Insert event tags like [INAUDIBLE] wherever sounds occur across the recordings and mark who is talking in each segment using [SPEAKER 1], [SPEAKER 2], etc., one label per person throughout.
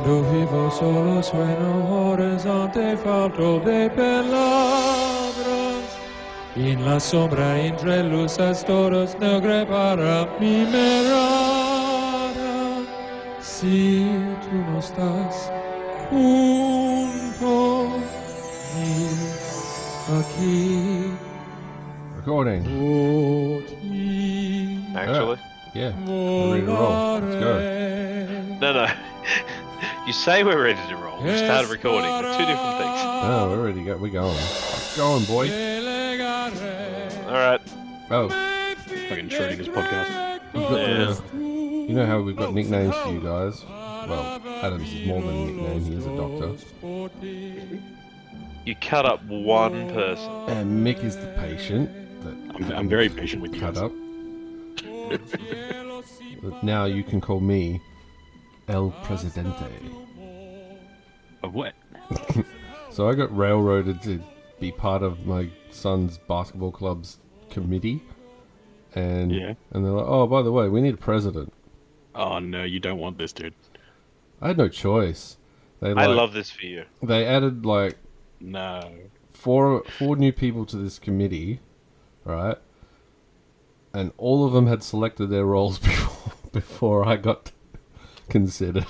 [SPEAKER 1] Todo solo sueno horizonte falto de palabras. Y en la sombra entre luces todos negre e para mi mirada. Si tú no estás junto a mí aquí.
[SPEAKER 2] Recording.
[SPEAKER 1] por ti
[SPEAKER 3] actually.
[SPEAKER 2] Yeah. We're ready to roll. Let's
[SPEAKER 1] volaré.
[SPEAKER 2] go.
[SPEAKER 3] No, no. [LAUGHS] you say we're ready to roll. We started recording. They're two different things.
[SPEAKER 2] Oh, we're ready. Go. We're going. Going, boy.
[SPEAKER 3] All right.
[SPEAKER 2] Oh,
[SPEAKER 4] Fucking Schrodinger's podcast.
[SPEAKER 2] we've got
[SPEAKER 3] Yeah.
[SPEAKER 2] the, you know how we've got nicknames for you guys? Well, Adams is more than a nickname. He is a doctor.
[SPEAKER 3] You cut up one person.
[SPEAKER 2] And Mick is the patient that
[SPEAKER 4] I'm, I'm very patient with you.
[SPEAKER 2] cut
[SPEAKER 4] Guys.
[SPEAKER 2] up. But now you can call me El Presidente.
[SPEAKER 4] Of what?
[SPEAKER 2] So I got railroaded to be part of my son's basketball club's committee, and
[SPEAKER 4] Yeah.
[SPEAKER 2] and they're like, oh, by the way, we need a president.
[SPEAKER 4] Oh no, you don't want this, dude.
[SPEAKER 2] I had no choice. They
[SPEAKER 3] I
[SPEAKER 2] like,
[SPEAKER 3] love this for you.
[SPEAKER 2] they added like
[SPEAKER 4] No.
[SPEAKER 2] four four new people to this committee, right? And all of them had selected their roles [LAUGHS] before before I got considered.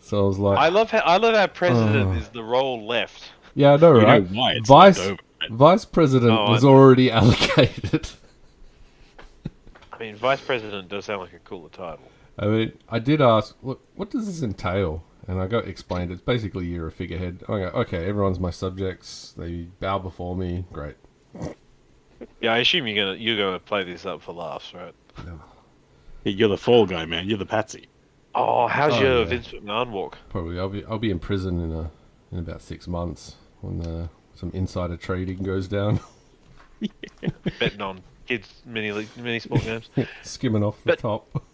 [SPEAKER 2] So I was like,
[SPEAKER 3] I love how I love how
[SPEAKER 2] Oh.
[SPEAKER 3] president is the role left.
[SPEAKER 2] yeah, I know,
[SPEAKER 4] You
[SPEAKER 2] right?
[SPEAKER 4] know why it's
[SPEAKER 2] Vice
[SPEAKER 4] left over, right?
[SPEAKER 2] Vice President
[SPEAKER 3] Oh, I
[SPEAKER 2] was
[SPEAKER 3] know.
[SPEAKER 2] already [LAUGHS] allocated.
[SPEAKER 3] I mean, vice president does sound like a cooler title.
[SPEAKER 2] I mean, I did ask, look, what does this entail? And I got explained. It's basically you're a figurehead. I go, okay, everyone's my subjects. They bow before me. Great.
[SPEAKER 3] Yeah, I assume you're gonna you're gonna play this up for laughs, right?
[SPEAKER 4] You're the fall guy, man. You're the patsy.
[SPEAKER 3] Oh, how's
[SPEAKER 2] Oh,
[SPEAKER 3] your
[SPEAKER 2] yeah.
[SPEAKER 3] Vince McMahon walk?
[SPEAKER 2] Probably, I'll be I'll be in prison in a in about six months when uh some insider trading goes down, [LAUGHS]
[SPEAKER 3] Betting on kids mini league- mini
[SPEAKER 2] [LAUGHS]
[SPEAKER 3] sport games.
[SPEAKER 2] skimming off the
[SPEAKER 3] But-
[SPEAKER 2] top.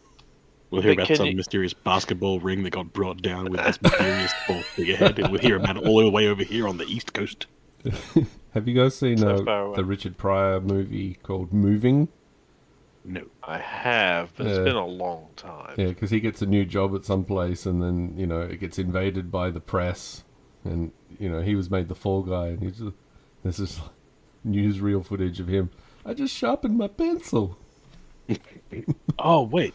[SPEAKER 4] We'll hear
[SPEAKER 3] But
[SPEAKER 4] about
[SPEAKER 3] can
[SPEAKER 4] some
[SPEAKER 3] you-
[SPEAKER 4] mysterious basketball ring that got brought down with this
[SPEAKER 3] [LAUGHS]
[SPEAKER 4] mysterious ball figurehead, and we'll hear about it all the way over here on the east coast.
[SPEAKER 2] Have you guys seen
[SPEAKER 3] So far
[SPEAKER 2] uh,
[SPEAKER 3] away.
[SPEAKER 2] the Richard Pryor movie called Moving?
[SPEAKER 4] No.
[SPEAKER 3] I have, but
[SPEAKER 2] Yeah.
[SPEAKER 3] it's been a long time.
[SPEAKER 2] Yeah, because he gets a new job at some place, and then you know it gets invaded by the press, and you know he was made the fall guy, and he's just, this is newsreel footage of him. I just sharpened my pencil.
[SPEAKER 4] Oh wait.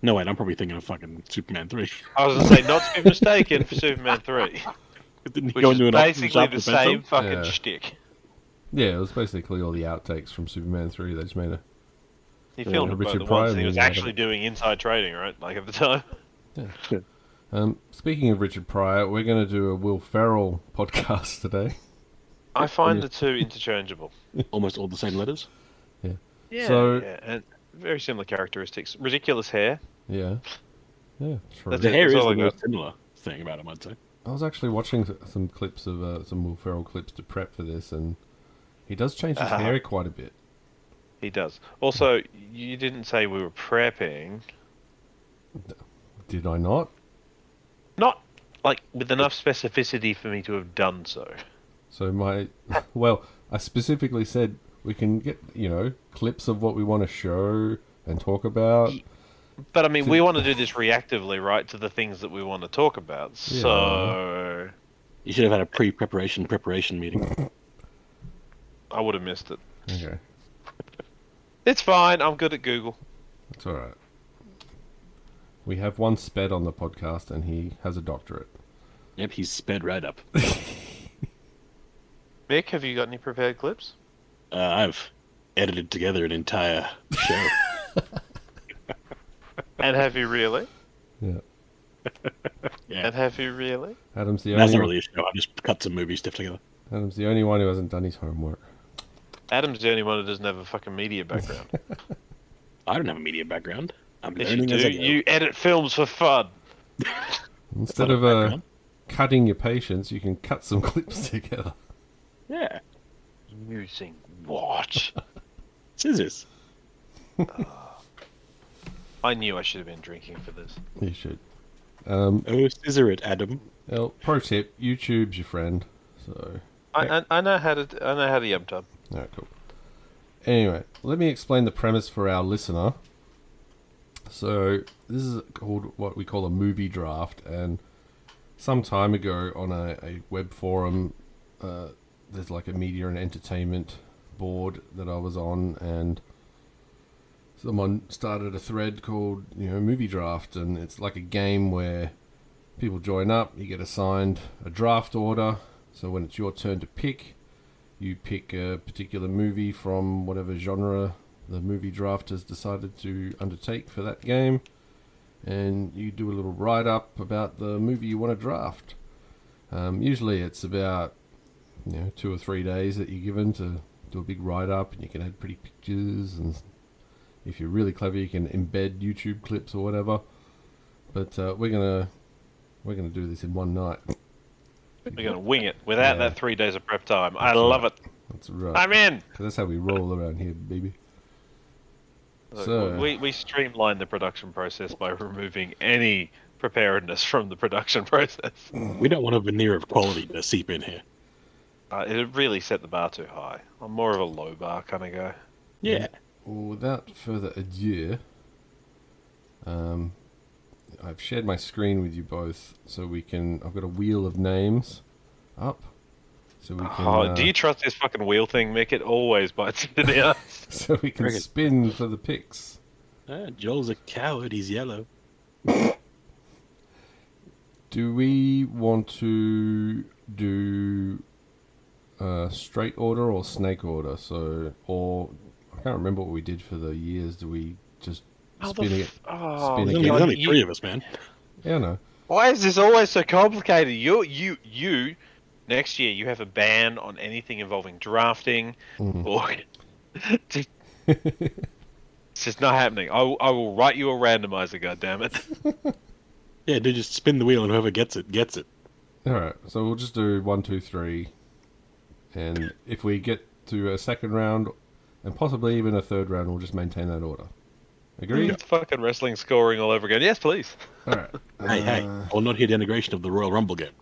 [SPEAKER 4] No wait, I'm probably thinking of fucking Superman three.
[SPEAKER 3] I was gonna say not to be mistaken for Superman
[SPEAKER 4] [LAUGHS]
[SPEAKER 3] three,
[SPEAKER 4] Didn't he
[SPEAKER 3] which
[SPEAKER 4] go
[SPEAKER 3] is
[SPEAKER 4] into an office and sharpen
[SPEAKER 3] basically the
[SPEAKER 4] a pencil?
[SPEAKER 3] same fucking
[SPEAKER 2] Yeah.
[SPEAKER 3] shtick.
[SPEAKER 2] Yeah, it was basically all the outtakes from Superman three. They just made a
[SPEAKER 3] He filmed
[SPEAKER 2] Yeah,
[SPEAKER 3] it both
[SPEAKER 2] Richard
[SPEAKER 3] at once, and
[SPEAKER 2] Pryor
[SPEAKER 3] he was
[SPEAKER 2] movie, I
[SPEAKER 3] actually doing inside trading, right? Like at the time.
[SPEAKER 2] Um, speaking of Richard Pryor, we're going to do a Will Ferrell podcast [LAUGHS] today.
[SPEAKER 3] [LAUGHS] I find
[SPEAKER 2] Yeah.
[SPEAKER 3] the two interchangeable.
[SPEAKER 4] Almost all the same letters.
[SPEAKER 3] Yeah,
[SPEAKER 2] So-
[SPEAKER 3] yeah, and very similar characteristics. Ridiculous hair.
[SPEAKER 2] Yeah, yeah, sure.
[SPEAKER 3] That's
[SPEAKER 4] The hair
[SPEAKER 3] That's
[SPEAKER 4] is
[SPEAKER 3] all I
[SPEAKER 4] the
[SPEAKER 3] got.
[SPEAKER 4] most similar thing about him, I'd say.
[SPEAKER 2] I was actually watching s- some clips of uh, some Will Ferrell clips to prep for this, and he does change his
[SPEAKER 4] Uh-huh.
[SPEAKER 3] Ah.
[SPEAKER 2] hair quite a bit.
[SPEAKER 3] He does. Also, you didn't say we were prepping.
[SPEAKER 2] Did I not?
[SPEAKER 3] Not like with enough specificity for me to have done so.
[SPEAKER 2] So my, [LAUGHS] well, I specifically said we can get you know clips of what we want to show and talk about.
[SPEAKER 3] But I mean, we want to do this reactively, right, to the things that we want to talk about. So
[SPEAKER 4] You should have had a pre preparation preparation meeting.
[SPEAKER 3] I would have missed it.
[SPEAKER 2] Okay,
[SPEAKER 3] It's fine. I'm good at Google.
[SPEAKER 2] that's all right. We have one sped on the podcast, and he has a doctorate.
[SPEAKER 4] Yep, he's sped right up.
[SPEAKER 3] Mick, have you got any prepared clips?
[SPEAKER 4] Uh, I've edited together an entire show.
[SPEAKER 3] And have you really? [LAUGHS]
[SPEAKER 2] Yeah,
[SPEAKER 4] yeah,
[SPEAKER 3] And have you really?
[SPEAKER 2] Adam's the
[SPEAKER 4] that's
[SPEAKER 2] only
[SPEAKER 4] not really a show. I just cut some movie stuff together.
[SPEAKER 2] Adam's the only one who hasn't done his homework.
[SPEAKER 3] Adam's the only one who doesn't have a fucking media background.
[SPEAKER 4] I don't have a media background. I'm
[SPEAKER 3] if you
[SPEAKER 4] learning
[SPEAKER 3] do,
[SPEAKER 4] as I go.
[SPEAKER 3] you edit films for fun.
[SPEAKER 2] Instead
[SPEAKER 4] not a
[SPEAKER 2] of uh,
[SPEAKER 4] background.
[SPEAKER 2] cutting your patience, you can cut some [LAUGHS] clips together.
[SPEAKER 4] Yeah,
[SPEAKER 3] Using what?
[SPEAKER 4] [LAUGHS] scissors.
[SPEAKER 3] I knew I should have been drinking for this.
[SPEAKER 2] You should. Um,
[SPEAKER 4] Oh, scissor it, Adam.
[SPEAKER 2] well, pro tip: YouTube's your friend. So
[SPEAKER 3] I, I, I know how to. d- I know how to yum tub.
[SPEAKER 2] All right, cool. Anyway, let me explain the premise for our listener. So this is called what we call a movie draft, and some time ago on a, a web forum. Uh, there's like a media and entertainment board that I was on, and someone started a thread called you know movie draft, and it's like a game where people join up. You get assigned a draft order, so when it's your turn to pick, you pick a particular movie from whatever genre the movie draft has decided to undertake for that game, and you do a little write up about the movie you want to draft. Um, usually, it's about you know two or three days that you're given to do a big write up, and you can add pretty pictures, and if you're really clever, you can embed YouTube clips or whatever. But uh, we're gonna we're gonna do this in one night.
[SPEAKER 3] We're gonna wing it without
[SPEAKER 2] Yeah.
[SPEAKER 3] that three days of prep time. I love it.
[SPEAKER 2] That's right.
[SPEAKER 3] I'm in.
[SPEAKER 2] 'Cause that's how we roll around here, baby.
[SPEAKER 3] Look,
[SPEAKER 2] So-
[SPEAKER 3] we we streamlined the production process by removing any preparedness from the production [LAUGHS] process.
[SPEAKER 4] We don't want a veneer of quality to seep in here.
[SPEAKER 3] Uh, it really set the bar too high. I'm more of a low bar kind of guy.
[SPEAKER 4] Yeah.
[SPEAKER 2] Well, without further ado, um, I've shared my screen with you both, so we can. I've got a wheel of names up, so we can.
[SPEAKER 3] oh,
[SPEAKER 2] uh,
[SPEAKER 3] do you trust this fucking wheel thing, Mick? It always bites [LAUGHS] you in the ass.
[SPEAKER 2] [LAUGHS] so we can
[SPEAKER 4] Cricket.
[SPEAKER 2] spin for the picks.
[SPEAKER 4] Ah, Joel's a coward. He's yellow.
[SPEAKER 2] Do we want to do uh, straight order or snake order? So, or I can't remember what we did for the years. Do we just
[SPEAKER 3] Oh, the
[SPEAKER 2] spin it?
[SPEAKER 3] f- oh,
[SPEAKER 2] Spin
[SPEAKER 4] There's only,
[SPEAKER 2] again.
[SPEAKER 3] God,
[SPEAKER 4] there's only
[SPEAKER 3] you-
[SPEAKER 4] three of us, man.
[SPEAKER 2] Yeah, I know.
[SPEAKER 3] Why is this always so complicated? You, you, you. Next year, you have a ban on anything involving drafting,
[SPEAKER 2] Mm.
[SPEAKER 3] or [LAUGHS] it's just not happening. I, will- I will write you a randomizer. God damn [LAUGHS] it!
[SPEAKER 4] Yeah, dude, just spin the wheel and whoever gets it, gets it.
[SPEAKER 2] All right, so we'll just do one, two, three, and if we get to a second round, and possibly even a third round, we'll just maintain that order. Agreed.
[SPEAKER 3] It's fucking wrestling scoring all over again. Yes,
[SPEAKER 2] [LAUGHS]
[SPEAKER 3] please.
[SPEAKER 2] All right.
[SPEAKER 4] Hey, hey. I'll not hear denigration of the Royal Rumble game.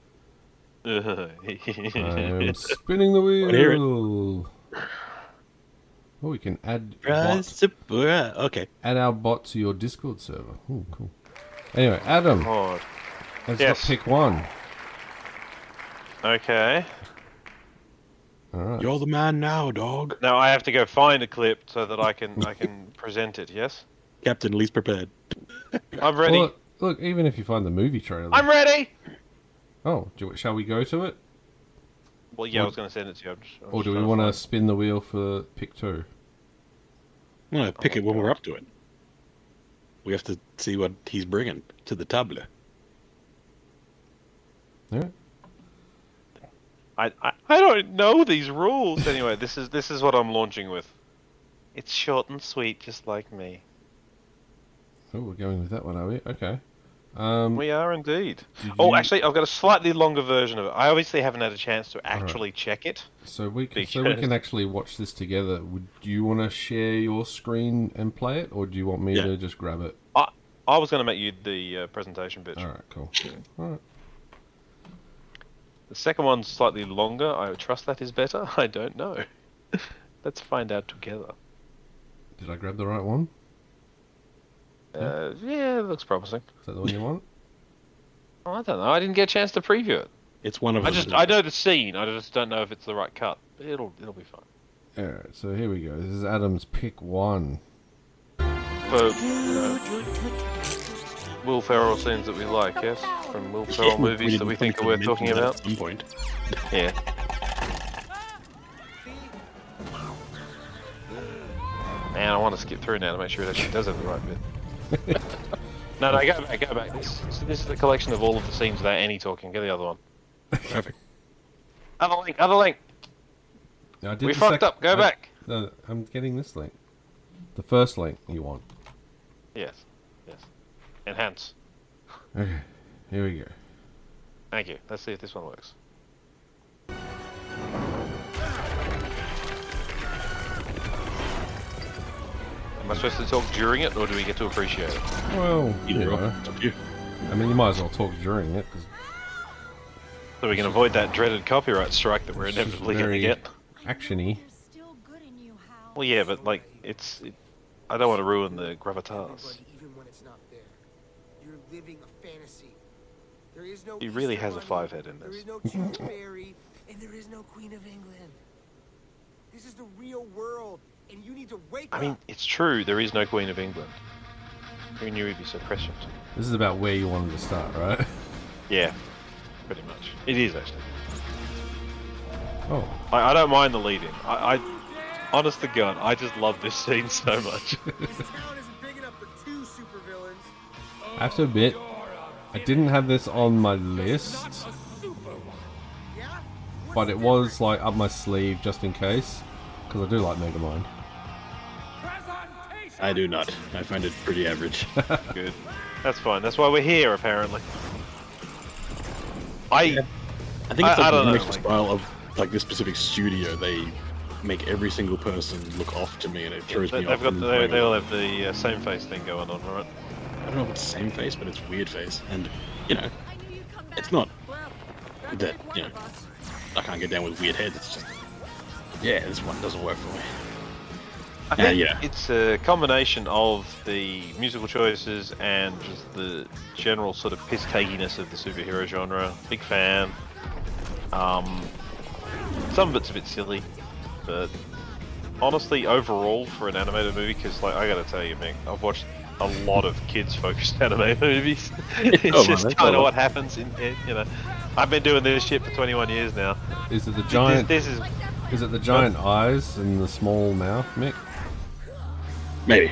[SPEAKER 3] [LAUGHS]
[SPEAKER 2] I'm spinning the
[SPEAKER 4] hear it.
[SPEAKER 2] wheel. Oh, we can add a bot,
[SPEAKER 4] surprise. Okay.
[SPEAKER 2] add our bot to your Discord server. Oh, cool. Anyway, Adam,
[SPEAKER 3] God.
[SPEAKER 2] let's
[SPEAKER 3] Oh, yes.
[SPEAKER 2] pick one.
[SPEAKER 3] Okay.
[SPEAKER 2] All right.
[SPEAKER 4] You're the man now, dog.
[SPEAKER 3] Now I have to go find a clip so that I can I can [LAUGHS] present it. Yes,
[SPEAKER 4] Captain, least prepared.
[SPEAKER 3] I'm ready.
[SPEAKER 2] Look, look, even if you find the movie trailer.
[SPEAKER 3] I'm ready.
[SPEAKER 2] oh, do, shall we go to it,
[SPEAKER 3] Well, yeah, I
[SPEAKER 2] Or-
[SPEAKER 3] was going to send it to you. I'm just- I'm
[SPEAKER 2] or
[SPEAKER 3] just
[SPEAKER 2] do we
[SPEAKER 3] trying
[SPEAKER 2] want to
[SPEAKER 3] find-
[SPEAKER 2] spin the wheel for pick two?
[SPEAKER 4] I'm going to pick it when we're up to it. We have to see what he's bringing to the table.
[SPEAKER 2] All right.
[SPEAKER 3] I, I I don't know these rules. Anyway, this is this is what I'm launching with. It's short and sweet, just like me.
[SPEAKER 2] Oh, we're going with that one, are we? Okay. Um,
[SPEAKER 3] We are indeed.
[SPEAKER 2] did
[SPEAKER 3] Oh,
[SPEAKER 2] you-
[SPEAKER 3] actually, I've got a slightly longer version of it. I obviously haven't had a chance to actually check it.
[SPEAKER 2] so we can,
[SPEAKER 3] big
[SPEAKER 2] so we
[SPEAKER 3] shows.
[SPEAKER 2] can actually watch this together. Would do you want to share your screen and play it, or do you want me
[SPEAKER 4] Yeah.
[SPEAKER 2] to just grab it?
[SPEAKER 3] I was going to make you the uh, presentation bitch.
[SPEAKER 2] All right, cool. All right.
[SPEAKER 3] The second one's slightly longer. I trust that is better. [LAUGHS] I don't know. Let's find out together.
[SPEAKER 2] Did I grab the right one? Hmm?
[SPEAKER 3] Uh, yeah, it looks promising.
[SPEAKER 2] Is that the one you want?
[SPEAKER 3] I don't know. I didn't get a chance to preview it.
[SPEAKER 4] It's one of
[SPEAKER 3] I
[SPEAKER 4] us.
[SPEAKER 3] just I know the scene. I just don't know if it's the right cut. It'll it'll be fine.
[SPEAKER 2] All right. So here we go. This is Adam's pick one.
[SPEAKER 3] So, Will Ferrell scenes that we like, yes? From Will Ferrell
[SPEAKER 2] [LAUGHS]
[SPEAKER 3] movies that we think are worth talking about?
[SPEAKER 4] At some point.
[SPEAKER 3] Yeah. Man, I want to skip through now to make sure it actually does have the right bit.
[SPEAKER 2] [LAUGHS]
[SPEAKER 3] no, no, go back, go back. This, so this is a collection of all of the scenes without any talking. Get the other one.
[SPEAKER 4] Perfect.
[SPEAKER 3] Other link, other link.
[SPEAKER 2] Now, I did
[SPEAKER 3] We
[SPEAKER 2] the
[SPEAKER 3] fucked
[SPEAKER 2] sec-
[SPEAKER 3] up. Go
[SPEAKER 2] I-
[SPEAKER 3] back.
[SPEAKER 2] No, I'm getting this link. The first link you want.
[SPEAKER 3] Yes, yes. Enhance.
[SPEAKER 2] Okay. Here we go.
[SPEAKER 3] Thank you. Let's see if this one works. Am I supposed to talk during it, or do we get to appreciate it?
[SPEAKER 2] Well, you
[SPEAKER 4] Either or.
[SPEAKER 2] know,
[SPEAKER 4] It's up to you.
[SPEAKER 2] I mean, you might as well talk during it because
[SPEAKER 3] So we can avoid that dreaded copyright strike that we're
[SPEAKER 2] This is
[SPEAKER 3] inevitably
[SPEAKER 2] very-
[SPEAKER 3] going to get.
[SPEAKER 2] actiony.
[SPEAKER 5] There's still good in you, Hal.
[SPEAKER 3] Well, yeah, but like, it's. It, I don't want to ruin the gravitas.
[SPEAKER 6] Everybody, even when it's not there. You're living a fantasy. There is no
[SPEAKER 3] He really
[SPEAKER 6] Easter
[SPEAKER 3] has a
[SPEAKER 6] Bunny,
[SPEAKER 3] five head in
[SPEAKER 6] There
[SPEAKER 3] this.
[SPEAKER 6] is no Toothberry, and there is no Queen of England. This is the real world, and you need to wake
[SPEAKER 3] I mean,
[SPEAKER 6] up.
[SPEAKER 3] it's true. There is no Queen of England. Who knew he'd be so prescient?
[SPEAKER 2] This is about where you wanted to start, right? [LAUGHS]
[SPEAKER 3] Yeah, pretty much. It is actually.
[SPEAKER 2] Oh,
[SPEAKER 3] I, I don't mind the lead-in. I, I, honest to God, I just love this scene so much. [LAUGHS]
[SPEAKER 6] This town isn't big enough for two supervillains.
[SPEAKER 2] I have to admit, I didn't have this on my list,
[SPEAKER 6] Yeah? What's
[SPEAKER 2] but
[SPEAKER 6] the
[SPEAKER 2] it was like up my sleeve just in case, because I do like Megamind.
[SPEAKER 4] I do not. I find it pretty average.
[SPEAKER 3] Good. That's fine. That's why we're here, apparently. I
[SPEAKER 4] I think it's like
[SPEAKER 3] I- I don't
[SPEAKER 4] the
[SPEAKER 3] know,
[SPEAKER 4] next
[SPEAKER 3] like-
[SPEAKER 4] style of like this specific studio. They make every single person look off to me, and it throws
[SPEAKER 3] they,
[SPEAKER 4] me
[SPEAKER 3] have
[SPEAKER 4] off.
[SPEAKER 3] got
[SPEAKER 4] and
[SPEAKER 3] they,
[SPEAKER 4] like,
[SPEAKER 3] they all have the uh, same face thing going on, right?
[SPEAKER 4] I don't know if it's the same face, but it's weird face, and you know
[SPEAKER 5] I knew you'd come back.
[SPEAKER 4] it's not.
[SPEAKER 5] Well,
[SPEAKER 4] that that, one you know. of I can't get down with weird heads. It's just yeah, this one doesn't work for me.
[SPEAKER 3] I
[SPEAKER 4] Yeah,
[SPEAKER 3] think
[SPEAKER 4] yeah.
[SPEAKER 3] it's a combination of the musical choices and just the general sort of piss takiness of the superhero genre. Big fan. Um, some of it's a bit silly, but honestly, overall for an animated movie, because like I gotta tell you, Mick, I've watched a lot of [LAUGHS] kids-focused anime
[SPEAKER 4] [LAUGHS]
[SPEAKER 3] movies. it's
[SPEAKER 4] Oh, man,
[SPEAKER 3] just
[SPEAKER 4] that's
[SPEAKER 3] kind
[SPEAKER 4] all
[SPEAKER 3] of
[SPEAKER 4] right.
[SPEAKER 3] what happens. In, in you know, I've been doing this shit for 21 years now.
[SPEAKER 2] Is it the
[SPEAKER 3] This,
[SPEAKER 2] giant?
[SPEAKER 3] this is
[SPEAKER 2] Is it the giant eyes and the small mouth, Mick?
[SPEAKER 4] Maybe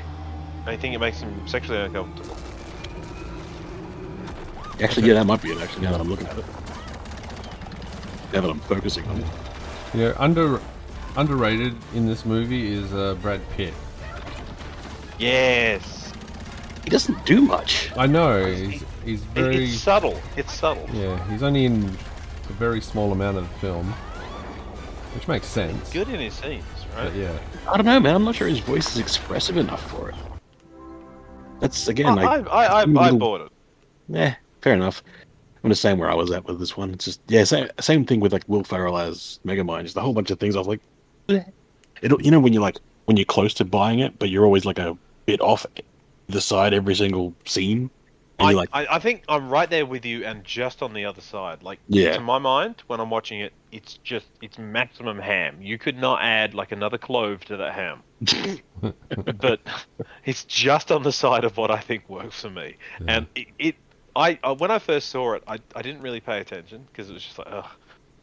[SPEAKER 3] I think it makes him sexually uncomfortable.
[SPEAKER 4] actually, yeah, that might be it. Actually, now that I'm looking at it, now that I'm focusing on it,
[SPEAKER 2] You know, under underrated in this movie is uh, Brad Pitt.
[SPEAKER 3] Yes.
[SPEAKER 4] he doesn't do much.
[SPEAKER 2] I know he's he's
[SPEAKER 3] It-
[SPEAKER 2] very
[SPEAKER 3] It's subtle. It's subtle.
[SPEAKER 2] yeah he's only in a very small amount of the film, which makes sense.
[SPEAKER 3] Good in his scenes, right?
[SPEAKER 2] But yeah,
[SPEAKER 4] I don't know, man. I'm not sure his voice is expressive enough for it. That's again,
[SPEAKER 3] I,
[SPEAKER 4] like,
[SPEAKER 3] I, I,
[SPEAKER 4] Mm.
[SPEAKER 3] I bought it.
[SPEAKER 4] yeah, fair enough. I'm the same where I was at with this one. It's just yeah, same, same thing with like Will Ferrell as Megamind. Just a whole bunch of things. I was like, bleh. it'll you know when you're like when you're close to buying it, but you're always like a bit off the side every single scene. And
[SPEAKER 3] I,
[SPEAKER 4] you're like,
[SPEAKER 3] I, I think I'm right there with you and just on the other side. Like,
[SPEAKER 4] Yeah.
[SPEAKER 3] to my mind, when I'm watching it, it's just, it's maximum ham. You could not add, like, another clove to
[SPEAKER 4] [LAUGHS]
[SPEAKER 3] that ham. but it's just on the side of what I think works for me. And it, it I, I, when I first saw it, I, I didn't really pay attention because it was just like, ugh,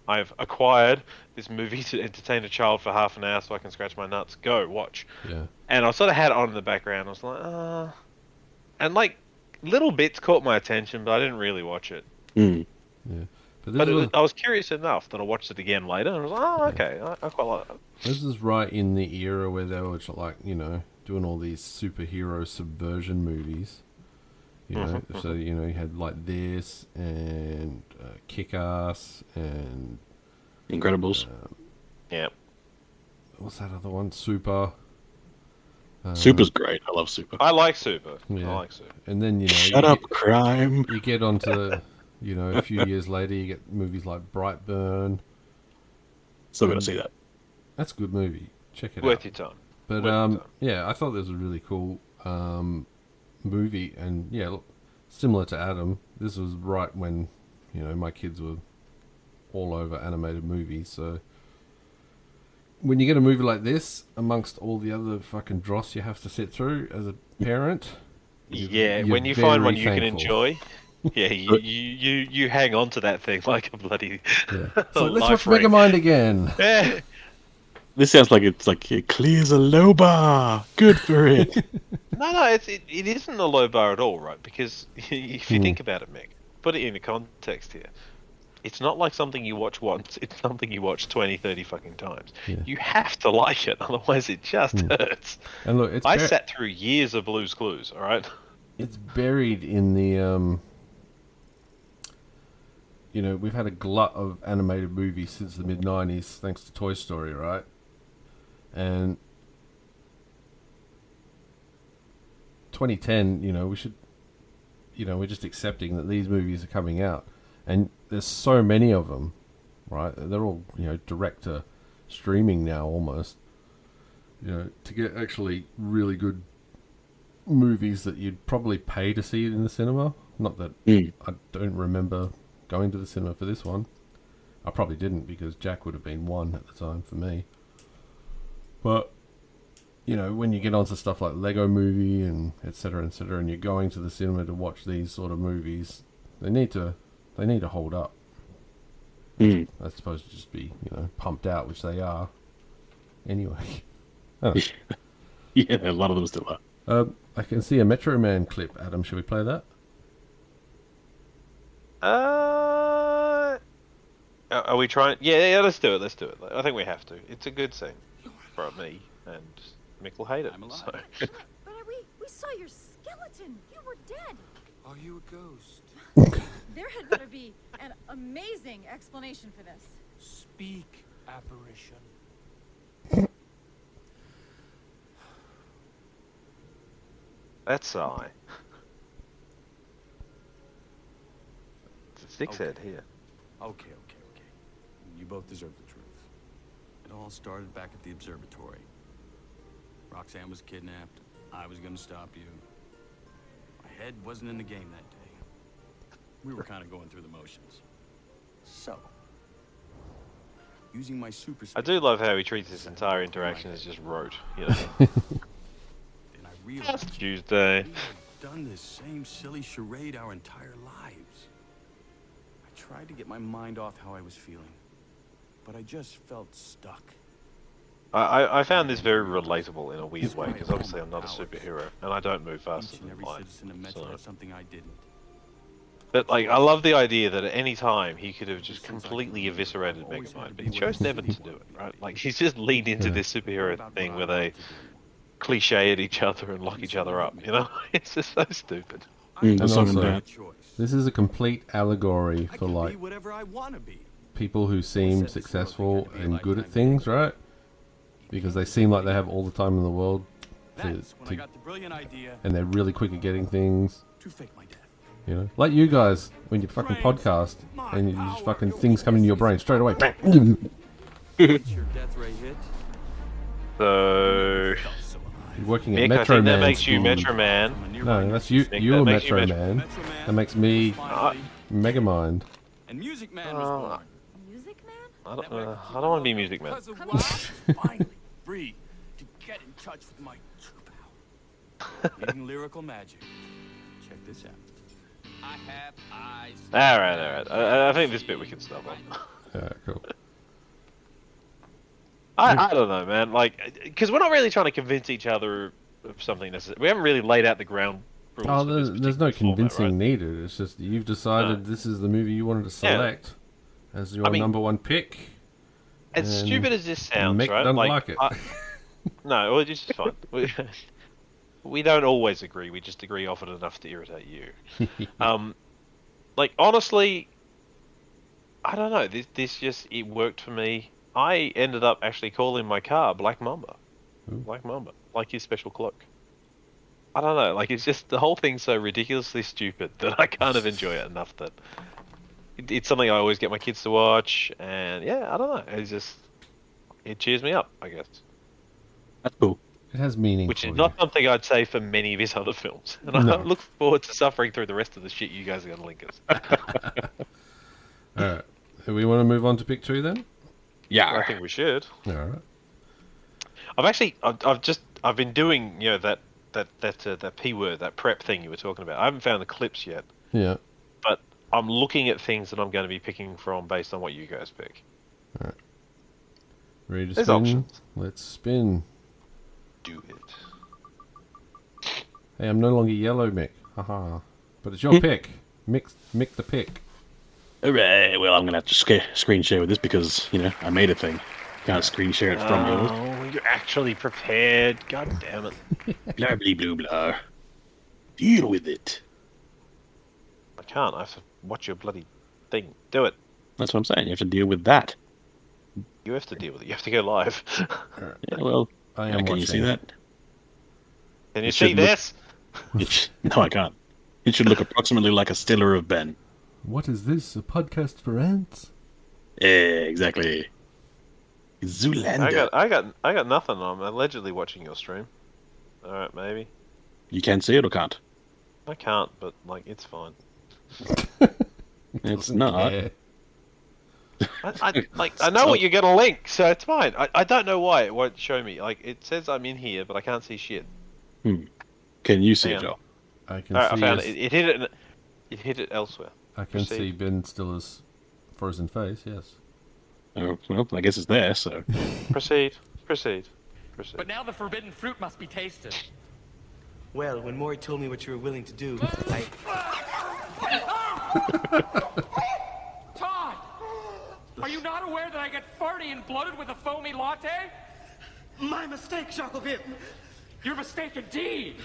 [SPEAKER 3] I've acquired this movie [LAUGHS] to entertain a child for half an hour so I can scratch my nuts. Go, watch.
[SPEAKER 2] yeah.
[SPEAKER 3] and I sort of had it on in the background. I was like, uh and like little bits caught my attention, but I didn't really watch it.
[SPEAKER 4] hmm,
[SPEAKER 2] But this,
[SPEAKER 3] But it
[SPEAKER 2] was,
[SPEAKER 3] was, I was curious enough that I watched it again later, and I was like, oh, okay, I, I quite like it.
[SPEAKER 2] this is right in the era where they were like you know doing all these superhero subversion movies. You know,
[SPEAKER 4] Mm-hmm,
[SPEAKER 2] so you know you had like this and uh, Kick Ass and
[SPEAKER 4] Incredibles,
[SPEAKER 3] Yeah,
[SPEAKER 2] what's that other one? Super. Uh,
[SPEAKER 4] Super's great. I love Super.
[SPEAKER 3] I like Super.
[SPEAKER 2] Yeah.
[SPEAKER 3] I like Super.
[SPEAKER 2] And then you know,
[SPEAKER 4] Shut
[SPEAKER 2] you,
[SPEAKER 4] up, crime.
[SPEAKER 2] You get onto the, you know, a few years later, you get movies like Brightburn.
[SPEAKER 4] Still gotta see that.
[SPEAKER 2] That's a good movie. Check it
[SPEAKER 3] Worth
[SPEAKER 2] out.
[SPEAKER 3] your time.
[SPEAKER 2] But
[SPEAKER 3] worth your
[SPEAKER 2] um,
[SPEAKER 3] time.
[SPEAKER 2] yeah, I thought this was a really cool um, movie, and yeah, look, similar to Adam, this was right when you know my kids were all over animated movies. So when you get a movie like this, amongst all the other fucking dross you have to sit through as a parent, you-
[SPEAKER 3] yeah,
[SPEAKER 2] you're
[SPEAKER 3] when you find one
[SPEAKER 2] very
[SPEAKER 3] you can
[SPEAKER 2] thankful. [LAUGHS]
[SPEAKER 3] enjoy, yeah, you, you you you hang on to that thing like a
[SPEAKER 2] [LAUGHS]
[SPEAKER 3] bloody. [LAUGHS]
[SPEAKER 2] Yeah. So let's
[SPEAKER 3] life
[SPEAKER 2] watch
[SPEAKER 3] ring.
[SPEAKER 2] Megamind again.
[SPEAKER 3] Yeah.
[SPEAKER 4] This sounds like it's like it clears a low bar. Good for it.
[SPEAKER 3] No, no, it's, it, it isn't a low bar at all, right? Because [LAUGHS] if you think about it, Mick, put it in the context here. It's not like something you watch once, [LAUGHS] it's something you watch 20, 30 fucking times.
[SPEAKER 2] Yeah.
[SPEAKER 3] You have to like it, [LAUGHS] otherwise it just hurts.
[SPEAKER 2] And look, it's
[SPEAKER 3] I
[SPEAKER 2] bur-
[SPEAKER 3] sat through years of Blue's Clues, all right?
[SPEAKER 2] it's buried in the um. You know, we've had a glut of animated movies since the mid '90s, thanks to Toy Story, right? And 2010, you know, we should, you know, we're just accepting that these movies are coming out, and there's so many of them, right? They're all you know direct to streaming now, almost. You know, to get actually really good movies that you'd probably pay to see in the cinema Not that
[SPEAKER 4] Mm.
[SPEAKER 2] I don't remember going to the cinema for this one. I probably didn't because Jack would have been one at the time for me. But you know, when you get onto stuff like Lego Movie and etc. Cetera, etc., and you're going to the cinema to watch these sort of movies, they need to they need to hold up.
[SPEAKER 4] Mm.
[SPEAKER 2] They're supposed to just be you know pumped out, which they are. Anyway, [LAUGHS] Oh.
[SPEAKER 4] Yeah, a lot of them still are.
[SPEAKER 2] um, I can see a Metro Man clip. Adam, should we play that?
[SPEAKER 3] Uh, are are we trying? Yeah, yeah, let's do it. Let's do it. I think we have to. It's a good scene for me, and Mick will hate it.
[SPEAKER 7] I'm
[SPEAKER 3] So.
[SPEAKER 7] alive.
[SPEAKER 5] But we we saw your skeleton. You were dead.
[SPEAKER 6] Are you a ghost?
[SPEAKER 5] There had better be an amazing explanation for this.
[SPEAKER 6] Speak, apparition.
[SPEAKER 3] That's I. It's a stick's
[SPEAKER 7] Okay.
[SPEAKER 3] head here.
[SPEAKER 7] Okay, okay, okay. You both deserve the truth. It all started back at the observatory. Roxanne was kidnapped. I was gonna stop you. My head wasn't in the game that day. We were kind of going through the motions. So, using my super
[SPEAKER 3] I do love how he treats this entire interaction as just rote. You [LAUGHS] know,
[SPEAKER 7] and I realized
[SPEAKER 3] It's Tuesday.
[SPEAKER 7] We have done this same silly charade our entire lives. I tried to get my mind off how I was feeling, but I just felt stuck.
[SPEAKER 3] I, I, I found this very relatable in a weird way because obviously I'm not a superhero and I don't move
[SPEAKER 7] Each
[SPEAKER 3] faster
[SPEAKER 7] and
[SPEAKER 3] than
[SPEAKER 7] every
[SPEAKER 3] light.
[SPEAKER 7] citizen of Metro
[SPEAKER 3] So.
[SPEAKER 7] had something I didn't.
[SPEAKER 3] But like, I love the idea that at any time he could have just
[SPEAKER 7] Since I can
[SPEAKER 3] completely
[SPEAKER 7] remember,
[SPEAKER 3] eviscerated
[SPEAKER 7] I've always
[SPEAKER 3] Mega
[SPEAKER 7] had to
[SPEAKER 3] Mind,
[SPEAKER 7] be
[SPEAKER 3] but he
[SPEAKER 7] with
[SPEAKER 3] chose
[SPEAKER 7] the
[SPEAKER 3] never
[SPEAKER 7] people
[SPEAKER 3] to do it.
[SPEAKER 7] I
[SPEAKER 3] Right?
[SPEAKER 7] love.
[SPEAKER 3] Like he's just leaned into
[SPEAKER 2] Yeah.
[SPEAKER 3] this superhero
[SPEAKER 7] About what
[SPEAKER 3] thing
[SPEAKER 7] I
[SPEAKER 3] where they
[SPEAKER 7] wanted to do.
[SPEAKER 3] cliche at each other and lock each other up. You know, [LAUGHS] it's just so stupid.
[SPEAKER 4] Mm, the
[SPEAKER 7] I
[SPEAKER 2] And
[SPEAKER 4] song and
[SPEAKER 2] also-
[SPEAKER 7] had a
[SPEAKER 4] dance.
[SPEAKER 7] choice.
[SPEAKER 2] This is a complete allegory
[SPEAKER 7] I
[SPEAKER 2] for
[SPEAKER 7] could
[SPEAKER 2] like
[SPEAKER 7] be whatever I want to be.
[SPEAKER 2] people who seem successful and good at things, right? Because they seem like they have all the time in the world, to,
[SPEAKER 7] That's when I
[SPEAKER 2] to,
[SPEAKER 7] got the brilliant idea
[SPEAKER 2] and they're really quick at getting things.
[SPEAKER 7] to fake my death.
[SPEAKER 2] You know, like you guys when you fucking podcast and you just fucking things come into your brain straight away. you
[SPEAKER 7] Once your death ray hit,
[SPEAKER 3] So,
[SPEAKER 7] felt so alive.
[SPEAKER 2] working at
[SPEAKER 3] Mick, I
[SPEAKER 2] Metro
[SPEAKER 3] think that
[SPEAKER 2] Man.
[SPEAKER 3] makes you
[SPEAKER 2] speed.
[SPEAKER 3] Metro Man.
[SPEAKER 7] From a nearby
[SPEAKER 2] No, that's you.
[SPEAKER 3] Mick,
[SPEAKER 2] You're
[SPEAKER 3] that makes you
[SPEAKER 2] Metro
[SPEAKER 3] Metro-
[SPEAKER 2] Man.
[SPEAKER 7] Metro Man,
[SPEAKER 2] That makes me Ah.
[SPEAKER 7] finally,
[SPEAKER 2] Megamind.
[SPEAKER 7] and Music Man
[SPEAKER 3] Oh,
[SPEAKER 7] was born.
[SPEAKER 5] Music man?
[SPEAKER 3] I don't, uh, I don't want to be Music Man.
[SPEAKER 7] Because of what I [LAUGHS] finally free to get in touch with my true power.
[SPEAKER 2] [LAUGHS]
[SPEAKER 7] Needing lyrical magic. Check this out. I have eyes.
[SPEAKER 3] All right, all right. I, I think this bit we can stop on.
[SPEAKER 2] Yeah, cool.
[SPEAKER 3] I, I don't know, man. Like, because we're not really trying to convince each other of something necessary. We haven't really laid out the ground rules. for
[SPEAKER 2] Oh,
[SPEAKER 3] this
[SPEAKER 2] there's, there's no
[SPEAKER 3] particular format,
[SPEAKER 2] convincing
[SPEAKER 3] right?
[SPEAKER 2] needed. It's just you've decided this is the movie you wanted to
[SPEAKER 3] Yeah.
[SPEAKER 2] select as your
[SPEAKER 3] I mean-
[SPEAKER 2] number one pick.
[SPEAKER 3] As
[SPEAKER 2] And
[SPEAKER 3] stupid as this sounds,
[SPEAKER 2] Mick
[SPEAKER 3] right?
[SPEAKER 2] doesn't like it. [LAUGHS]
[SPEAKER 3] I- no, well, it's just fine. We, [LAUGHS] we don't always agree. We just agree often enough to irritate
[SPEAKER 2] [LAUGHS]
[SPEAKER 3] you. um, like honestly, I don't know. This this just it worked for me. I ended up actually calling my car Black Mamba.
[SPEAKER 2] Ooh.
[SPEAKER 3] Black Mamba, like his special cloak. I don't know. Like it's just the whole thing's so ridiculously stupid that I kind of enjoy it enough that it, it's something I always get my kids to watch. And yeah, I don't know. It's just it cheers me up, I guess.
[SPEAKER 4] That's cool.
[SPEAKER 2] It has meaning.
[SPEAKER 3] Which
[SPEAKER 2] for
[SPEAKER 3] is
[SPEAKER 2] you.
[SPEAKER 3] not something I'd say for many of his other films. And
[SPEAKER 2] No.
[SPEAKER 3] I [LAUGHS] look forward to suffering through the rest of the shit you guys are gonna link us.
[SPEAKER 2] All right. Do we want to move on to pick two then?
[SPEAKER 3] I think we should.
[SPEAKER 2] All right.
[SPEAKER 3] I've actually, I've, I've just, I've been doing, you know, that that that uh, that p word, that prep thing you were talking about. I haven't found the clips yet,
[SPEAKER 2] Yeah.
[SPEAKER 3] but I'm looking at things that I'm going to be picking from based on what you guys pick.
[SPEAKER 2] Ready to
[SPEAKER 3] There's
[SPEAKER 2] spin?
[SPEAKER 3] options.
[SPEAKER 2] Let's spin.
[SPEAKER 3] Do it.
[SPEAKER 2] Hey, I'm no longer yellow, Mick. Haha. But it's your
[SPEAKER 3] Hmm.
[SPEAKER 2] pick. Mick, Mick the pick.
[SPEAKER 4] Hooray! Well, I'm gonna have to sca- screen share with this because you know I made a thing. Can't screen share it from yours.
[SPEAKER 3] Oh, you're actually prepared. God damn it!
[SPEAKER 4] Blah blah blah blah. Deal with it.
[SPEAKER 3] I can't. I have to watch your bloody thing. Do it.
[SPEAKER 4] That's what I'm saying. You have to deal with that.
[SPEAKER 3] You have to deal with it. You have to go live. [LAUGHS]
[SPEAKER 4] Yeah, well,
[SPEAKER 2] I
[SPEAKER 4] yeah,
[SPEAKER 2] am
[SPEAKER 4] can
[SPEAKER 2] watching.
[SPEAKER 4] you see that?
[SPEAKER 3] Can you
[SPEAKER 4] It
[SPEAKER 3] see
[SPEAKER 4] should look-
[SPEAKER 3] this?
[SPEAKER 4] It sh- no, I can't. It should look approximately like a stiller of Ben.
[SPEAKER 2] What is this? A podcast for ants?
[SPEAKER 4] Yeah, exactly. Zoolander.
[SPEAKER 3] I got, I got, I got nothing. I'm allegedly watching your stream. All right, maybe.
[SPEAKER 4] You can see it or can't.
[SPEAKER 3] I can't, but like, it's fine.
[SPEAKER 4] It's
[SPEAKER 3] Uh-huh.
[SPEAKER 4] not.
[SPEAKER 2] Yeah.
[SPEAKER 3] I, I, like I know what you're gonna link, so it's fine. I, I don't know why it won't show me. Like it says I'm in here, but I can't see shit.
[SPEAKER 4] Can you see it,
[SPEAKER 3] Damn.
[SPEAKER 4] Joel?
[SPEAKER 2] I can
[SPEAKER 3] No, Uh, I
[SPEAKER 2] see.
[SPEAKER 3] found
[SPEAKER 2] his-
[SPEAKER 3] it. it. It hit it. It hit it elsewhere.
[SPEAKER 2] I can
[SPEAKER 3] Proceed.
[SPEAKER 2] see Ben Stiller's frozen face. Yes.
[SPEAKER 4] Oh, well, I guess it's there. So
[SPEAKER 3] Proceed. Proceed. Proceed.
[SPEAKER 8] But now the forbidden fruit must be tasted.
[SPEAKER 6] Well, when Maury told me what you were willing to do, I.
[SPEAKER 8] Todd! Are you not aware that I get farty and bloated with a foamy latte?
[SPEAKER 6] My mistake, Shackleville!
[SPEAKER 8] Your mistake indeed!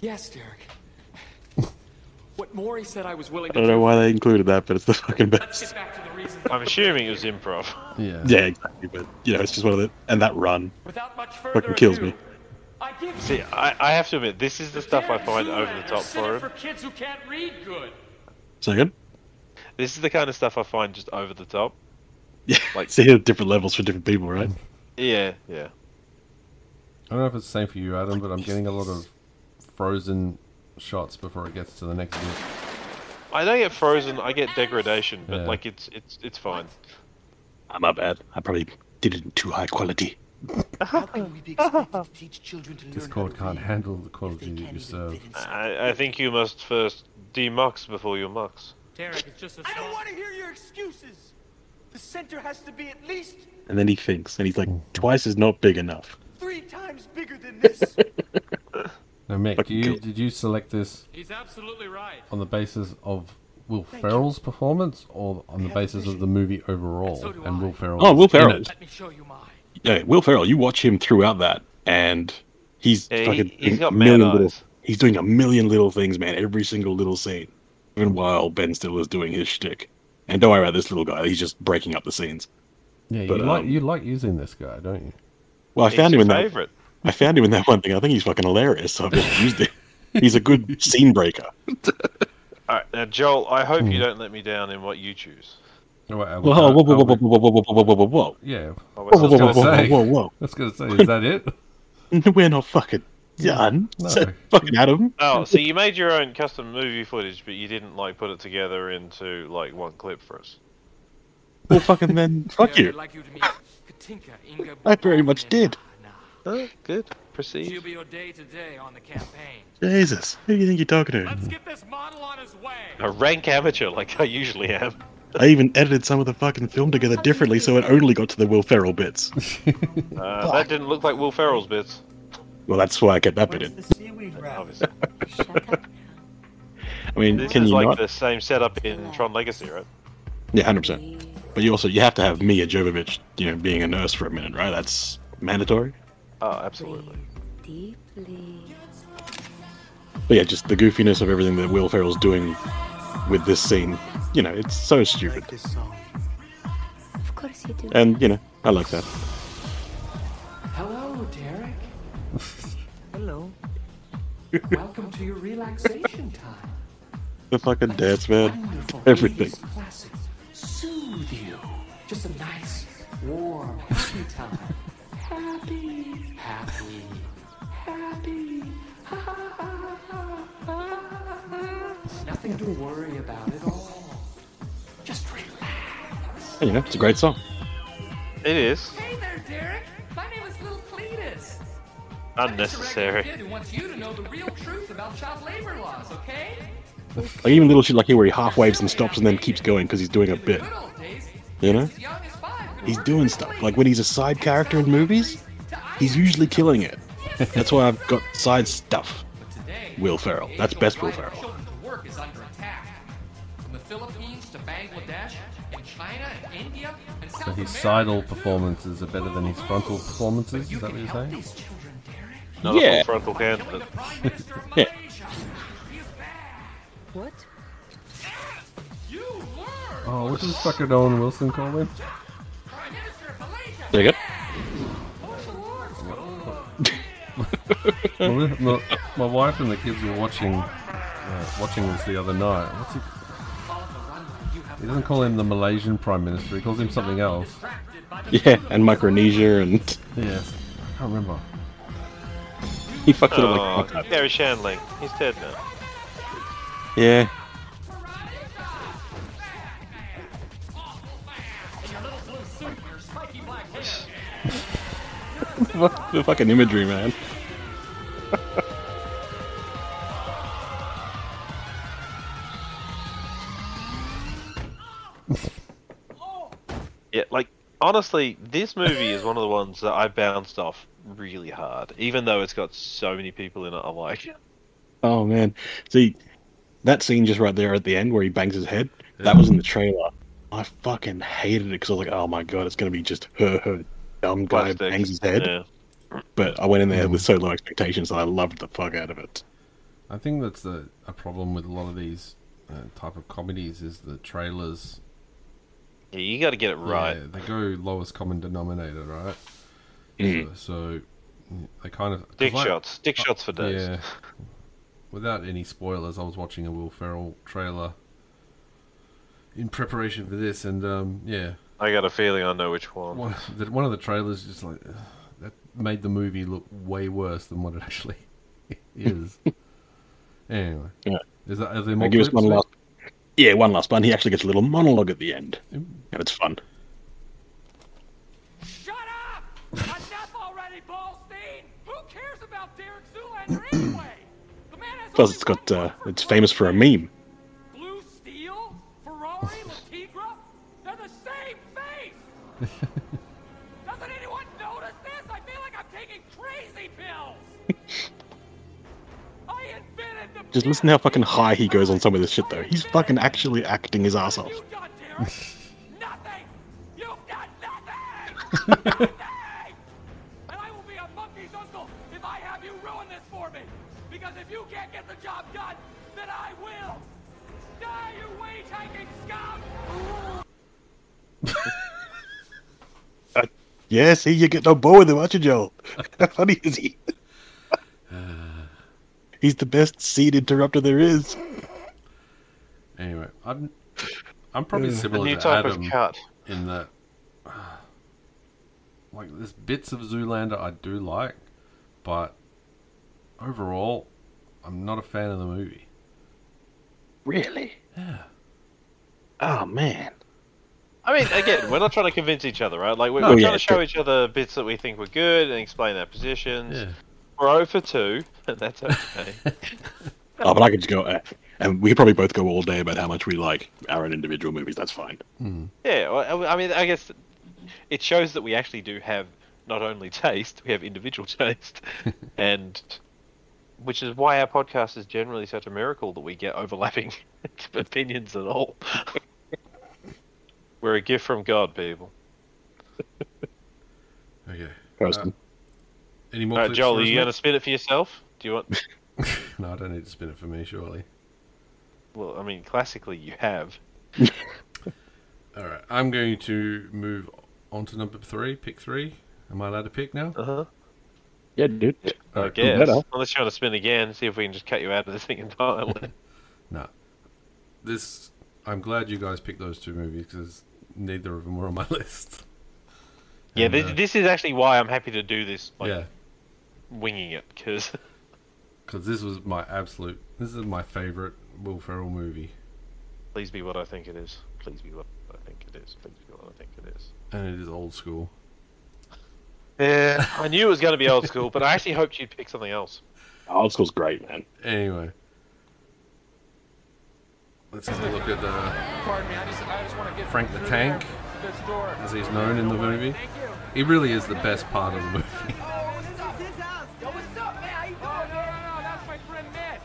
[SPEAKER 8] Yes, Derek. What Maury said I was willing
[SPEAKER 4] I
[SPEAKER 8] to
[SPEAKER 4] don't
[SPEAKER 8] do.
[SPEAKER 4] know why they included that, but it's the fucking
[SPEAKER 8] Let's
[SPEAKER 4] best.
[SPEAKER 8] get back to the reason.
[SPEAKER 3] I'm assuming it was improv. [LAUGHS]
[SPEAKER 2] Yeah.
[SPEAKER 4] Yeah, exactly. But you know, it's just one of the and that run.
[SPEAKER 8] Without much further
[SPEAKER 4] Fucking kills
[SPEAKER 8] ado,
[SPEAKER 4] me.
[SPEAKER 8] I give
[SPEAKER 3] See, I, I have to admit, this is the stuff I
[SPEAKER 8] Derek
[SPEAKER 3] find over the
[SPEAKER 8] Zoolander,
[SPEAKER 3] top
[SPEAKER 8] Center
[SPEAKER 3] for
[SPEAKER 8] for
[SPEAKER 3] him.
[SPEAKER 8] kids who can't read good.
[SPEAKER 4] Second,
[SPEAKER 3] This is the kind of stuff I find just over the top.
[SPEAKER 4] yeah,
[SPEAKER 3] Like-
[SPEAKER 4] [LAUGHS] see at different levels for different people, right?
[SPEAKER 3] Yeah, yeah.
[SPEAKER 2] I don't know if it's the same for you, Adam, but I'm getting a lot of frozen shots before it gets to the next bit.
[SPEAKER 3] I don't get frozen. I get degradation, but
[SPEAKER 2] Yeah.
[SPEAKER 3] like it's it's it's fine.
[SPEAKER 4] Ah, my bad. I probably did it in too high quality.
[SPEAKER 6] How can we be expected to teach children to learn
[SPEAKER 2] Discord
[SPEAKER 6] how to
[SPEAKER 2] can't
[SPEAKER 6] read
[SPEAKER 2] handle the
[SPEAKER 6] if they
[SPEAKER 2] quality that
[SPEAKER 6] can't
[SPEAKER 2] you
[SPEAKER 6] even
[SPEAKER 2] serve.
[SPEAKER 6] fit
[SPEAKER 3] I, I think you must first demux before you mux.
[SPEAKER 8] Derek, it's just a
[SPEAKER 6] I don't want to hear your excuses. The center has to be at least
[SPEAKER 4] And then he thinks, and he's like, twice is not big enough.
[SPEAKER 6] three times bigger than this.
[SPEAKER 2] Now, Mick, do
[SPEAKER 4] Fucking
[SPEAKER 2] you,
[SPEAKER 4] killed.
[SPEAKER 2] did you select this
[SPEAKER 8] He's absolutely right.
[SPEAKER 2] on the basis of Will
[SPEAKER 6] you.
[SPEAKER 2] Ferrell's performance or on the
[SPEAKER 6] have a
[SPEAKER 2] basis of
[SPEAKER 6] vision.
[SPEAKER 2] the movie overall?
[SPEAKER 8] so do
[SPEAKER 2] and
[SPEAKER 8] I.
[SPEAKER 2] Will Ferrell.
[SPEAKER 4] Oh, Will
[SPEAKER 2] is in
[SPEAKER 4] Ferrell.
[SPEAKER 2] it.
[SPEAKER 8] Let me show you mine.
[SPEAKER 4] Yeah, Will Ferrell. You watch him throughout that, and he's
[SPEAKER 3] Yeah, he-
[SPEAKER 4] fucking
[SPEAKER 3] he's
[SPEAKER 4] doing
[SPEAKER 3] got
[SPEAKER 4] a million
[SPEAKER 3] mad
[SPEAKER 4] little.
[SPEAKER 3] eyes.
[SPEAKER 4] He's doing a million little things, man. Every single little scene, even while Ben Stiller is doing his shtick. And don't worry about this little guy. He's just breaking up the scenes.
[SPEAKER 2] Yeah,
[SPEAKER 4] But,
[SPEAKER 2] you like
[SPEAKER 4] um,
[SPEAKER 2] you like using this guy, don't you?
[SPEAKER 4] Well, I
[SPEAKER 3] It's
[SPEAKER 4] found him
[SPEAKER 3] your
[SPEAKER 4] in that.
[SPEAKER 3] favorite.
[SPEAKER 4] I found him in that one thing. I think he's fucking hilarious. So I've just used [LAUGHS] him. He's a good scene breaker.
[SPEAKER 3] All right, now Joel, I hope
[SPEAKER 4] Hmm.
[SPEAKER 3] you don't let me down in what you choose.
[SPEAKER 2] Oh, wait, I would-
[SPEAKER 4] Whoa,
[SPEAKER 2] I
[SPEAKER 4] Uh, whoa, whoa, whoa,
[SPEAKER 2] would-
[SPEAKER 4] whoa, whoa, whoa, whoa, whoa, whoa, whoa, whoa.
[SPEAKER 2] Yeah,
[SPEAKER 3] Oh,
[SPEAKER 4] Whoa, whoa,
[SPEAKER 2] I
[SPEAKER 4] whoa,
[SPEAKER 2] was
[SPEAKER 4] whoa, [LAUGHS]
[SPEAKER 2] gonna
[SPEAKER 4] whoa,
[SPEAKER 2] say.
[SPEAKER 4] whoa, whoa,
[SPEAKER 2] I was going to say, is that it? [LAUGHS]
[SPEAKER 4] whoa. [LAUGHS] We're not fucking done.
[SPEAKER 2] No.
[SPEAKER 4] So fucking Adam.
[SPEAKER 3] Oh, so you made your own custom movie footage, but you didn't like put it together into like one clip for us.
[SPEAKER 4] Well, fucking [LAUGHS] then, fuck
[SPEAKER 8] Derek,
[SPEAKER 4] you.
[SPEAKER 8] I'd like you to meet Katinka Inga
[SPEAKER 4] I very much did.
[SPEAKER 3] Oh, good.
[SPEAKER 8] She'll
[SPEAKER 3] Proceed.
[SPEAKER 8] be your day to day on the campaign.
[SPEAKER 4] Jesus, who do you think you're talking to?
[SPEAKER 8] Let's get this model on his way.
[SPEAKER 3] A rank amateur, like I usually am.
[SPEAKER 4] I even edited some of the fucking film together differently, so it only got to the Will Ferrell bits.
[SPEAKER 3] Uh, that didn't look like Will Ferrell's bits.
[SPEAKER 4] Well, that's why I kept that bit
[SPEAKER 6] Where's
[SPEAKER 4] in.
[SPEAKER 6] the seaweed wrap?
[SPEAKER 3] Obviously,
[SPEAKER 9] Shut
[SPEAKER 5] [LAUGHS]
[SPEAKER 9] up now.
[SPEAKER 4] I mean,
[SPEAKER 3] this
[SPEAKER 4] can
[SPEAKER 3] is
[SPEAKER 4] you
[SPEAKER 3] like
[SPEAKER 4] not?
[SPEAKER 3] the same setup in Tron Legacy, right?
[SPEAKER 4] Yeah, hundred percent. But you also you have to have Mia Jovovich, you know, being a nurse for a minute, right? That's mandatory.
[SPEAKER 3] Oh, absolutely.
[SPEAKER 9] Deeply.
[SPEAKER 4] But yeah, just the goofiness of everything that Will Ferrell's doing with this scene. You know, it's so
[SPEAKER 6] I
[SPEAKER 4] stupid,
[SPEAKER 6] like this song.
[SPEAKER 9] Of course you do.
[SPEAKER 4] and you know, I like that.
[SPEAKER 8] Hello, Derek.
[SPEAKER 2] [LAUGHS]
[SPEAKER 6] Hello.
[SPEAKER 8] Welcome to your relaxation time.
[SPEAKER 4] The fucking dance, man.
[SPEAKER 8] Wonderful
[SPEAKER 4] Everything.
[SPEAKER 8] 80s classics soothe you. Just a nice, warm, happy time. happy, happy, happy. Nothing to worry about at all. Just relax.
[SPEAKER 4] You know, it's a great song.
[SPEAKER 3] It is
[SPEAKER 8] Hey there, Derek. My name is Little Cletus.
[SPEAKER 3] unnecessary.
[SPEAKER 8] kid who wants you to know the real truth about child labor laws, okay?
[SPEAKER 4] Like even little shit like here, where he half waves and stops and then keeps going because he's doing a bit.
[SPEAKER 8] Good old days.
[SPEAKER 4] You know,
[SPEAKER 8] As young as five, could
[SPEAKER 4] he's
[SPEAKER 8] work
[SPEAKER 4] doing
[SPEAKER 8] with
[SPEAKER 4] stuff.
[SPEAKER 8] Lee.
[SPEAKER 4] Like when he's a side character in movies, he's usually killing it. That's why I've got side stuff.
[SPEAKER 8] Today,
[SPEAKER 4] Will Ferrell. That's
[SPEAKER 8] the
[SPEAKER 4] best Will
[SPEAKER 8] right of
[SPEAKER 4] Ferrell.
[SPEAKER 8] children to work is under attack. From the Philippines to Bangladesh and China and India and South
[SPEAKER 2] So his
[SPEAKER 8] America,
[SPEAKER 2] sidle
[SPEAKER 8] too.
[SPEAKER 2] performances are better than his frontal performances.
[SPEAKER 8] You
[SPEAKER 2] Is that what
[SPEAKER 8] can
[SPEAKER 2] you're
[SPEAKER 8] help
[SPEAKER 2] saying?
[SPEAKER 8] these children, Derek.
[SPEAKER 3] Another
[SPEAKER 4] Yeah.
[SPEAKER 3] full frontal
[SPEAKER 8] Killing
[SPEAKER 3] candidate.
[SPEAKER 8] the Prime Minister of
[SPEAKER 4] Yeah.
[SPEAKER 8] Malaysia. He is bad.
[SPEAKER 9] What?
[SPEAKER 8] You were
[SPEAKER 2] Oh, what does fucking Owen Wilson call him?
[SPEAKER 8] Prime Minister of Malaysia.
[SPEAKER 4] There you go.
[SPEAKER 8] Martial arts.
[SPEAKER 2] my, my, my wife and the kids were watching uh, watching this the other night. What's he?
[SPEAKER 8] On the runway, you
[SPEAKER 2] He doesn't call him the Malaysian Prime Minister. He calls him something else.
[SPEAKER 4] Yeah, and Micronesia, and [LAUGHS]
[SPEAKER 2] Yes. I can't remember.
[SPEAKER 4] he fucked it
[SPEAKER 3] Oh,
[SPEAKER 4] up like
[SPEAKER 3] Gary Shandling. He's dead now.
[SPEAKER 4] Yeah, Fuck the fucking imagery, man.
[SPEAKER 3] Yeah, like honestly, this movie is one of the ones that I bounced off really hard. Even though it's got so many people in it, I'm like,
[SPEAKER 4] Oh man, see that scene just right there at the end where he bangs his head. That was in the trailer. I fucking hated it because I was like, oh my god, it's gonna be just her, her dumb guy
[SPEAKER 3] plastic.
[SPEAKER 4] bangs his head.
[SPEAKER 3] Yeah.
[SPEAKER 4] But I went in there with so low expectations, and I loved the fuck out of it.
[SPEAKER 2] I think that's the, a problem with a lot of these uh, type of comedies is the trailers.
[SPEAKER 3] Yeah, you got to get it right.
[SPEAKER 2] Yeah, they go lowest common denominator, right? So, so mm, they kind of 'cause
[SPEAKER 3] Dick
[SPEAKER 2] I-
[SPEAKER 3] shots, dick
[SPEAKER 4] uh,
[SPEAKER 3] shots for days.
[SPEAKER 2] Yeah. Without any spoilers, I was watching a Will Ferrell trailer in preparation for this, and um, yeah,
[SPEAKER 3] I got a feeling I know which one.
[SPEAKER 2] one, the, one of the trailers just like [SIGHS] ugh, that made the movie look way worse than what it [LAUGHS] actually is. anyway,
[SPEAKER 4] Yeah.
[SPEAKER 2] is that are there
[SPEAKER 4] I
[SPEAKER 2] more
[SPEAKER 4] give us
[SPEAKER 2] clips,
[SPEAKER 4] one
[SPEAKER 2] Nick?
[SPEAKER 4] last. Yeah, one last one. He actually gets a little monologue at the end, and it's fun.
[SPEAKER 8] Shut up! Enough already, Ballstein! Who cares about Derek Zoolander anyway? The man has
[SPEAKER 4] Plus,
[SPEAKER 8] only
[SPEAKER 4] it's got
[SPEAKER 8] one
[SPEAKER 4] uh,
[SPEAKER 8] word
[SPEAKER 4] it's famous for a meme.
[SPEAKER 8] Blue Steel, Ferrari, Latigra, they're the same face! Doesn't anyone notice this? I feel like I'm taking crazy pills! I invented the
[SPEAKER 4] Just listen how fucking high he goes on some of this shit, though. He's fucking actually acting his ass off.
[SPEAKER 8] You've done, Derek? nothing! You've done nothing! nothing! And I will be a monkey's uncle if I have you ruin this for me! Because if you can't get the job done, then I will! Die, you wage-hiking scum!
[SPEAKER 4] Yeah, see, you get no bored with him, aren't you, Joel? [LAUGHS] How funny is [SIGHS] he? He's the best seed interrupter there is.
[SPEAKER 2] Anyway, I'm I'm probably
[SPEAKER 3] A
[SPEAKER 2] similar
[SPEAKER 3] new
[SPEAKER 2] to
[SPEAKER 3] type
[SPEAKER 2] Adam
[SPEAKER 3] of cut.
[SPEAKER 2] in that [SIGHS] like there's bits of Zoolander I do like, but overall, I'm not a fan of the movie.
[SPEAKER 4] Really? Yeah. Oh man.
[SPEAKER 3] I mean, again, we're not trying to convince each other, right? Like we're,
[SPEAKER 4] No, Oh,
[SPEAKER 3] we're
[SPEAKER 4] yeah,
[SPEAKER 3] trying to show
[SPEAKER 4] sure.
[SPEAKER 3] each other bits that we think were good and explain our positions. We're 0 for two, [LAUGHS] and that's okay.
[SPEAKER 4] Oh, but I could just go, uh, and we could probably both go all day about how much we like our own individual movies. That's fine.
[SPEAKER 3] yeah, well, I I mean, I guess it shows that we actually do have not only taste, we have individual [LAUGHS] taste,
[SPEAKER 2] [LAUGHS]
[SPEAKER 3] and which is why our podcast is generally such a miracle that we get overlapping [LAUGHS] opinions at all. We're a gift from God, people.
[SPEAKER 2] Okay.
[SPEAKER 4] Kirsten.
[SPEAKER 2] Any more
[SPEAKER 3] All right,
[SPEAKER 2] clips
[SPEAKER 3] Joel,
[SPEAKER 2] for
[SPEAKER 3] are
[SPEAKER 2] us,
[SPEAKER 3] you
[SPEAKER 2] mate?
[SPEAKER 3] going to spin it for yourself? Do you want?
[SPEAKER 2] [LAUGHS] No, I don't need to spin it for me, surely.
[SPEAKER 3] Well, I mean, classically you have.
[SPEAKER 2] All right, I'm going to move on to number three, pick three. Am I allowed to pick now?
[SPEAKER 3] Uh huh.
[SPEAKER 4] yeah, dude.
[SPEAKER 3] I
[SPEAKER 2] Alright,
[SPEAKER 3] guess.
[SPEAKER 4] better.
[SPEAKER 3] Unless you want to spin again, see if we can just cut you out of this thing entirely.
[SPEAKER 2] [LAUGHS] No. This. I'm glad you guys picked those two movies because neither of them were on my [LAUGHS] list.
[SPEAKER 3] yeah,
[SPEAKER 2] And,
[SPEAKER 3] this,
[SPEAKER 2] uh,
[SPEAKER 3] this is actually why I'm happy to do this, like
[SPEAKER 2] yeah,
[SPEAKER 3] winging it, [LAUGHS] because
[SPEAKER 2] because this was my absolute. This is my favorite Will Ferrell movie,
[SPEAKER 3] please be what I think it is. Please be what I think it is. Please be what I think it is.
[SPEAKER 2] and it is old school.
[SPEAKER 3] Yeah, I knew it was going to be old school, but I actually hoped you'd pick something else.
[SPEAKER 4] Old school's great, man.
[SPEAKER 2] Anyway, let's have a look at uh,
[SPEAKER 8] Pardon me, I just, I just want to get
[SPEAKER 2] Frank the
[SPEAKER 8] through
[SPEAKER 2] Tank,
[SPEAKER 8] there. Good store.
[SPEAKER 2] as he's known in the movie.
[SPEAKER 8] Thank you.
[SPEAKER 2] He really is the best part of the movie.
[SPEAKER 8] Yo, what's up, man? How you doing? No, no, no, no, that's my friend Mitch.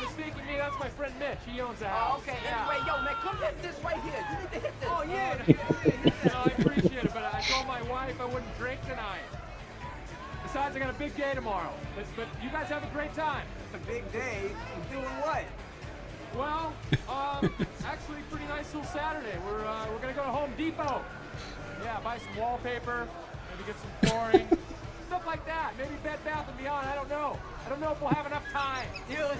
[SPEAKER 8] You're mistaking me, that's my friend Mitch. He owns that house. okay, yeah. Anyway, yo, man, come hit this right here. You need to hit this. Oh, yeah. yeah, [LAUGHS] yeah, yeah. no, I appreciate it, but I told my wife I wouldn't drink tonight. Besides, I got a big day tomorrow. But, but you guys have a great time.
[SPEAKER 6] It's a big day. I'm doing what?
[SPEAKER 8] Well, [LAUGHS] um, actually, pretty nice little Saturday. We're uh, we're gonna go to Home Depot. Yeah, buy some wallpaper, maybe get some [LAUGHS] flooring, stuff like that. Maybe Bed Bath and Beyond. I don't know. I don't know if we'll have enough time.
[SPEAKER 6] You know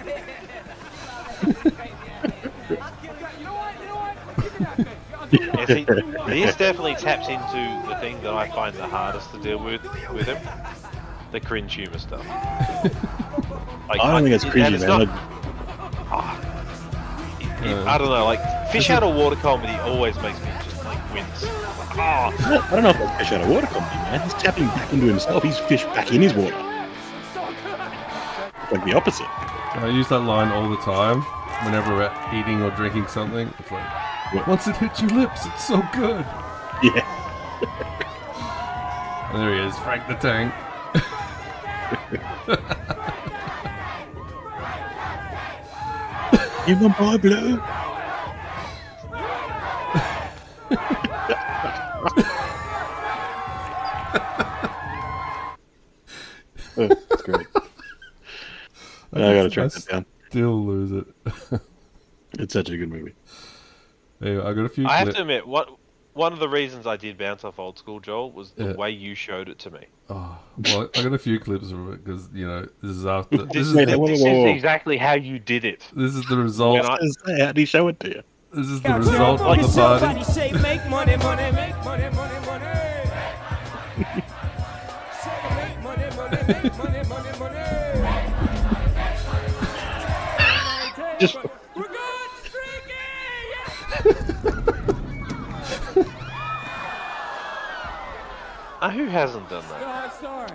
[SPEAKER 8] [LAUGHS] You got- you know what? You know what? Keep it
[SPEAKER 3] Yes, he, this definitely taps into the thing that I find the hardest to deal with with him, the cringe humor [LAUGHS] stuff. Like,
[SPEAKER 4] I don't think it's
[SPEAKER 3] that
[SPEAKER 4] cringy,
[SPEAKER 3] is
[SPEAKER 4] man.
[SPEAKER 3] not-
[SPEAKER 4] Like, uh,
[SPEAKER 3] I don't know, like fish out of water comedy always makes me just like wince. Ah,
[SPEAKER 4] I don't know if that's fish out of water comedy, man. He's tapping back into himself. He's fish back in his water. It's like the opposite. [LAUGHS]
[SPEAKER 2] I use that line all the time whenever we're eating or drinking something. It's like,
[SPEAKER 4] What?
[SPEAKER 2] once it hits your lips, it's so good.
[SPEAKER 4] Yeah.
[SPEAKER 2] And there he is, Frank the Tank.
[SPEAKER 4] You want my blue? [LAUGHS] Oh, That's great. I gotta track that down.
[SPEAKER 2] Still lose it.
[SPEAKER 4] It's such a good movie.
[SPEAKER 2] Anyway, I got a few.
[SPEAKER 3] I have
[SPEAKER 2] clip-
[SPEAKER 3] to admit, what one of the reasons I did bounce off old school Joel was the
[SPEAKER 2] Yeah.
[SPEAKER 3] way you showed it to me.
[SPEAKER 2] Well, I got a few clips of it because you know this
[SPEAKER 3] [LAUGHS]
[SPEAKER 2] is after this is
[SPEAKER 4] Wait,
[SPEAKER 2] the,
[SPEAKER 4] whoa,
[SPEAKER 3] This
[SPEAKER 4] whoa,
[SPEAKER 3] is
[SPEAKER 4] whoa.
[SPEAKER 3] exactly how you did it.
[SPEAKER 2] this is the result.
[SPEAKER 3] When I-
[SPEAKER 4] How do you show it to you?
[SPEAKER 2] This is the result of the party.
[SPEAKER 8] say make money, money, make money, money, money. Say make money, money, make money, money, money.
[SPEAKER 4] Just
[SPEAKER 8] We're going streaking!
[SPEAKER 3] Now, Uh, who hasn't done that?
[SPEAKER 8] Oh, sorry.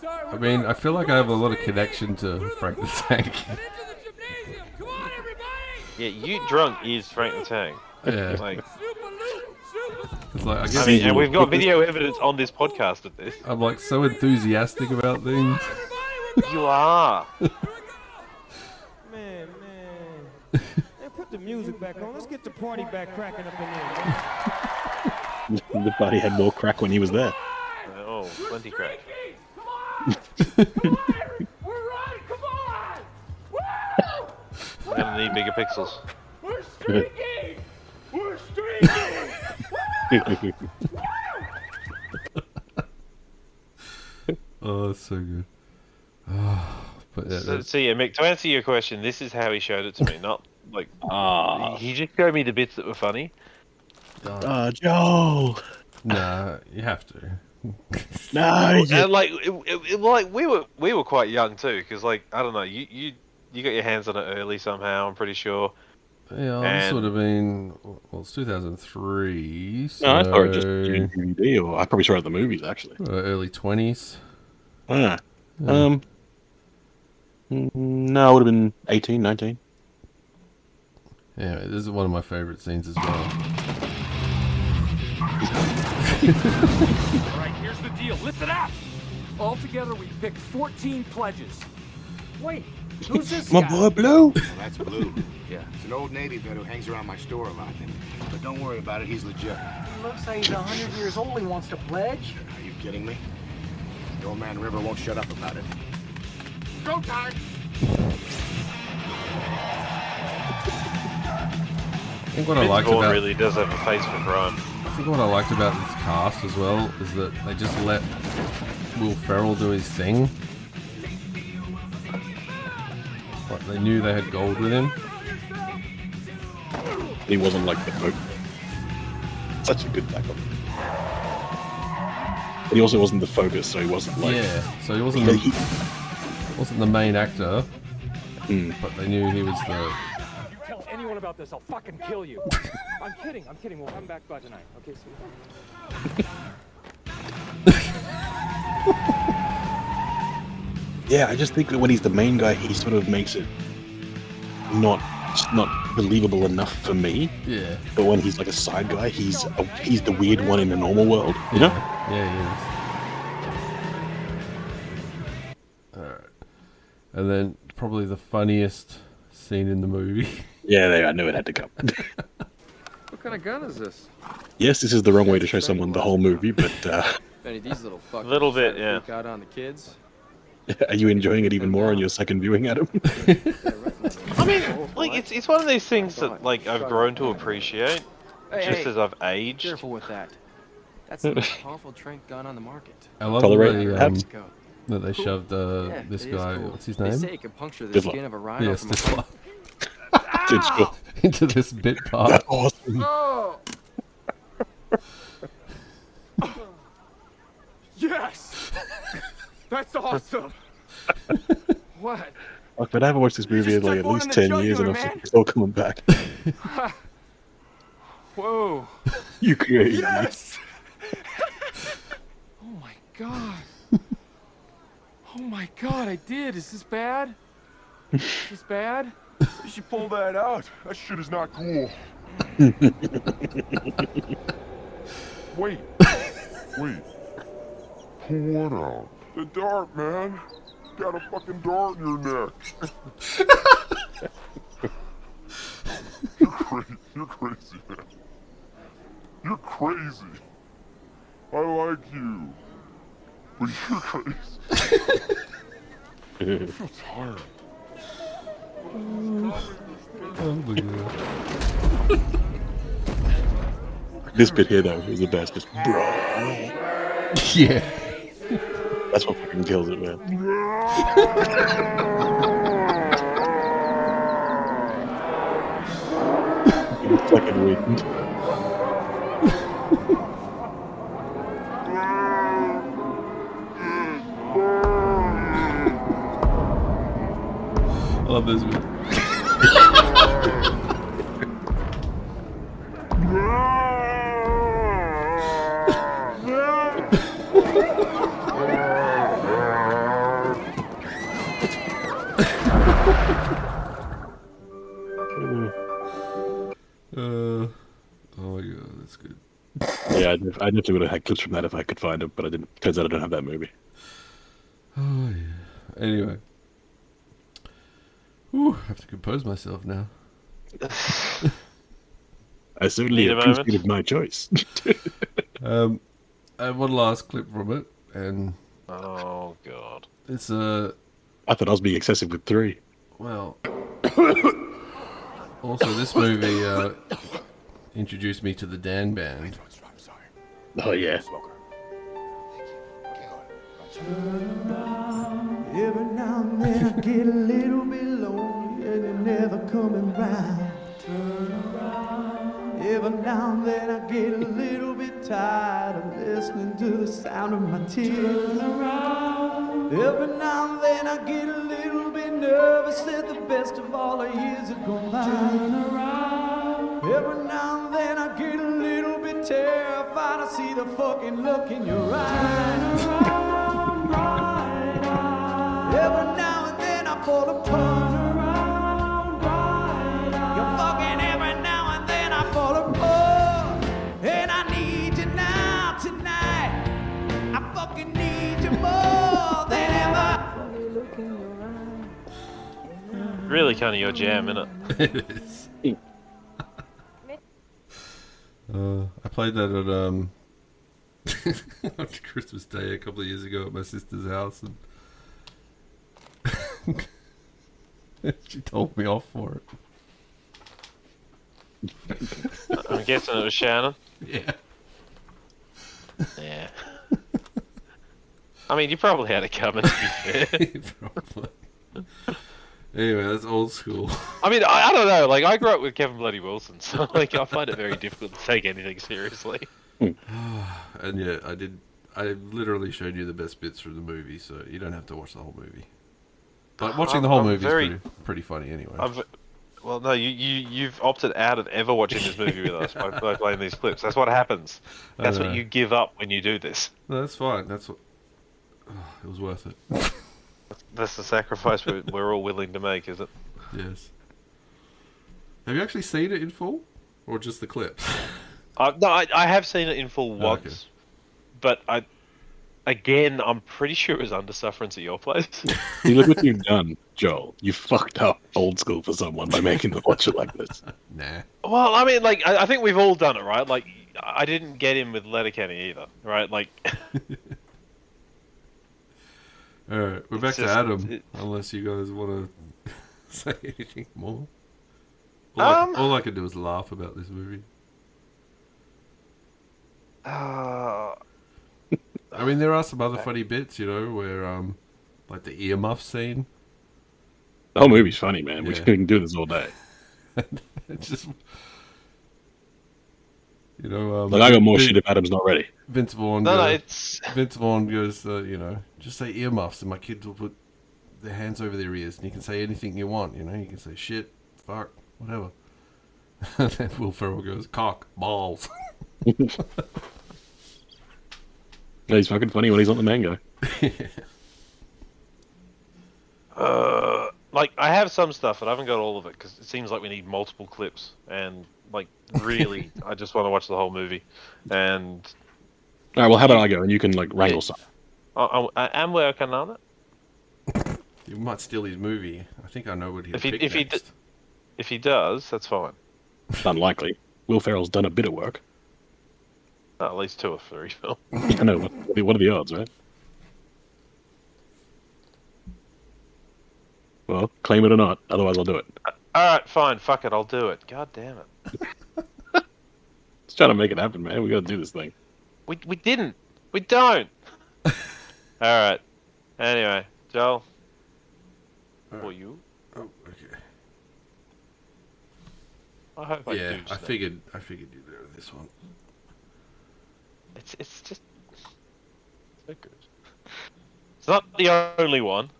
[SPEAKER 8] Sorry,
[SPEAKER 2] I mean, I feel like I have a lot of connection to Frank the Tank.
[SPEAKER 8] Come on, everybody!
[SPEAKER 3] Yeah, you drunk is Frank the Tank.
[SPEAKER 2] Yeah,
[SPEAKER 3] Like,
[SPEAKER 8] Super loop, super.
[SPEAKER 2] it's like I
[SPEAKER 3] I
[SPEAKER 2] guess
[SPEAKER 3] mean, and
[SPEAKER 2] I'm,
[SPEAKER 3] we've got video evidence on this podcast of this.
[SPEAKER 2] I'm like so enthusiastic about things.
[SPEAKER 3] You are.
[SPEAKER 8] Man, man. Man, put the music back on. Let's get the party back cracking up in there.
[SPEAKER 4] the buddy had more crack when he was there. [LAUGHS]
[SPEAKER 3] Oh, plenty crack.
[SPEAKER 8] Come on! Come on! We're right! Come on! Woo!
[SPEAKER 3] I don't need bigger pixels.
[SPEAKER 8] We're streaking! We're streaking!
[SPEAKER 2] Oh, that's so good. [SIGHS] but yeah,
[SPEAKER 3] So,
[SPEAKER 2] that's-
[SPEAKER 3] so yeah, Mick, to answer your question, this is how he showed it to me. Not like
[SPEAKER 4] Ah,
[SPEAKER 3] he just showed me the bits that were funny.
[SPEAKER 4] Ah, Joel.
[SPEAKER 2] nah, you have to.
[SPEAKER 4] No, you-
[SPEAKER 3] And like, it, it, it- like we were we were quite young too, because like I don't know, you you you got your hands on it early somehow. I'm pretty sure.
[SPEAKER 2] Yeah, I'm
[SPEAKER 3] And-
[SPEAKER 2] sort of been well. It's 2003, so
[SPEAKER 4] no, I saw it just on DVD, or I probably saw it at the movies actually.
[SPEAKER 2] uh, early 20s.
[SPEAKER 4] Ah. Um, mm, no, I would have been 18, 19.
[SPEAKER 2] Anyway, this is one of my favorite scenes as well.
[SPEAKER 8] All right, here's the deal. Listen up! Altogether, we picked 14 pledges. Wait, who's this
[SPEAKER 4] My
[SPEAKER 8] guy?
[SPEAKER 4] boy Blue.
[SPEAKER 10] That's Blue.
[SPEAKER 7] Yeah.
[SPEAKER 10] It's an old Navy vet who hangs around my store a lot. But don't worry about it, he's legit. Are
[SPEAKER 6] Looks like he's 100 years old. He wants to pledge.
[SPEAKER 10] you kidding me? The old man River won't shut up about it.
[SPEAKER 6] Go time.
[SPEAKER 2] I think what I liked
[SPEAKER 3] Thor
[SPEAKER 2] about
[SPEAKER 3] really does have a face for crime.
[SPEAKER 2] I think what I liked about this cast as well is that they just let Will Ferrell do his thing. Like they knew they had gold with him.
[SPEAKER 4] He wasn't like the Pope. Such a good backup. But he also wasn't the focus, so he wasn't like.
[SPEAKER 2] yeah, so he wasn't
[SPEAKER 4] He,
[SPEAKER 2] the,
[SPEAKER 4] he-
[SPEAKER 2] wasn't the main actor,
[SPEAKER 4] Hmm.
[SPEAKER 2] but they knew he was the
[SPEAKER 8] You tell anyone about this, I'll fucking kill you. I'm kidding, I'm kidding. We'll come back by tonight. Okay, sweetheart?
[SPEAKER 4] yeah, I just think that when he's the main guy, he sort of makes it not just not believable enough for me.
[SPEAKER 2] yeah
[SPEAKER 4] But when he's like a side guy, he's a, he's the weird one in the normal world, you know?
[SPEAKER 2] yeah he is. All right, and then probably the funniest scene in the movie. [LAUGHS]
[SPEAKER 4] Yeah, there, I knew it had to come. [LAUGHS]
[SPEAKER 11] What kind of gun is this?
[SPEAKER 4] yes, this is the wrong way to show someone the whole movie, but uh, [LAUGHS]
[SPEAKER 11] Benny, these little fuckers.
[SPEAKER 3] Little bit,
[SPEAKER 11] try to
[SPEAKER 3] yeah.
[SPEAKER 11] freak out on the kids.
[SPEAKER 4] are you enjoying it even more on your second viewing, Adam?
[SPEAKER 3] I mean, like it's it's one of these things that like I've grown to appreciate
[SPEAKER 11] Hey,
[SPEAKER 3] just
[SPEAKER 11] hey,
[SPEAKER 3] as I've aged.
[SPEAKER 11] careful with that. That's the
[SPEAKER 3] [LAUGHS]
[SPEAKER 11] most powerful drink gun on the market.
[SPEAKER 2] I love
[SPEAKER 4] Tolerate
[SPEAKER 2] that
[SPEAKER 4] it.
[SPEAKER 2] they, um,
[SPEAKER 11] Go.
[SPEAKER 2] that they shoved uh,
[SPEAKER 11] Yeah,
[SPEAKER 2] this
[SPEAKER 11] it is
[SPEAKER 2] guy.
[SPEAKER 11] cool.
[SPEAKER 2] What's his
[SPEAKER 11] They
[SPEAKER 2] name?
[SPEAKER 11] say it can puncture the
[SPEAKER 4] [LAUGHS] Good luck.
[SPEAKER 11] skin of a rhino
[SPEAKER 2] Yes,
[SPEAKER 11] from a
[SPEAKER 2] this one. [LAUGHS] into this bit
[SPEAKER 11] [LAUGHS]
[SPEAKER 2] part. That's awesome.
[SPEAKER 8] Oh. yes. That's awesome. what?
[SPEAKER 4] Like, but I haven't watched this movie in like at least ten years, and I'm [LAUGHS] still- still coming back.
[SPEAKER 8] Whoa.
[SPEAKER 4] you crazy?
[SPEAKER 8] Yes. oh my god. Oh my god, I did. Is this bad? Is this bad?
[SPEAKER 12] You should pull that out. That shit is not cool.
[SPEAKER 8] Wait.
[SPEAKER 12] Wait. Pull what out? The dart, man. Got a fucking dart in your neck. you're crazy. You're crazy, man. You're crazy. I like you. But you're crazy. I feel tired.
[SPEAKER 4] [LAUGHS]
[SPEAKER 11] Oh
[SPEAKER 4] This bit here though is the best. Just bro.
[SPEAKER 2] [LAUGHS] Yeah.
[SPEAKER 4] That's what fucking kills it, man. It's fucking weird.
[SPEAKER 2] I love this [LAUGHS] bit. Uh, oh my god, that's good.
[SPEAKER 4] Yeah, I def- I definitely would have had clips from that if I could find it, but I didn't. Turns out I don't have that movie.
[SPEAKER 2] Oh yeah. Anyway. Ooh, I have to compose myself now.
[SPEAKER 4] I certainly
[SPEAKER 2] Need a moment.
[SPEAKER 4] appreciated my choice. [LAUGHS]
[SPEAKER 2] um, I have one last clip from it, and
[SPEAKER 3] oh god,
[SPEAKER 2] it's a
[SPEAKER 4] I thought I was being excessive with three.
[SPEAKER 2] well. also, this movie uh, introduced me to the Dan Band.
[SPEAKER 4] Oh yeah.
[SPEAKER 13] Every now and then I get a little bit lonely and you're never coming round. Every now and then I get a little bit tired of listening to the sound of my tears. Every now and then I get a little bit nervous that the best of all our years have gone by. Every now and then I get a little bit terrified. I see the fucking look in your eyes. Every now and then I fall apart. You're fucking every now and then I fall apart. And I need you now tonight. I fucking need you more than ever.
[SPEAKER 3] really kind of your jam, innit?
[SPEAKER 2] it is. Uh, I played that at [LAUGHS] um on Christmas Day a couple of years ago at my sister's house, and [LAUGHS] she told me off for it.
[SPEAKER 3] I'm guessing it was Shannon.
[SPEAKER 2] Yeah.
[SPEAKER 3] Yeah. [LAUGHS] I mean, you probably had it coming. To be fair.
[SPEAKER 2] [LAUGHS] probably. Anyway, that's old school.
[SPEAKER 3] I mean, I, I don't know. Like, I grew up with Kevin Bloody Wilson, so [LAUGHS] like, I find it very difficult to take anything seriously.
[SPEAKER 2] and yeah, I did. I literally showed you the best bits from the movie, so you don't have to watch the whole movie. [SIGHS] But watching the whole
[SPEAKER 3] I'm- I'm
[SPEAKER 2] movie
[SPEAKER 3] very-
[SPEAKER 2] is pretty, pretty funny anyway.
[SPEAKER 3] I've, well, no, you, you you've opted out of ever watching this movie with us by, by playing these clips. That's what happens.
[SPEAKER 2] I
[SPEAKER 3] That's what
[SPEAKER 2] know.
[SPEAKER 3] you give up when you do this.
[SPEAKER 2] No, that's fine. That's what. [SIGHS] Ah, it was worth it.
[SPEAKER 3] That's the sacrifice we're, we're all willing to make, is it?
[SPEAKER 2] yes. Have you actually seen it in full, or just the [LAUGHS] clips?
[SPEAKER 3] Uh, no, I, I have seen it in full
[SPEAKER 2] Oh, okay.
[SPEAKER 3] once, but I, again, I'm pretty sure it was under sufferance at your
[SPEAKER 2] [LAUGHS]
[SPEAKER 3] place.
[SPEAKER 4] You look what you've done, Joel. You fucked up old school for someone by making them watch it like this.
[SPEAKER 2] Nah.
[SPEAKER 3] Well, I mean, like, I, I think we've all done it, right? Like, I didn't get in with Letterkenny either, right? Like, [LAUGHS]
[SPEAKER 2] All right, we're back to
[SPEAKER 3] just-
[SPEAKER 2] Adam. Unless you guys want to [LAUGHS] say anything more. All,
[SPEAKER 3] Um.
[SPEAKER 2] I, all I can do is laugh about this movie.
[SPEAKER 3] uh,
[SPEAKER 2] I mean, there are some other funny bits, you know, where um, like the earmuff scene.
[SPEAKER 4] The whole movie's funny, man. We
[SPEAKER 2] Yeah.
[SPEAKER 4] can do this all day.
[SPEAKER 2] [LAUGHS] It just you know, um,
[SPEAKER 4] Look, I got more shit if Adam's not ready.
[SPEAKER 2] Vince Vaughn.
[SPEAKER 4] No, no,
[SPEAKER 2] goes- Vince Vaughn goes, uh, you know, just say earmuffs, and my kids will put their hands over their ears, and you can say anything you want. You know, you can say shit, fuck, whatever. [LAUGHS] and then Will Ferrell goes, cock, balls. [LAUGHS]
[SPEAKER 4] Yeah, he's fucking funny when he's not the mango.
[SPEAKER 3] Uh, like I have some stuff, but I haven't got all of it because it seems like we need multiple clips. And like,
[SPEAKER 2] [LAUGHS]
[SPEAKER 3] really, I just want to watch the whole movie. And
[SPEAKER 4] All right, well, how about I go and you can like wrangle some.
[SPEAKER 3] I, I, I am working on it.
[SPEAKER 2] you might steal his movie. I think I know what he'll
[SPEAKER 3] If he
[SPEAKER 2] pick
[SPEAKER 3] if he d- if he does, that's fine.
[SPEAKER 4] It's unlikely. Will Ferrell's done a bit of work.
[SPEAKER 3] No, at least two or three [LAUGHS] films.
[SPEAKER 4] I know. What, what are the odds, right? Well, claim it or not. Otherwise, I'll do it.
[SPEAKER 3] All right, fine. Fuck it. I'll do it. God damn it.
[SPEAKER 4] Let's try to make it happen, man. We got to do this thing.
[SPEAKER 3] We we didn't. We don't. All right. Anyway, Joel. Or you?
[SPEAKER 2] Oh, okay.
[SPEAKER 3] I hope I
[SPEAKER 2] yeah,
[SPEAKER 3] goosed
[SPEAKER 2] I
[SPEAKER 3] that.
[SPEAKER 2] figured. I figured you'd know this one.
[SPEAKER 3] It's it's just so good. It's not the only one.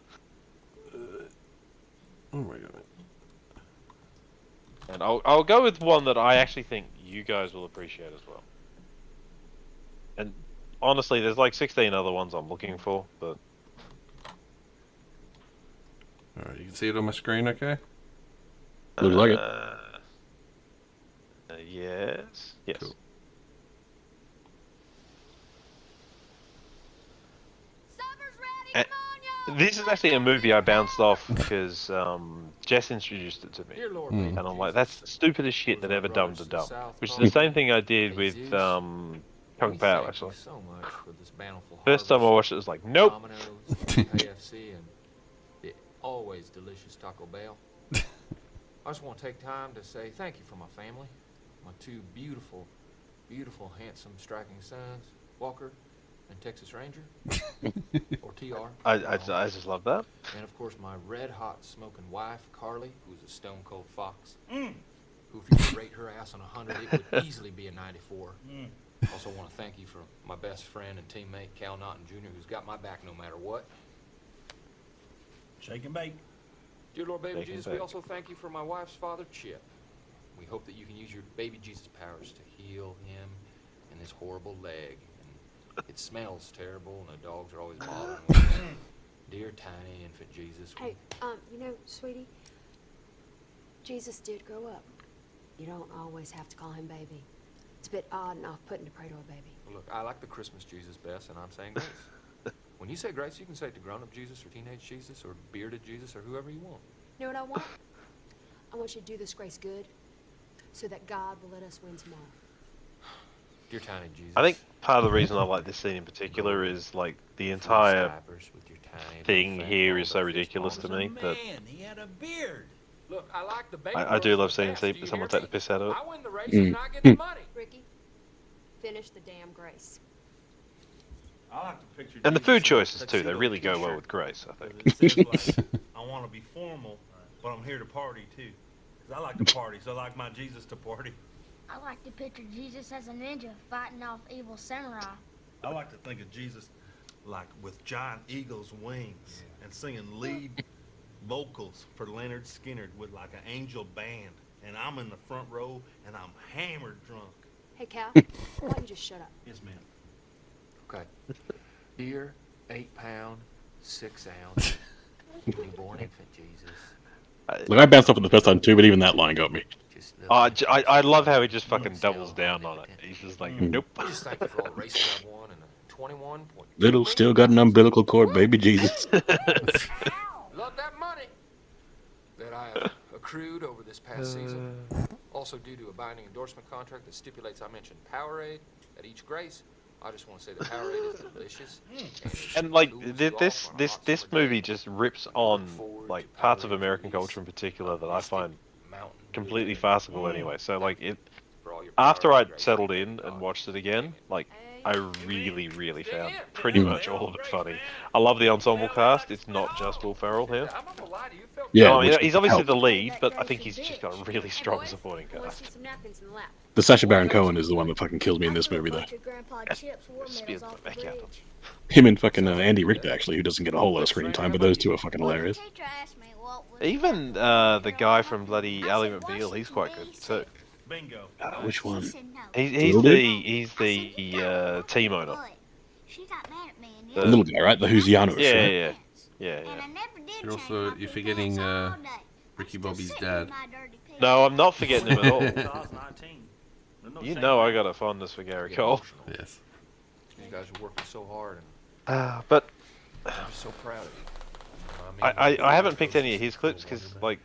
[SPEAKER 2] Oh my god.
[SPEAKER 3] And I'll, I'll go with one that I actually think you guys will appreciate as well. And honestly, there's like 16 other ones I'm looking for, but
[SPEAKER 2] All right, you can see it on my screen, okay?
[SPEAKER 4] Looks like it.
[SPEAKER 3] uh, yes. Yes. Uh, This is actually a movie I bounced off because um, Jess introduced it to me,
[SPEAKER 8] Hmm.
[SPEAKER 3] and I'm like, "That's the stupidest shit that ever Dumb to Dumb," which is the same thing I did with um, Kung Pao. Actually,
[SPEAKER 8] So much for this bountiful
[SPEAKER 3] first time I watched it, it was like, "Nope." [LAUGHS]
[SPEAKER 8] KFC and the always delicious Taco Bell. I just want to take time to say thank you for my family, my two beautiful, beautiful, handsome, striking sons, Walker and Texas Ranger, or TR.
[SPEAKER 3] I, I, I just love that.
[SPEAKER 8] And of course, my red hot smoking wife, Carly, who's a stone cold fox.
[SPEAKER 14] Mm.
[SPEAKER 8] Who, if you rate her ass on 100, it would easily be
[SPEAKER 14] [LAUGHS]
[SPEAKER 8] a 94.
[SPEAKER 14] Mm.
[SPEAKER 8] Also, want to thank you for my best friend and teammate, Cal Naughton Jr., who's got my back no matter what.
[SPEAKER 14] Shake and bake.
[SPEAKER 8] Dear Lord, baby
[SPEAKER 14] Shake and
[SPEAKER 8] Jesus, we
[SPEAKER 14] bake.
[SPEAKER 8] also thank you for my wife's father, Chip. We hope that you can use your baby Jesus powers to heal him and his horrible leg. And it smells terrible, and the dogs are always bothering him. Dear tiny infant Jesus, we
[SPEAKER 9] Hey, um, you know, sweetie, Jesus did grow up. You don't always have to call him baby. It's a bit odd and off-putting to pray to a baby.
[SPEAKER 8] Look, I like the Christmas Jesus best, and I'm
[SPEAKER 3] [LAUGHS]
[SPEAKER 8] saying grace. when you say grace, you can say it to grown up Jesus or teenage Jesus or bearded Jesus or whoever you want.
[SPEAKER 9] You know what I want? I want you to do this grace good so that God will let us win tomorrow.
[SPEAKER 8] Dear tiny Jesus.
[SPEAKER 3] I think part of the reason I like this scene in particular is like the entire thing here is so ridiculous to me that
[SPEAKER 14] Man, he had a beard.
[SPEAKER 8] Look, I like the baby.
[SPEAKER 3] I, I do love seeing se- someone take the piss out of it.
[SPEAKER 8] win the race
[SPEAKER 3] Mm.
[SPEAKER 8] and I get the money.
[SPEAKER 9] Ricky, finish the damn grace.
[SPEAKER 14] I like to picture.
[SPEAKER 3] And the
[SPEAKER 14] Jesus in
[SPEAKER 3] food
[SPEAKER 14] a
[SPEAKER 3] choices too, they
[SPEAKER 14] tuxedo
[SPEAKER 3] really go well
[SPEAKER 14] t-shirt
[SPEAKER 3] with Grace, I
[SPEAKER 14] that
[SPEAKER 3] think.
[SPEAKER 14] says, like, I want to be formal, but I'm here to party too. 'Cause I like to party, so I like my Jesus to party.
[SPEAKER 15] I like to picture Jesus as a ninja fighting off evil samurai.
[SPEAKER 14] I like to think of Jesus like with giant eagle's wings and singing lead vocals for Leonard Skinner with like an angel band. And I'm in the front row and I'm hammered drunk.
[SPEAKER 9] Hey,
[SPEAKER 2] [LAUGHS]
[SPEAKER 9] Cal, why don't you just shut up?
[SPEAKER 14] Yes, ma'am.
[SPEAKER 8] Okay. Dear eight pound, six ounce, newborn infant Jesus.
[SPEAKER 4] Look, I bounced off it the first time too, but even that line got me.
[SPEAKER 3] Oh, I, j- I- I love how he just fucking doubles down on it. He's just like,
[SPEAKER 4] Mm.
[SPEAKER 3] nope.
[SPEAKER 8] Just thank you for all the races I won and a 21 point.
[SPEAKER 4] Little still got an umbilical cord, baby
[SPEAKER 3] [LAUGHS]
[SPEAKER 4] Jesus.
[SPEAKER 8] Love that money that I
[SPEAKER 4] [LAUGHS]
[SPEAKER 8] have accrued over this past season. Also, due to a binding endorsement contract that stipulates I mention Powerade at each grace, I just want to say that
[SPEAKER 4] [LAUGHS]
[SPEAKER 8] Powerade is delicious.
[SPEAKER 3] And like th- this this this movie just rips on like parts of American culture in particular that I find completely farcical anyway. So like it after I'd settled in and watched it again, like I really really found pretty much all of it funny. I love the ensemble cast. It's not just Will Ferrell here.
[SPEAKER 8] I'm not gonna lie to you, it felt
[SPEAKER 4] Yeah,
[SPEAKER 3] I mean,
[SPEAKER 4] which
[SPEAKER 3] he's
[SPEAKER 4] would
[SPEAKER 3] obviously
[SPEAKER 4] help.
[SPEAKER 3] the lead, but I think he's just got a really strong supporting cast.
[SPEAKER 4] The Sasha Baron Cohen is the one that fucking kills me in this movie, though.
[SPEAKER 3] Spears the back out of
[SPEAKER 4] Him and fucking uh, Andy Richter, actually, who doesn't get a whole lot of screen time, but those two are fucking hilarious.
[SPEAKER 3] them. Even uh, the guy from bloody Ally McBeal, he's quite good too.
[SPEAKER 14] Bingo.
[SPEAKER 4] Uh, which one?
[SPEAKER 3] He's, he's
[SPEAKER 4] Little
[SPEAKER 3] the he's the uh, team owner.
[SPEAKER 4] The little guy, right? The Hoosianovich,
[SPEAKER 3] Yeah,
[SPEAKER 4] right?
[SPEAKER 3] yeah, yeah, yeah.
[SPEAKER 2] You're also you're forgetting uh, Ricky Bobby's dad.
[SPEAKER 3] No, I'm not forgetting him
[SPEAKER 7] [LAUGHS]
[SPEAKER 4] [LAUGHS]
[SPEAKER 3] at all.
[SPEAKER 7] 2019. There's no
[SPEAKER 3] You
[SPEAKER 7] shame
[SPEAKER 3] know
[SPEAKER 7] in
[SPEAKER 3] I got a fondness for Gary
[SPEAKER 4] [LAUGHS]
[SPEAKER 3] Cole.
[SPEAKER 2] Yes.
[SPEAKER 16] You guys are working so hard, and
[SPEAKER 3] Uh, but
[SPEAKER 16] I'm so proud of you.
[SPEAKER 3] I, I, I haven't picked any of his clips because like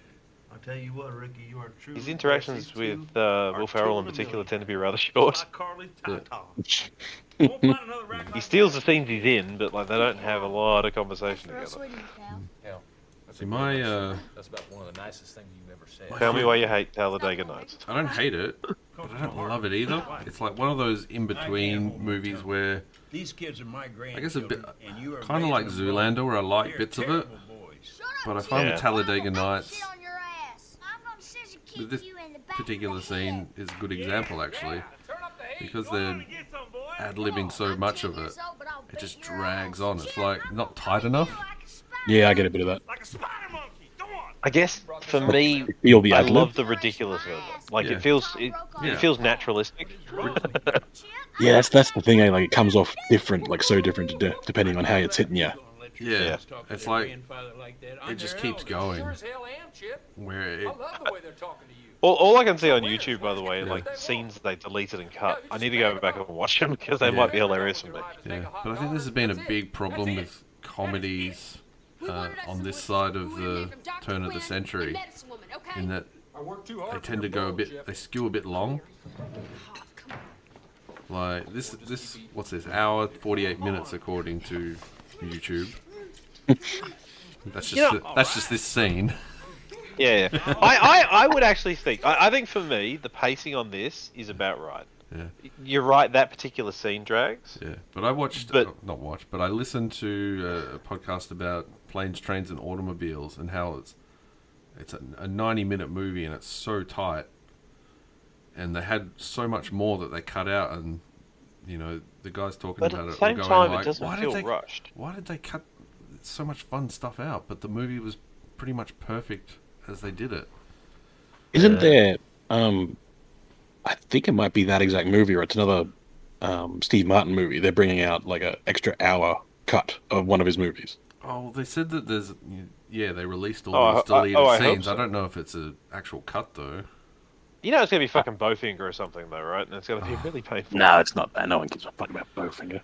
[SPEAKER 14] I'll tell you what, Ricky, you are true.
[SPEAKER 3] his interactions with uh, Will Ferrell in particular tend to be rather [LAUGHS] short. he steals the scenes he's in, but like they don't have a lot of conversation together.
[SPEAKER 2] Mm-hmm.
[SPEAKER 16] Yeah. That's
[SPEAKER 2] See, my, uh,
[SPEAKER 16] That's about one of the nicest things you've ever said.
[SPEAKER 3] Tell me why you hate Talladega Nights.
[SPEAKER 2] I don't hate it, but I don't love it either. It's like one of those in between movies where
[SPEAKER 16] These kids are my
[SPEAKER 2] I guess a bit
[SPEAKER 16] grandchildren, and you are
[SPEAKER 2] kind of like Zoolander, where I like bits of it, but I find
[SPEAKER 3] Yeah.
[SPEAKER 2] with Talladega Nights. This particular scene is a good example, actually, because they're ad libbing so much of it, it just drags on. It's like not tight enough.
[SPEAKER 4] Yeah, I get a bit of that.
[SPEAKER 3] I guess for me,
[SPEAKER 4] Feel the
[SPEAKER 3] I
[SPEAKER 4] ad-lib?
[SPEAKER 3] love the ridiculous of it. Like
[SPEAKER 4] Yeah.
[SPEAKER 3] it feels it,
[SPEAKER 2] Yeah.
[SPEAKER 3] it feels naturalistic.
[SPEAKER 2] Uh,
[SPEAKER 4] Yeah, that's that's the thing. eh, Like, it comes off different, like so different to de- depending on how it's hitting you.
[SPEAKER 2] Yeah, it's like it just keeps going. Where it,
[SPEAKER 3] all, all I can see on YouTube, by the way, are like scenes they deleted and cut. I need to go back and watch them because they
[SPEAKER 2] Yeah.
[SPEAKER 3] might be hilarious for me.
[SPEAKER 2] Yeah, but I think this has been a big problem with comedies uh, on this side of the turn of the century, in that they tend to go a bit, they skew a bit long. Like this, this what's this hour forty-eight minutes according to YouTube. That's just
[SPEAKER 3] You know-
[SPEAKER 2] the- that's just this scene. [LAUGHS]
[SPEAKER 3] Yeah, yeah. I, I, I would actually think. I, I think for me, the pacing on this is about right.
[SPEAKER 2] Yeah.
[SPEAKER 3] You're right. That particular scene drags.
[SPEAKER 2] Yeah, but I watched, uh, not watched, but I listened to uh, a podcast about planes, trains, and automobiles and how it's it's a, a ninety-minute movie and it's so tight, and they had so much more that they cut out, and you know the guys talking
[SPEAKER 3] But at
[SPEAKER 2] about
[SPEAKER 3] the
[SPEAKER 2] it, were
[SPEAKER 3] same
[SPEAKER 2] going
[SPEAKER 3] time, it
[SPEAKER 2] like,
[SPEAKER 3] doesn't
[SPEAKER 2] why
[SPEAKER 3] feel
[SPEAKER 2] did they,
[SPEAKER 3] rushed."
[SPEAKER 2] Why did they cut so much fun stuff out? But the movie was pretty much perfect as they did it.
[SPEAKER 4] Isn't
[SPEAKER 2] Uh,
[SPEAKER 4] there? Um, I think it might be that exact movie, or it's another um, Steve Martin movie. They're bringing out like a extra hour cut of one of his movies.
[SPEAKER 2] Oh, they said that there's yeah they released all
[SPEAKER 3] Oh, I
[SPEAKER 2] these
[SPEAKER 3] ho- I-
[SPEAKER 2] deleted
[SPEAKER 3] oh, I hope
[SPEAKER 2] scenes. I
[SPEAKER 3] so.
[SPEAKER 2] don't know if it's an actual cut though.
[SPEAKER 3] You know it's gonna be fucking Bowfinger or something though, right? And it's gonna
[SPEAKER 2] [SIGHS]
[SPEAKER 3] be really painful.
[SPEAKER 4] No, it's not that. No one gives a fuck about Bowfinger.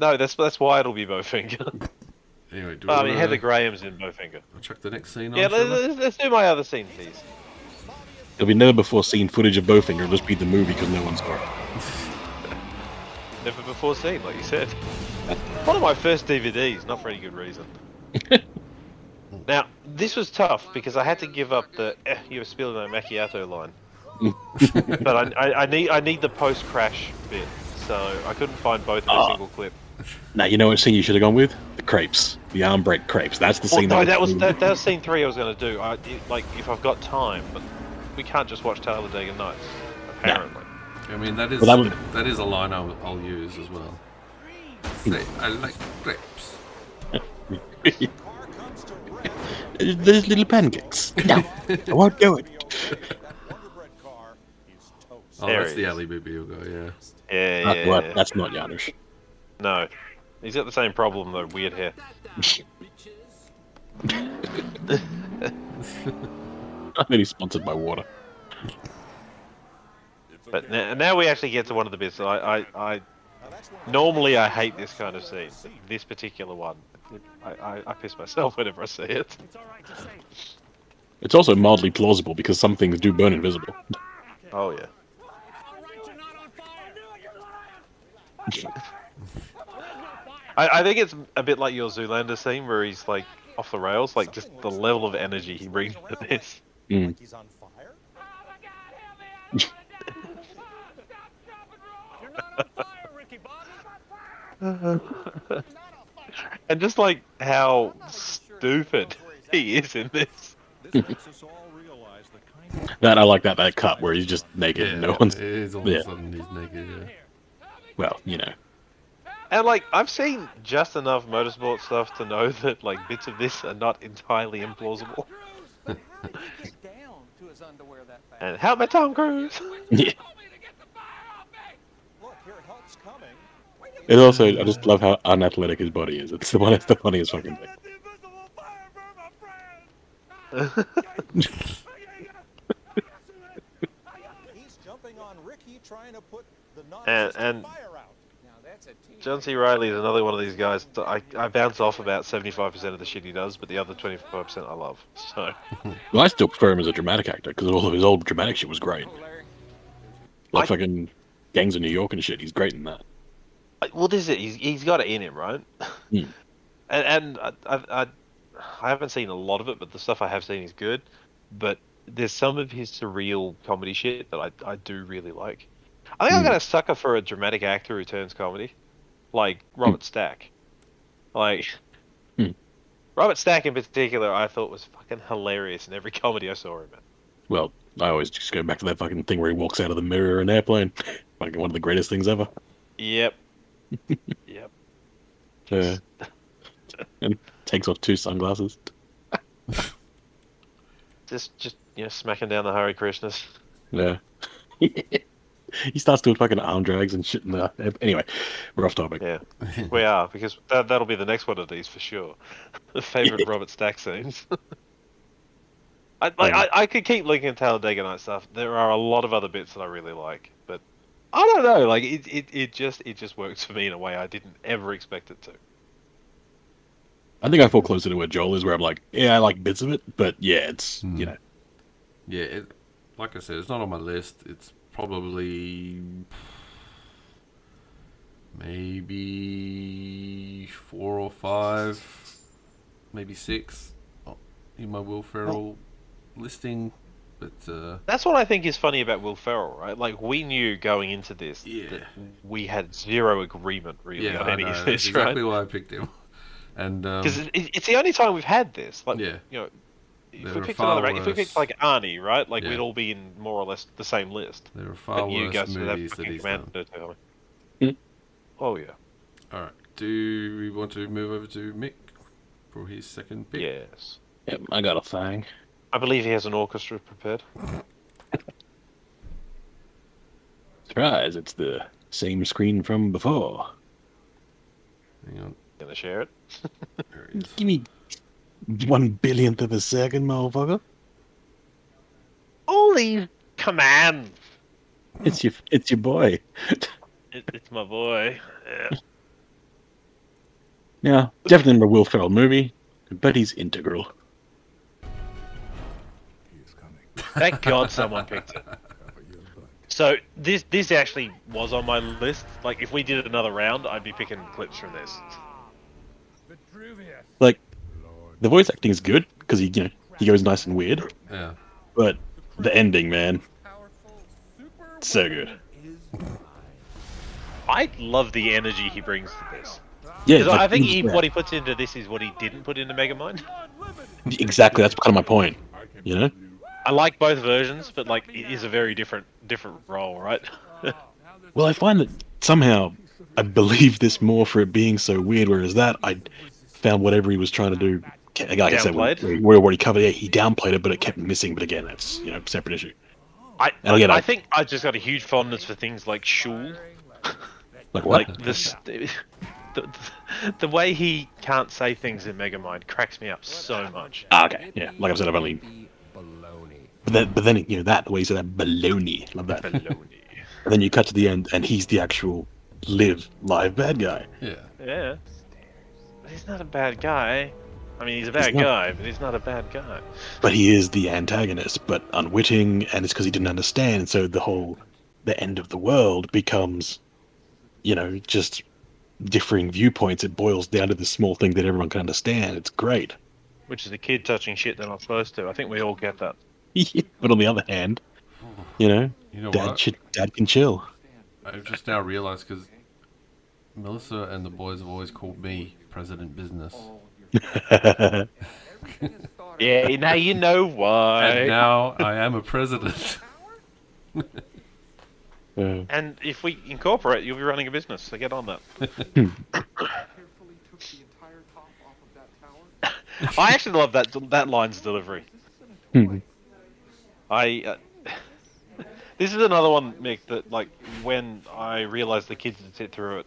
[SPEAKER 3] No, that's that's why it'll be Bowfinger. [LAUGHS]
[SPEAKER 2] Anyway, do
[SPEAKER 3] I mean,
[SPEAKER 2] we wanna-
[SPEAKER 3] Heather Graham's in Bowfinger.
[SPEAKER 2] I'll check the next scene.
[SPEAKER 3] yeah,
[SPEAKER 2] on,
[SPEAKER 3] let,
[SPEAKER 2] shall we?
[SPEAKER 3] let's, let's do my other scene, please.
[SPEAKER 4] It'll be never before seen footage of Bowfinger. It'll just be the movie because no one saw it.
[SPEAKER 3] Never before seen, like you said. One of my first DVDs, not for any good reason. now, this was tough because I had to give up the eh, you were spilling my macchiato line. but I, I, I need I need the post crash bit, so I couldn't find both in a
[SPEAKER 4] Ah.
[SPEAKER 3] single clip.
[SPEAKER 4] Now you know what scene you should have gone with? The crepes, the arm break crepes. That's the
[SPEAKER 3] Well,
[SPEAKER 4] scene.
[SPEAKER 3] Oh, no, that was that, that was scene three. I was going to do. I it- like if I've got time, but we can't just watch Talladega Nights. Apparently,
[SPEAKER 2] I mean, that is
[SPEAKER 4] Well, that would- Hmm.
[SPEAKER 2] that is a line I'll, I'll use as well. Say, I like grapes.
[SPEAKER 4] There's little pancakes. No, [LAUGHS] I won't do it.
[SPEAKER 2] Oh,
[SPEAKER 3] There
[SPEAKER 2] that's
[SPEAKER 3] it
[SPEAKER 2] the
[SPEAKER 3] is.
[SPEAKER 2] Ali Bibil guy, yeah.
[SPEAKER 3] yeah,
[SPEAKER 4] Not
[SPEAKER 3] yeah,
[SPEAKER 4] what-
[SPEAKER 3] yeah.
[SPEAKER 4] That's not Janusz.
[SPEAKER 3] no. He's got the same problem though. Weird hair.
[SPEAKER 4] I mean, he's sponsored by water.
[SPEAKER 3] But now, now we actually get to one of the bits. that I, I, I normally I hate this kind of scene. but This particular one, I, I, I piss myself [LAUGHS] whenever I see it.
[SPEAKER 4] It's also mildly plausible because some things do burn invisible. [LAUGHS]
[SPEAKER 3] Oh yeah. I, I think it's a bit like your Zoolander scene where he's like off the rails, like just the level of energy he brings to this.
[SPEAKER 2] Hmm.
[SPEAKER 4] Mm.
[SPEAKER 6] He's on fire.
[SPEAKER 10] [LAUGHS]
[SPEAKER 3] and just like how stupid he is in this.
[SPEAKER 2] [LAUGHS]
[SPEAKER 4] that I like that that cut where he's just naked and no one's
[SPEAKER 2] It is all
[SPEAKER 4] yeah.
[SPEAKER 2] of a sudden he's naked. Yeah.
[SPEAKER 4] Well, you know, [LAUGHS]
[SPEAKER 3] And like I've seen just enough motorsport stuff to know that like bits of this are not entirely implausible. and how about Tom Cruise?
[SPEAKER 4] it also I just love how unathletic his body is. It's the one that's the funniest fucking thing.
[SPEAKER 3] and and John C. Riley is another one of these guys that I, I bounce off about seventy five percent of the shit he does, but the other twenty five percent I love. [LAUGHS] So
[SPEAKER 4] Well, I still prefer him as a dramatic actor because all of his old dramatic shit was
[SPEAKER 10] Oh,
[SPEAKER 4] great. Like fucking Gangs of New York and shit. He's great in that.
[SPEAKER 3] I- well, this is it. He's, he's got it in him, right?
[SPEAKER 4] Hmm.
[SPEAKER 3] [LAUGHS] And, and I, I, I, I haven't seen a lot of it, but the stuff I have seen is good. But there's some of his surreal comedy shit that I, I do really like. I think I'm
[SPEAKER 4] Hmm.
[SPEAKER 3] gonna sucker for a dramatic actor who turns comedy, like Robert Stack. Like
[SPEAKER 4] Hmm.
[SPEAKER 3] Robert Stack in particular, I thought was fucking hilarious in every [LAUGHS] comedy I saw him in.
[SPEAKER 4] Well, I always just go back to that fucking thing where he walks out of the mirror in an airplane. [LAUGHS] Fucking one of the greatest things ever.
[SPEAKER 2] [LAUGHS]
[SPEAKER 3] Yep. yep.
[SPEAKER 4] [LAUGHS] Yeah. and takes off two sunglasses.
[SPEAKER 3] Just just you know smacking down the Hare
[SPEAKER 2] [LAUGHS]
[SPEAKER 3] Krishnas.
[SPEAKER 4] Yeah. [LAUGHS] he starts doing fucking arm drags and shit. In the... Anyway, we're off topic.
[SPEAKER 3] Yeah. we are because that, that'll be the next one of these for sure. [LAUGHS] The favorite Robert Stack scenes. [LAUGHS] I, like, I I could keep looking at Talladega Night stuff. There are a lot of other bits that I really like, but I don't know. Like it, it, it just it just works for me in a way I didn't ever expect it to.
[SPEAKER 4] I think I fall closer to where Joel is, where I'm like, yeah, I like bits of it, but yeah, it's, you know.
[SPEAKER 2] Yeah, it, like I said, it's not on my list. It's probably maybe four or five, maybe six uh, in my Will
[SPEAKER 3] Oh.
[SPEAKER 2] Ferrell listing. But uh,
[SPEAKER 3] That's what I think is funny about Will Ferrell, right? Like we knew going into this that we had zero agreement really
[SPEAKER 2] yeah,
[SPEAKER 3] on
[SPEAKER 2] I
[SPEAKER 3] any [LAUGHS]
[SPEAKER 2] know,
[SPEAKER 3] of
[SPEAKER 2] that's
[SPEAKER 3] this,
[SPEAKER 2] exactly
[SPEAKER 3] right?
[SPEAKER 2] why I picked him. And um,
[SPEAKER 3] Because it, it's the only time we've had this. Like
[SPEAKER 2] Yeah.
[SPEAKER 3] you know, if
[SPEAKER 2] There
[SPEAKER 3] we
[SPEAKER 2] are
[SPEAKER 3] picked
[SPEAKER 2] far
[SPEAKER 3] another, if we picked
[SPEAKER 2] worse-
[SPEAKER 3] like Arnie, right? Like
[SPEAKER 2] Yeah.
[SPEAKER 3] we'd all be in more or less the same list.
[SPEAKER 2] there are far
[SPEAKER 3] But you
[SPEAKER 2] worse
[SPEAKER 3] Gus, would have
[SPEAKER 2] movies that
[SPEAKER 3] fucking
[SPEAKER 2] he's done.
[SPEAKER 3] Commando Tally.
[SPEAKER 4] Hmm.
[SPEAKER 3] Oh yeah.
[SPEAKER 2] All right, do we want to move over to Mick for his second pick?
[SPEAKER 3] Yes.
[SPEAKER 4] Yep, I got a thing.
[SPEAKER 3] I believe he has an orchestra prepared.
[SPEAKER 4] Surprise, it's the same screen from before.
[SPEAKER 2] Hang on.
[SPEAKER 3] Gonna share it.
[SPEAKER 4] Mm, Give me one billionth of a second, motherfucker.
[SPEAKER 3] Holy command!
[SPEAKER 4] It's your, it's your boy.
[SPEAKER 3] It, it's my boy. Yeah.
[SPEAKER 4] Yeah, definitely a Will Ferrell movie, but he's integral.
[SPEAKER 3] Thank God someone picked
[SPEAKER 2] [LAUGHS]
[SPEAKER 3] it. So this this actually was on my list. Like if we did another round, I'd be picking clips from this.
[SPEAKER 4] Like, the voice acting is good because he, you know, he goes nice and weird.
[SPEAKER 2] Yeah.
[SPEAKER 4] But the ending, man, so good.
[SPEAKER 3] I love the energy he brings to this.
[SPEAKER 4] Yeah,
[SPEAKER 3] 'Cause
[SPEAKER 4] it's like-
[SPEAKER 3] I think he,
[SPEAKER 4] yeah.
[SPEAKER 3] what he puts into this is what he didn't put into Megamind.
[SPEAKER 4] [LAUGHS] Exactly, that's kind of my point. You know,
[SPEAKER 3] I like both versions, but like it is a very different different role, right?
[SPEAKER 4] well, I find that somehow I believe this more for it being so weird, whereas that I found whatever he was trying to do. Like I said, we-
[SPEAKER 3] Downplayed?
[SPEAKER 4] we already covered. Yeah, he downplayed it, but it kept missing. But again, that's you know separate issue.
[SPEAKER 3] I
[SPEAKER 4] And again,
[SPEAKER 3] I
[SPEAKER 4] I-
[SPEAKER 3] think I just got a huge fondness for things like Shul.
[SPEAKER 4] Like what?
[SPEAKER 3] Like this, [LAUGHS] the, the, the way he can't say things in Megamind cracks me up so much.
[SPEAKER 4] Ah, okay, yeah. Like I've said, I've only. But then, but then you know that the way you said that baloney. Love that.
[SPEAKER 3] Baloney.
[SPEAKER 4] and then you cut to the end, and he's the actual live live bad guy.
[SPEAKER 2] Yeah.
[SPEAKER 3] Yeah. But he's not a bad guy. I mean, he's a bad
[SPEAKER 4] not.
[SPEAKER 3] guy, but he's not a bad guy.
[SPEAKER 4] But he is the antagonist, but unwitting, and it's because he didn't understand. So the whole the end of the world becomes, you know, just differing viewpoints. It boils down to this small thing that everyone can understand. It's great. [LAUGHS]
[SPEAKER 3] Which is a kid touching shit they're not supposed to. I think we all get that.
[SPEAKER 4] but on the other hand, you know,
[SPEAKER 2] You know
[SPEAKER 4] dad,
[SPEAKER 2] what?
[SPEAKER 4] should, dad can chill.
[SPEAKER 2] I've just now realized because Melissa and the boys have always called me President Business.
[SPEAKER 3] Yeah, now you know why.
[SPEAKER 2] And now I am a president. [LAUGHS]
[SPEAKER 3] And if we incorporate, you'll be running a business. So get on that. [LAUGHS] I actually love that that line's delivery.
[SPEAKER 4] Hmm.
[SPEAKER 3] I. Uh, [LAUGHS] this is another one, Mick. That like when I realized the kids had sit through it,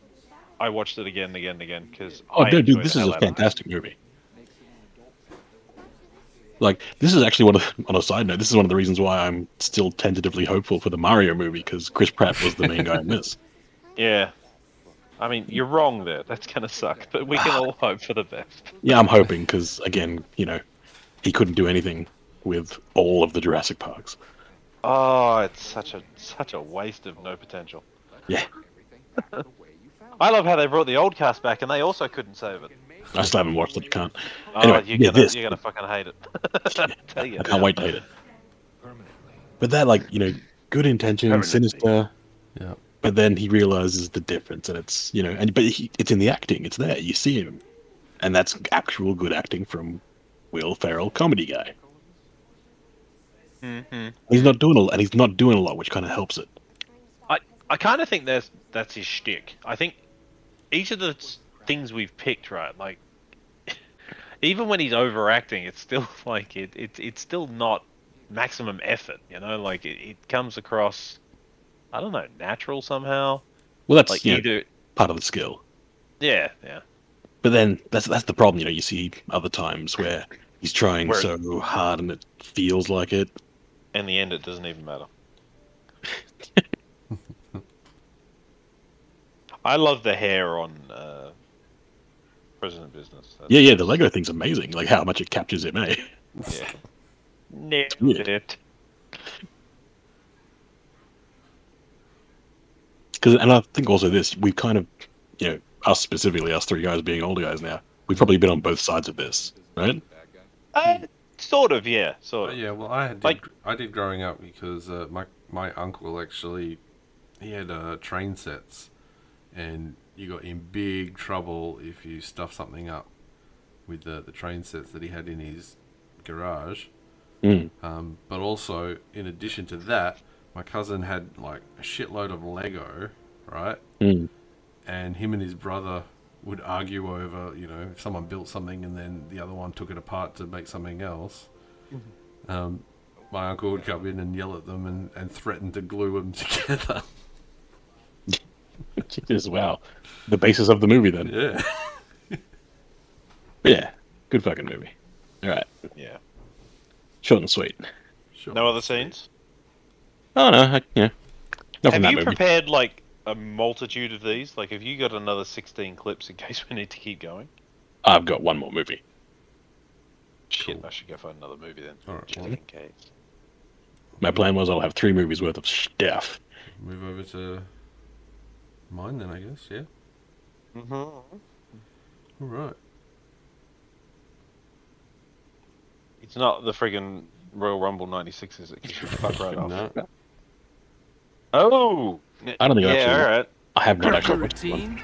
[SPEAKER 3] I watched it again and again and again because
[SPEAKER 4] Oh,
[SPEAKER 3] I
[SPEAKER 4] dude, dude,
[SPEAKER 3] enjoyed
[SPEAKER 4] this
[SPEAKER 3] the
[SPEAKER 4] is
[SPEAKER 3] hell
[SPEAKER 4] a
[SPEAKER 3] out of it.
[SPEAKER 4] fantastic movie. Like, this is actually one of [LAUGHS] on a side note. This is one of the reasons why I'm still tentatively hopeful for the Mario movie because Chris Pratt was the main guy in this.
[SPEAKER 3] Yeah. I mean, you're wrong there. That's gonna suck, but we can
[SPEAKER 4] [LAUGHS]
[SPEAKER 3] all hope for the best.
[SPEAKER 4] Yeah, I'm hoping because again, you know, he couldn't do anything with all of the Jurassic Parks.
[SPEAKER 3] Oh, it's such a such a waste of no potential.
[SPEAKER 4] Yeah,
[SPEAKER 3] I love how they brought the old cast back, and they also couldn't save it.
[SPEAKER 4] I still haven't watched it. I can't.
[SPEAKER 3] Oh,
[SPEAKER 4] Anyway,
[SPEAKER 3] you're,
[SPEAKER 4] yeah,
[SPEAKER 3] gonna,
[SPEAKER 4] this.
[SPEAKER 3] you're gonna
[SPEAKER 4] [LAUGHS]
[SPEAKER 3] fucking hate it. [LAUGHS] I tell you.
[SPEAKER 4] I can't wait to hate it. But that, like, you know, good intention, sinister.
[SPEAKER 2] Yeah.
[SPEAKER 4] But then he realizes the difference, and it's you know, and but he, it's in the acting. It's there. You see him, and that's actual good acting from Will Ferrell, comedy guy.
[SPEAKER 3] Mm-hmm.
[SPEAKER 4] He's not doing a lot, and he's not doing a lot, which kind of helps it.
[SPEAKER 3] I, I kind of think that's that's his shtick. I think each of the s- things we've picked, right? Like, [LAUGHS] even when he's overacting, it's still [LAUGHS] like it, it it's still not maximum effort. You know, like it, it comes across, I don't know, natural somehow.
[SPEAKER 4] Well, that's
[SPEAKER 3] like
[SPEAKER 4] you know,
[SPEAKER 3] either
[SPEAKER 4] part of the skill.
[SPEAKER 3] yeah, yeah,
[SPEAKER 4] But then that's that's the problem, you know. You see other times where he's trying
[SPEAKER 3] Where-
[SPEAKER 4] so hard, and it feels like it.
[SPEAKER 3] in the end, it doesn't even matter. I love the hair on uh, President Business. That's-
[SPEAKER 4] Yeah, yeah. The Lego thing's amazing. Like how much it captures him, eh?
[SPEAKER 3] Yeah. Nailed
[SPEAKER 4] Weird.
[SPEAKER 3] it.
[SPEAKER 4] Because, and I think also this, we've kind of, you know, us specifically, us three guys being older guys now, we've probably been on both sides of this, right? [LAUGHS]
[SPEAKER 3] Uh, sort of, yeah, sort
[SPEAKER 2] of. Yeah, well, I did, I did growing up because uh, my my uncle actually he had uh, train sets, and you got in big trouble if you stuff something up with the the train sets that he had in his garage.
[SPEAKER 4] Mm.
[SPEAKER 2] Um, but also, in addition to that, my cousin had like a shitload of Lego, right?
[SPEAKER 4] Mm.
[SPEAKER 2] and him and his brother would argue over, you know, if someone built something and then the other one took it apart to make something else. Um, my uncle would come in and yell at them and, and threaten to glue them [LAUGHS] together.
[SPEAKER 4] Just, wow. The basis of the movie, then.
[SPEAKER 2] yeah.
[SPEAKER 4] But yeah, good fucking movie. All right,
[SPEAKER 3] Yeah.
[SPEAKER 4] short and sweet.
[SPEAKER 3] No other scenes.
[SPEAKER 4] Oh, no, I, yeah. Not from
[SPEAKER 3] have
[SPEAKER 4] that
[SPEAKER 3] you
[SPEAKER 4] movie.
[SPEAKER 3] prepared like a multitude of these? Like, have you got another sixteen clips in case we need to keep going?
[SPEAKER 4] I've got one more movie.
[SPEAKER 3] Shit, I should go find another movie then, just in case.
[SPEAKER 4] My plan was I'll have three movies worth of stuff.
[SPEAKER 2] Move over to mine then, I guess, yeah?
[SPEAKER 3] Mm-hmm. All
[SPEAKER 2] right.
[SPEAKER 3] It's not the friggin' Royal Rumble '96, is it? 'Cause you fuck
[SPEAKER 4] [LAUGHS]
[SPEAKER 3] right off.
[SPEAKER 2] No.
[SPEAKER 3] Oh.
[SPEAKER 4] I don't think
[SPEAKER 3] yeah,
[SPEAKER 4] I've actually-
[SPEAKER 3] all right.
[SPEAKER 4] I have not actually watched this one.
[SPEAKER 6] Routine?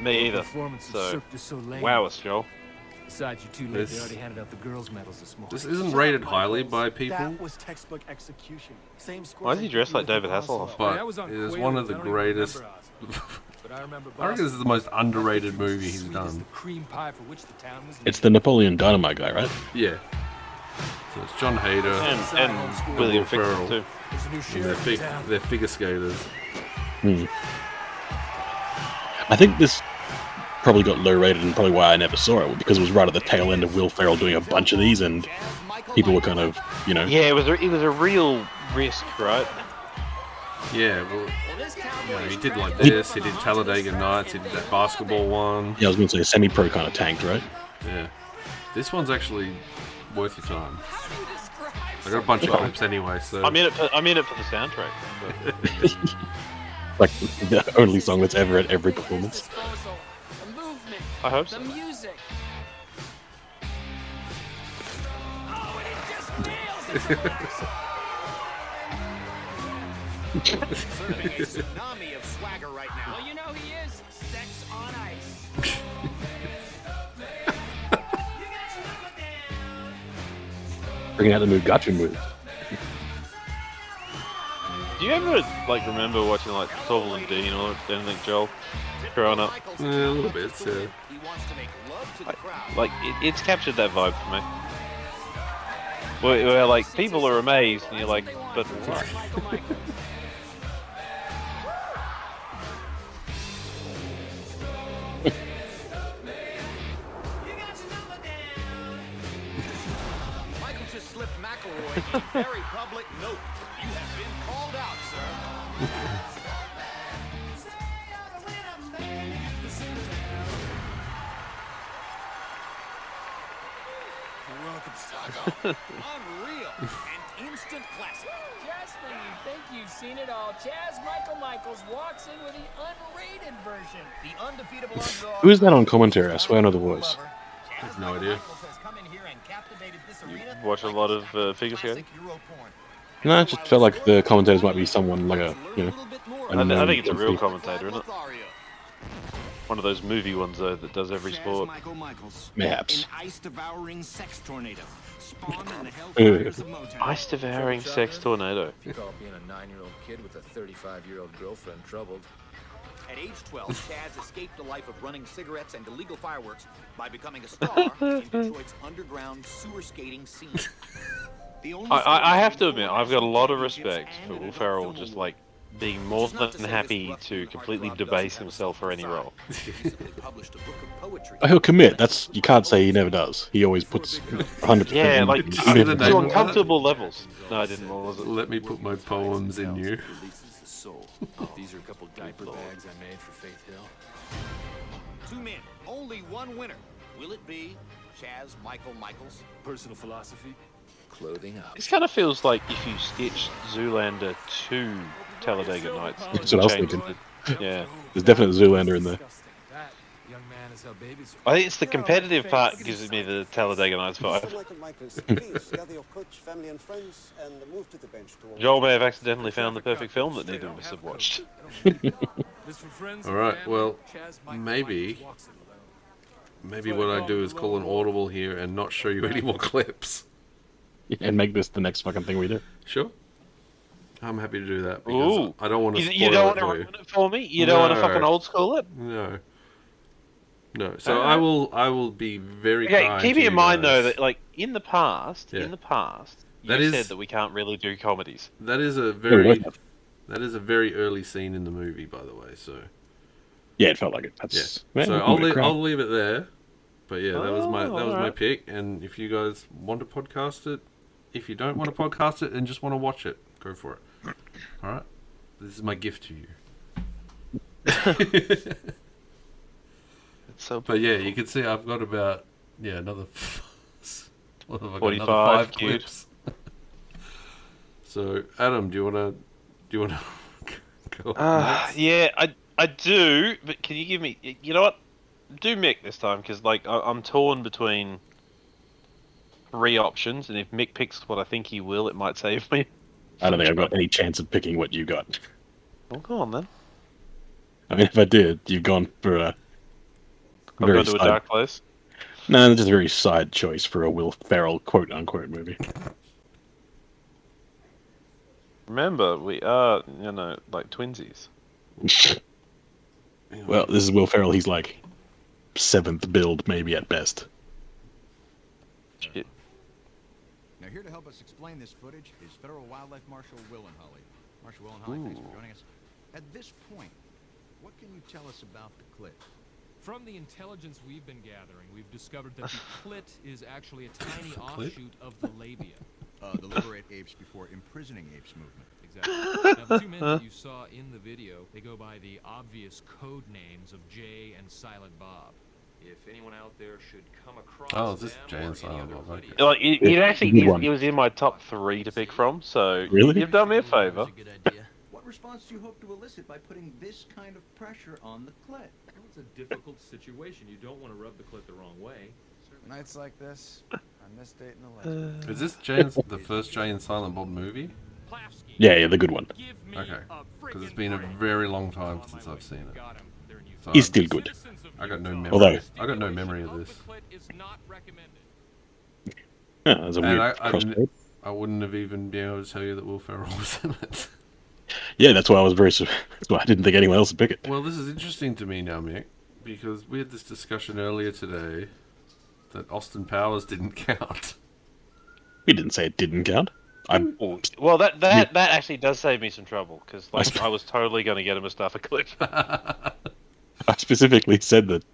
[SPEAKER 3] Me either.
[SPEAKER 6] Performance of
[SPEAKER 3] So,
[SPEAKER 6] Cirque du Soleil.
[SPEAKER 3] wow, it's Joel.
[SPEAKER 6] Besides, you're too late.
[SPEAKER 2] This-
[SPEAKER 6] They already handed out the girls' medals this morning.
[SPEAKER 2] This isn't rated highly by people,
[SPEAKER 6] That was textbook execution. Same score.
[SPEAKER 3] Why is he dressed like David Hasselhoff?
[SPEAKER 2] but it is one of the greatest.
[SPEAKER 6] I remember
[SPEAKER 2] I reckon this is the most underrated movie he's done.
[SPEAKER 6] cream pie for which the town was.
[SPEAKER 4] It's the Napoleon Dynamite guy, right?
[SPEAKER 2] Yeah. So it's John Hayter
[SPEAKER 3] And- and William
[SPEAKER 2] Will
[SPEAKER 3] Fickle,
[SPEAKER 2] Ferrell.
[SPEAKER 3] too.
[SPEAKER 2] And they're, fig- they're figure skaters.
[SPEAKER 4] Hmm. I think this probably got low rated and probably why I never saw it because it was right at the tail end of Will Ferrell doing a bunch of these and people were kind of, you know,
[SPEAKER 3] Yeah, it was a, it was a real risk, right?
[SPEAKER 2] Yeah, well, you know, he did like this. He did Talladega Nights. He did that basketball one.
[SPEAKER 4] yeah, I was going to say semi pro kind of tanked, right?
[SPEAKER 2] Yeah, this one's actually worth your time. I got a bunch of
[SPEAKER 4] Well,
[SPEAKER 2] clips anyway, so
[SPEAKER 3] I'm in it. For, I'm in it for the soundtrack. But...
[SPEAKER 4] Like [LAUGHS] the only song that's ever at every performance.
[SPEAKER 3] I hope so.
[SPEAKER 6] Oh, [LAUGHS] Serving a tsunami of swagger right now. Well, you know he is. Sex on [LAUGHS] ice.
[SPEAKER 4] Bringing out the Mugachu move.
[SPEAKER 3] Do you ever like remember watching like Tobal and Dean or anything, Joel, growing up?
[SPEAKER 2] a little bit, yeah.
[SPEAKER 3] Like it, it's captured that vibe for me. Where, where like people are amazed and you're like, but why?
[SPEAKER 13] Michael just slipped McElroy a very public note. You have been called out, sir. Welcome, Sago. [LAUGHS] Unreal. An instant classic.
[SPEAKER 17] Just when you think you've seen it all, Chaz Michael Michaels walks in with the unrated version. The undefeatable underdog.
[SPEAKER 4] Who is that on commentary? I swear I know the voice.
[SPEAKER 2] I have no idea.
[SPEAKER 3] You watch a lot of uh, figure skating.
[SPEAKER 4] No, it just felt like the commentators might be someone like a, you know.
[SPEAKER 3] I, th- I think it's a real commentator, isn't it? One of those movie ones though that does every sport.
[SPEAKER 4] Mayhaps.
[SPEAKER 18] ice-devouring sex tornado. Spawn
[SPEAKER 4] [LAUGHS]
[SPEAKER 18] in the
[SPEAKER 3] Ew.
[SPEAKER 18] hellfires of Motown.
[SPEAKER 3] Ice-devouring sex tornado.
[SPEAKER 19] You call being a nine-year-old kid with a 35-year-old girlfriend troubled.
[SPEAKER 18] At age 12, Chaz escaped a life of running cigarettes and illegal fireworks by becoming a star in Detroit's underground sewer skating scene. The only
[SPEAKER 3] I, I, I have to admit, I've got a lot of respect for Will Ferrell just like being more than happy to completely debase himself for any role.
[SPEAKER 4] Oh, he'll commit. That's you can't say he never does. He always puts 100. [LAUGHS]
[SPEAKER 3] yeah, like
[SPEAKER 4] even if it's-
[SPEAKER 3] to uncomfortable levels. No, I didn't. What was it?
[SPEAKER 2] Let me put my poems in you.
[SPEAKER 19] Releases the soul. These are a couple diaper bags I made for Faith Hill.
[SPEAKER 18] Two men, only one winner. Will it be Chaz Michael Michaels? Personal philosophy?
[SPEAKER 19] Clothing up.
[SPEAKER 3] This kind of feels like if you sketched Zoolander to Talladega Nights.
[SPEAKER 4] That's what I was
[SPEAKER 3] Change
[SPEAKER 4] thinking.
[SPEAKER 3] it. Yeah,
[SPEAKER 4] There's definitely a Zoolander in there.
[SPEAKER 3] I think it's the competitive part gives me the Talladega Nights vibe.
[SPEAKER 2] [LAUGHS]
[SPEAKER 3] Joel may have accidentally found the perfect film that neither of us have watched.
[SPEAKER 2] All right. Well, maybe, maybe what I do is call an audible here and not show you any more [LAUGHS] clips.
[SPEAKER 4] And make this the next fucking thing we do.
[SPEAKER 2] Sure. I'm happy to do that because
[SPEAKER 3] Ooh.
[SPEAKER 2] I don't want to.
[SPEAKER 3] You-
[SPEAKER 2] spoil
[SPEAKER 3] you don't wanna
[SPEAKER 2] it for you.
[SPEAKER 3] ruin it for me? You don't wanna
[SPEAKER 2] No.
[SPEAKER 3] fucking old school it?
[SPEAKER 2] No. No. So
[SPEAKER 3] Alright.
[SPEAKER 2] I will. I will be very.
[SPEAKER 3] Okay,
[SPEAKER 2] kind
[SPEAKER 3] Uh, keep
[SPEAKER 2] to
[SPEAKER 3] it in
[SPEAKER 2] you
[SPEAKER 3] mind
[SPEAKER 2] guys.
[SPEAKER 3] though that like in the past,
[SPEAKER 2] Yeah.
[SPEAKER 3] in the past, you
[SPEAKER 2] That is-
[SPEAKER 3] said that we can't really do comedies.
[SPEAKER 2] That is
[SPEAKER 4] we
[SPEAKER 2] a very.
[SPEAKER 4] won't have.
[SPEAKER 2] That is a very early scene in the movie, by the way. So.
[SPEAKER 4] Yeah, it felt like it. That's,
[SPEAKER 2] Yeah.
[SPEAKER 4] man,
[SPEAKER 2] so
[SPEAKER 4] I'm
[SPEAKER 2] I'll
[SPEAKER 4] gonna
[SPEAKER 2] leave,
[SPEAKER 4] cry.
[SPEAKER 2] I'll leave it there. But yeah, that was my that
[SPEAKER 4] Oh,
[SPEAKER 2] was my
[SPEAKER 4] alright.
[SPEAKER 2] pick. And if you guys want to podcast it, if you don't want to podcast it and just want to watch it, go for
[SPEAKER 4] [CLEARS THROAT]
[SPEAKER 2] it. All right, this is my gift to you.
[SPEAKER 3] so
[SPEAKER 2] but yeah, you can see I've got about yeah another [LAUGHS] what have I got? another
[SPEAKER 3] 45
[SPEAKER 2] five
[SPEAKER 3] quid.
[SPEAKER 2] clips. [LAUGHS] so Adam, do you wanna do you wanna [LAUGHS] go? on
[SPEAKER 3] Uh,
[SPEAKER 2] next?
[SPEAKER 3] yeah, I I do, but can you give me? You know what? Do Mick this time because like I, I'm torn between three options, and if Mick picks what I think he will, it might save me.
[SPEAKER 4] I don't think I've got any chance of picking what you got.
[SPEAKER 3] Well, go on then.
[SPEAKER 4] I mean, if I did, you've gone for a
[SPEAKER 3] I've
[SPEAKER 4] very
[SPEAKER 3] gone to a
[SPEAKER 4] side-
[SPEAKER 3] dark place.
[SPEAKER 4] No, that's just a very side choice for a Will Ferrell quote unquote movie.
[SPEAKER 3] Remember, we are you know like twinsies.
[SPEAKER 4] well, this is Will Ferrell. He's like seventh build, maybe at best.
[SPEAKER 7] Now, here to help us explain this footage is Federal Wildlife Marshal Willenholly. Marshal Willenholly, thanks for
[SPEAKER 8] Ooh.
[SPEAKER 7] joining us. At this point, what can you tell us about the clip?
[SPEAKER 8] From the intelligence we've been gathering, we've discovered that
[SPEAKER 2] [LAUGHS]
[SPEAKER 8] the clit is actually a tiny offshoot of the labia.
[SPEAKER 7] Uh, the liberate apes before imprisoning apes movement.
[SPEAKER 8] Exactly. Now, the two men that you saw in the video, they go by the obvious code names of Jay and Silent Bob. If anyone out there should come across
[SPEAKER 2] Oh, is this
[SPEAKER 8] them
[SPEAKER 2] Jay
[SPEAKER 8] or
[SPEAKER 2] and
[SPEAKER 8] any
[SPEAKER 2] Silent
[SPEAKER 8] other
[SPEAKER 2] Bob? Okay.
[SPEAKER 3] Like it,
[SPEAKER 2] Yeah,
[SPEAKER 3] it actually
[SPEAKER 2] good
[SPEAKER 3] is,
[SPEAKER 2] one.
[SPEAKER 3] it was in my top three to pick from. So
[SPEAKER 4] Really?
[SPEAKER 3] you've done me a favor.
[SPEAKER 7] What response do you hope to elicit by putting this kind of pressure on the clit?
[SPEAKER 8] Well, it's a difficult situation. You don't want to rub the clit the wrong way.
[SPEAKER 20] Nights like this, I miss dating the
[SPEAKER 8] lesbian.
[SPEAKER 4] Uh,
[SPEAKER 2] Is this
[SPEAKER 4] [LAUGHS]
[SPEAKER 2] Jane's the first Jay and Silent Bob movie?
[SPEAKER 4] Yeah, yeah, the good one.
[SPEAKER 2] Okay, because it's been a very long time since I've seen it. So
[SPEAKER 4] It's
[SPEAKER 2] I-
[SPEAKER 4] still good.
[SPEAKER 2] I got no memory.
[SPEAKER 4] Although-
[SPEAKER 2] I got no memory of this.
[SPEAKER 4] Yeah, that's a
[SPEAKER 2] And
[SPEAKER 4] weird
[SPEAKER 2] I, I,
[SPEAKER 4] crossbreed.
[SPEAKER 2] n- I wouldn't have even been able to tell you that Will Ferrell [LAUGHS] was in it.
[SPEAKER 4] Yeah, that's why I was very. sur- [LAUGHS] That's why I didn't think anyone else would pick it.
[SPEAKER 2] Well, this is interesting to me now, Mick, because we had this discussion earlier today that Austin Powers didn't [LAUGHS] count.
[SPEAKER 4] We didn't say it didn't count. I
[SPEAKER 2] Mm.
[SPEAKER 3] Well, that that that actually does save me some trouble because like I was totally going to get a Mustafa
[SPEAKER 2] [LAUGHS]
[SPEAKER 3] clip.
[SPEAKER 4] [LAUGHS] I specifically said that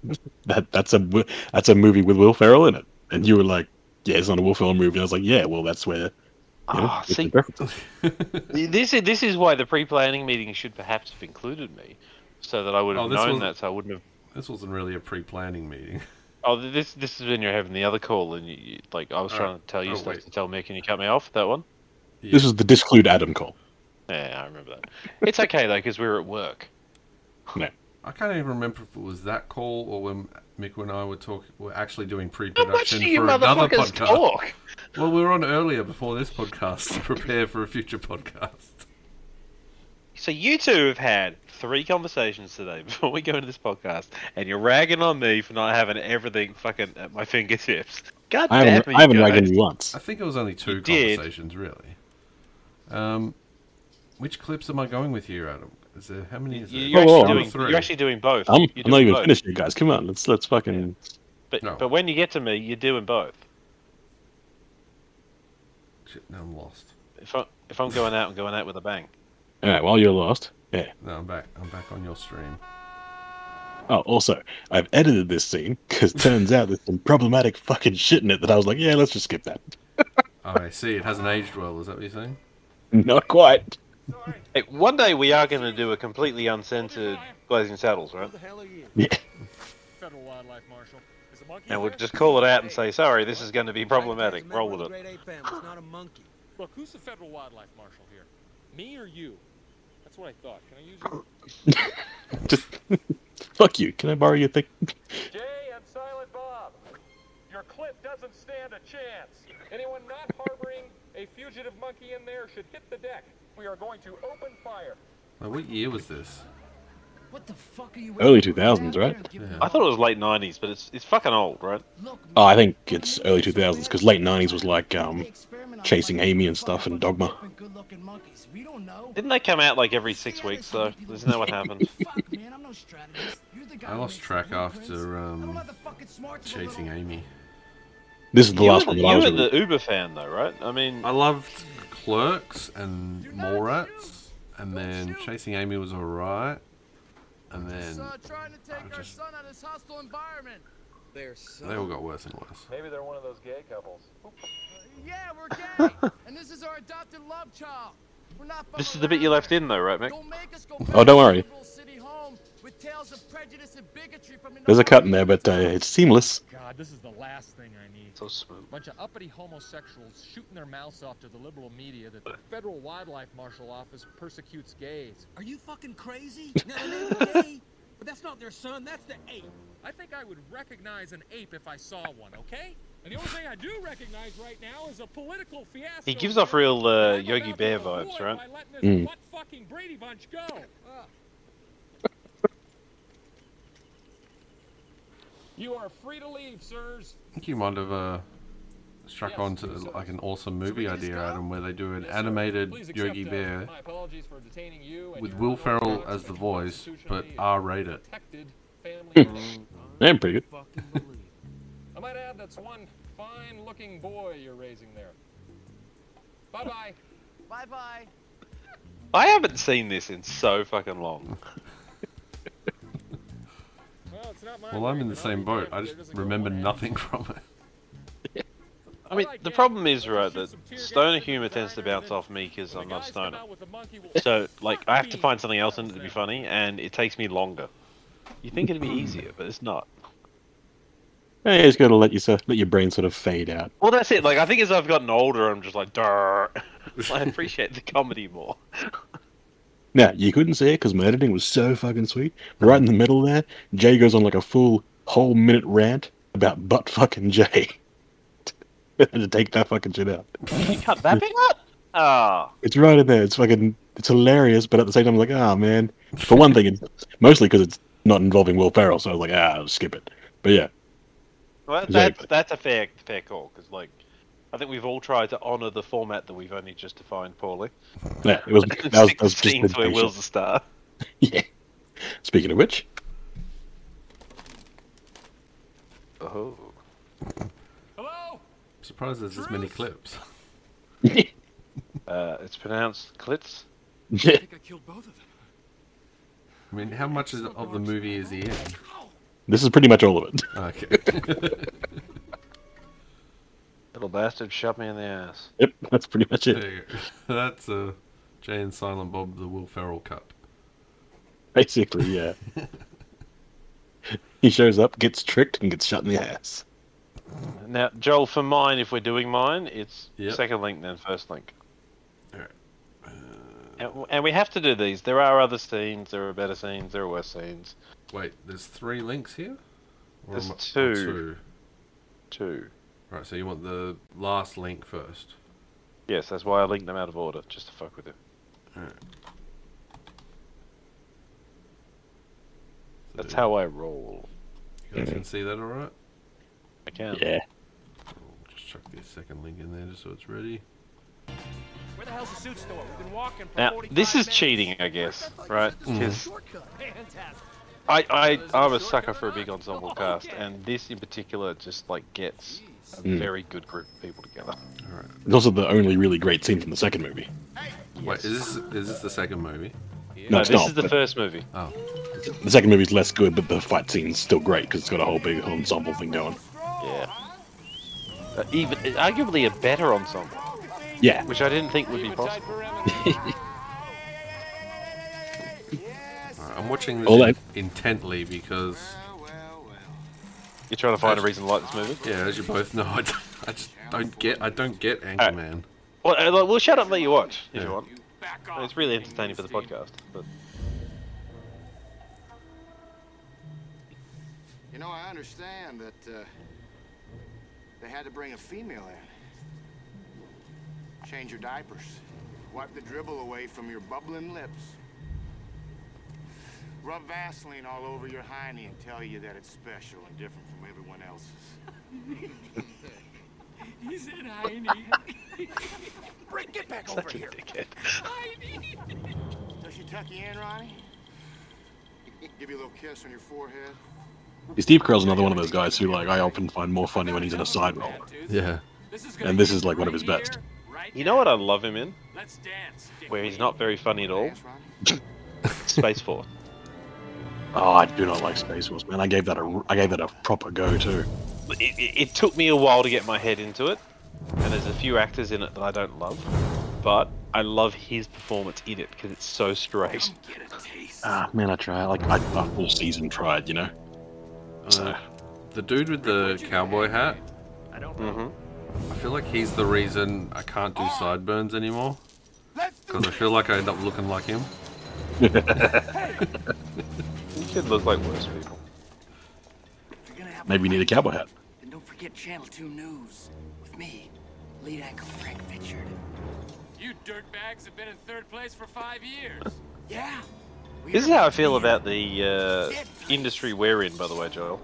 [SPEAKER 4] [LAUGHS] that that's a w- that's a movie with Will Ferrell in it, and you were like, "Yeah, it's not a Will Ferrell movie." And I was like, "Yeah, well, that's where." You know,
[SPEAKER 3] Ah,
[SPEAKER 4] it's
[SPEAKER 3] see-
[SPEAKER 4] the preference.
[SPEAKER 3] this is this is why the pre-planning meeting should perhaps have included me, so that I would
[SPEAKER 2] Oh,
[SPEAKER 3] have
[SPEAKER 2] this
[SPEAKER 3] known
[SPEAKER 2] wasn't-
[SPEAKER 3] that. So I wouldn't have.
[SPEAKER 2] This wasn't really a pre-planning meeting.
[SPEAKER 3] Oh, th- this this is when you're having the other call and you, you like I was
[SPEAKER 2] All
[SPEAKER 3] trying
[SPEAKER 2] right.
[SPEAKER 3] to tell you
[SPEAKER 2] Oh,
[SPEAKER 3] stuff
[SPEAKER 2] wait.
[SPEAKER 3] to tell Mick and you cut me off. That one.
[SPEAKER 4] This was the disclude Adam call.
[SPEAKER 3] Yeah, I remember that. It's okay though because we were at work.
[SPEAKER 2] I can't even remember if it was that call or when Mick and I were talking. Were actually doing pre-production
[SPEAKER 3] do you
[SPEAKER 2] for another
[SPEAKER 3] motherfuckers
[SPEAKER 2] podcast.
[SPEAKER 3] talk?
[SPEAKER 2] Well, we were on earlier before this podcast to prepare for a future podcast.
[SPEAKER 3] So you two have had three conversations today [LAUGHS] before we go into this podcast, and you're ragging on me for not having everything fucking at my fingertips. God
[SPEAKER 4] I haven't-
[SPEAKER 3] damn it,
[SPEAKER 4] I haven't
[SPEAKER 3] you
[SPEAKER 4] ragged
[SPEAKER 3] guys.
[SPEAKER 4] on you once.
[SPEAKER 2] I think it was only two
[SPEAKER 3] did.
[SPEAKER 2] conversations, really. Um, which clips am I going with here, Adam? Is there how many? Is there?
[SPEAKER 3] You're,
[SPEAKER 4] Whoa, whoa,
[SPEAKER 3] actually
[SPEAKER 4] I'm-
[SPEAKER 3] doing, you're actually doing both.
[SPEAKER 4] I'm,
[SPEAKER 3] You're
[SPEAKER 4] I'm not
[SPEAKER 3] doing
[SPEAKER 4] even
[SPEAKER 3] both.
[SPEAKER 4] finished yet, guys. Come on, let's let's fucking.
[SPEAKER 3] But, but when you get to me, you're doing both.
[SPEAKER 2] Shit, now I'm lost.
[SPEAKER 3] If, I, if I'm going out, I'm going out with a bang.
[SPEAKER 4] All right, while you're lost, yeah.
[SPEAKER 2] No, I'm back. I'm back on your stream.
[SPEAKER 4] Oh, also, I've edited this scene because turns out there's some problematic fucking shit in it that I was like, yeah, let's just skip that.
[SPEAKER 2] I see. It hasn't aged well. Is that what you're saying?
[SPEAKER 3] Mm.
[SPEAKER 4] Not quite.
[SPEAKER 3] Hey, one day we are going to do a completely uncensored Blazing Saddles, right?
[SPEAKER 4] Yeah.
[SPEAKER 21] Federal Wildlife Marshal. Is the monkey
[SPEAKER 3] And we'll just call it out and say, sorry, this is going to be problematic. Roll with it.
[SPEAKER 21] Great ape family, it's not a monkey. Look, who's the federal wildlife marshal here? Me or you? That's what I thought. Can I use your...
[SPEAKER 4] Just [LAUGHS] fuck you. Can I borrow your thing?
[SPEAKER 21] Jay and Silent Bob, your clip doesn't stand a chance. Anyone not harboring a fugitive monkey in there should hit the deck. We are going to open fire.
[SPEAKER 2] Now, what year was this?
[SPEAKER 21] What the fuck are you?
[SPEAKER 4] Early 2000s, right?
[SPEAKER 3] I thought it was late 90s, but it's, it's fucking old, right?
[SPEAKER 4] Oh, I think it's early 2000s because late 90s was like um, chasing Amy and stuff and Dogma.
[SPEAKER 3] Didn't they come out like every six weeks, though? Isn't that what happened?
[SPEAKER 2] I lost track after um, chasing Amy.
[SPEAKER 4] This is [LAUGHS] the
[SPEAKER 3] You
[SPEAKER 4] last
[SPEAKER 3] were
[SPEAKER 4] one
[SPEAKER 3] the,
[SPEAKER 4] that I
[SPEAKER 3] you
[SPEAKER 4] was.
[SPEAKER 3] were the Uber fan, though, right? I mean,
[SPEAKER 2] I loved Clerks and Morats, and then Chasing Amy was alright, and then [LAUGHS]
[SPEAKER 8] trying to take our son out of this hostile environment. Their son.
[SPEAKER 2] they all got worse and worse.
[SPEAKER 21] Maybe they're one of those gay couples.
[SPEAKER 8] Yeah,
[SPEAKER 2] [LAUGHS]
[SPEAKER 8] we're gay, and this is our adopted love child. We're not from
[SPEAKER 3] this is the bit you left in, though, right, Mick?
[SPEAKER 4] Oh, don't worry.
[SPEAKER 8] a city home with tales of prejudice and bigotry from
[SPEAKER 4] There's a cut in there, but uh, it's seamless.
[SPEAKER 21] God, this is the last thing I need.
[SPEAKER 3] So smooth.
[SPEAKER 21] Bunch of uppity homosexuals shooting their mouths off to the liberal media that the Federal Wildlife Marshal Office persecutes gays.
[SPEAKER 8] Are you fucking crazy? [LAUGHS] No, no, no, gay. But that's not their son. That's the ape.
[SPEAKER 21] I think I would recognize an ape if I saw one, okay? And the only thing I do recognize right now is a political fiasco.
[SPEAKER 3] He gives off real uh, Yogi Bear vibes, right?
[SPEAKER 4] Mm.
[SPEAKER 21] fucking Brady Bunch go. you are free to leave, sirs.
[SPEAKER 2] I think you might have uh, struck on to like an awesome movie idea, Adam, where they do an animated
[SPEAKER 21] Please accept
[SPEAKER 2] Yogi
[SPEAKER 21] uh,
[SPEAKER 2] Bear
[SPEAKER 21] my apologies for detaining you and
[SPEAKER 2] with
[SPEAKER 21] your
[SPEAKER 2] Will Ferrell
[SPEAKER 21] unorthodox
[SPEAKER 2] as the
[SPEAKER 21] and
[SPEAKER 2] voice, but
[SPEAKER 21] constitutionally
[SPEAKER 2] R-rated.
[SPEAKER 21] protected family
[SPEAKER 2] Hmm.
[SPEAKER 21] relation.
[SPEAKER 4] Yeah, pretty good.
[SPEAKER 21] I might add that's one fine looking boy you're raising there. Bye bye.
[SPEAKER 8] Bye bye.
[SPEAKER 3] I haven't seen this in so fucking long.
[SPEAKER 21] Well, it's not my
[SPEAKER 2] Well, I'm in
[SPEAKER 21] brain,
[SPEAKER 2] the
[SPEAKER 21] but
[SPEAKER 2] same
[SPEAKER 21] I'll be
[SPEAKER 2] boat.
[SPEAKER 21] damned
[SPEAKER 2] I
[SPEAKER 21] if it
[SPEAKER 2] just
[SPEAKER 21] doesn't go
[SPEAKER 2] remember
[SPEAKER 21] away.
[SPEAKER 2] nothing from it.
[SPEAKER 3] I mean, the problem is, right, that stoner humor tends to bounce off me because I'm not a stoner.
[SPEAKER 21] [LAUGHS]
[SPEAKER 3] So, like, I have to find something else in it to be funny, and it takes me longer. You think it'd be easier, but it's not.
[SPEAKER 4] Yeah, you just gotta let yourself, let your brain sort of fade out.
[SPEAKER 3] Well, that's it. Like, I think as I've gotten older, I'm just like, "Durr." [LAUGHS] I appreciate the comedy more.
[SPEAKER 4] Now you couldn't see it because my editing was so fucking sweet. But right in the middle there, Jay goes on like a full whole minute rant about butt fucking Jay. [LAUGHS] I had to take that fucking shit out.
[SPEAKER 3] You cut that bit out? Ah,
[SPEAKER 4] It's right in there. It's fucking. It's hilarious, but at the same time, I'm like, ah, man. For one thing, it's mostly because it's not involving Will Ferrell, so I was like, ah, I'll skip it. But yeah,
[SPEAKER 3] well,
[SPEAKER 4] Exactly.
[SPEAKER 3] that's that's a fair fair call because, like, I think we've all tried to honour the format that we've only just defined poorly.
[SPEAKER 4] Yeah,
[SPEAKER 3] [LAUGHS]
[SPEAKER 4] it was- that was- that was just
[SPEAKER 3] scenes where
[SPEAKER 4] dedication.
[SPEAKER 3] Will's the star.
[SPEAKER 4] yeah. Speaking of which, [LAUGHS]
[SPEAKER 3] Oh.
[SPEAKER 2] surprised there's this many clips. [LAUGHS]
[SPEAKER 3] Uh, it's pronounced clits.
[SPEAKER 4] Yeah.
[SPEAKER 18] I killed both of them.
[SPEAKER 2] I mean, how much is, of the movie is he in?
[SPEAKER 4] this is pretty much all of it. [LAUGHS]
[SPEAKER 21] [LAUGHS]
[SPEAKER 2] Okay. [LAUGHS]
[SPEAKER 3] Little bastard shot me in the ass.
[SPEAKER 4] yep, that's pretty much it.
[SPEAKER 2] There you go. [LAUGHS] That's uh, Jay and Silent Bob, the Will Ferrell cup.
[SPEAKER 4] [LAUGHS] Basically, yeah. he shows up, gets tricked, and gets shot in the ass.
[SPEAKER 3] Now, Joel, for mine, if we're doing mine, it's
[SPEAKER 4] Yep.
[SPEAKER 3] second link then first link.
[SPEAKER 2] Uh,
[SPEAKER 3] And, and we have to do these. There are other scenes. There are better scenes. There are worse scenes.
[SPEAKER 2] Wait, there's three links here? Or
[SPEAKER 3] There's
[SPEAKER 2] am I- or
[SPEAKER 3] two.
[SPEAKER 2] two.
[SPEAKER 3] Two.
[SPEAKER 2] Right, so you want the last link first.
[SPEAKER 3] Yes, that's why I linked them out of order, just to fuck with it.
[SPEAKER 2] Alright.
[SPEAKER 3] That's how I roll.
[SPEAKER 2] You guys can see that alright?
[SPEAKER 3] I can.
[SPEAKER 2] Just chuck the second link in there just so it's ready.
[SPEAKER 8] Where the hell's the suit store? We've been walking for
[SPEAKER 3] Now,
[SPEAKER 8] 45
[SPEAKER 3] this is
[SPEAKER 8] minutes.
[SPEAKER 3] cheating, I guess, right?
[SPEAKER 2] Mm.
[SPEAKER 3] Because
[SPEAKER 8] Fantastic.
[SPEAKER 3] I, I, I'm a sucker for a big ensemble cast, and this in particular just, like, gets a
[SPEAKER 4] Mm.
[SPEAKER 3] very good group of people together.
[SPEAKER 4] It's also the only really great scene from the second movie.
[SPEAKER 2] Wait, is this, is this the second movie?
[SPEAKER 4] No, it's
[SPEAKER 3] this
[SPEAKER 4] not,
[SPEAKER 3] is the
[SPEAKER 4] but-
[SPEAKER 3] first movie.
[SPEAKER 2] Oh.
[SPEAKER 4] The second movie's less good, but the fight scene's still great because it's got a whole big ensemble thing going.
[SPEAKER 3] Yeah. Uh, even arguably a better ensemble.
[SPEAKER 4] Yeah.
[SPEAKER 3] Which I didn't think would be possible.
[SPEAKER 2] Alright, I'm watching this
[SPEAKER 4] All I-
[SPEAKER 2] intently because
[SPEAKER 3] You're trying to find a reason to like this movie.
[SPEAKER 2] Yeah, as you both know, [LAUGHS] I, don't- I just don't get. I don't get Anchorman.
[SPEAKER 3] Well, uh, like, we'll shut up and let you watch if
[SPEAKER 2] Yeah.
[SPEAKER 3] you want. It's really entertaining for the podcast. But
[SPEAKER 10] You know, I understand that uh, they had to bring a female in. Change your diapers. Wipe the dribble away from your bubbling lips. Rub Vaseline all over your hiney and tell you that it's special and different from everyone else's.
[SPEAKER 8] He said hiney.
[SPEAKER 10] [LAUGHS] Rick, get back over
[SPEAKER 3] [LAUGHS]
[SPEAKER 10] here. Does she tuck you in, Ronnie? Give you a little kiss on your forehead.
[SPEAKER 4] Steve Carell's another one of those guys who, like, I often find more funny when he's in a side role.
[SPEAKER 2] Yeah.
[SPEAKER 4] And this is, like, one of his best.
[SPEAKER 3] you know what I love him in?
[SPEAKER 8] Let's dance.
[SPEAKER 3] Where he's not very funny at all. Space Force.
[SPEAKER 4] Oh, I do not like Space Force, man. I gave that a, I gave that a proper go, too.
[SPEAKER 3] It, it, it took me a while to get my head into it, and there's a few actors in it that I don't love, but I love his performance in it because it's so straight.
[SPEAKER 4] Ah, man, I tried. Like, I, I full season tried, you know?
[SPEAKER 3] Uh,
[SPEAKER 4] So,
[SPEAKER 2] The dude with the cowboy hat. Mm-hmm. I feel like he's the reason I can't do sideburns anymore. Because I feel like I end up looking like him.
[SPEAKER 3] You should look like worse people.
[SPEAKER 4] maybe you need a cowboy hat.
[SPEAKER 22] And don't forget Channel 2 News with me, lead anchor Frank Richard.
[SPEAKER 8] You dirtbags have been in third place for five years.
[SPEAKER 22] [LAUGHS] Yeah.
[SPEAKER 3] This is how I feel about the uh, industry we're in, by the way, Joel.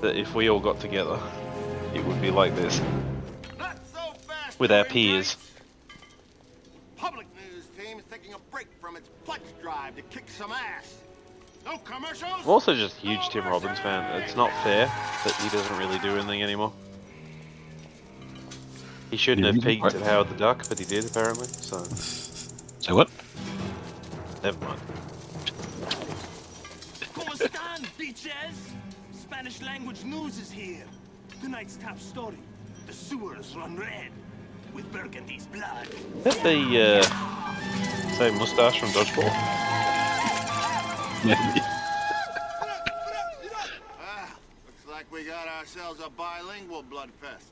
[SPEAKER 3] That if we all got together, it would be like this. With our peers.
[SPEAKER 10] Public news team is taking a break from its pledge drive to kick some ass. No commercials.
[SPEAKER 3] I'm also just a huge Tim Robbins fan. It's not fair that he doesn't really do anything anymore. He shouldn't
[SPEAKER 4] Yeah,
[SPEAKER 3] have
[SPEAKER 4] he's
[SPEAKER 3] peaked
[SPEAKER 4] right.
[SPEAKER 3] at Howard the Duck, but he did apparently, so
[SPEAKER 4] So what?
[SPEAKER 3] never mind.
[SPEAKER 23] ¿Cómo están, bitches? Spanish language news is here. Tonight's top story. The sewers run red with Burgundy's blood.
[SPEAKER 3] Is that the uh, same mustache from Dodgeball?
[SPEAKER 10] Looks like we got ourselves a bilingual blood fest.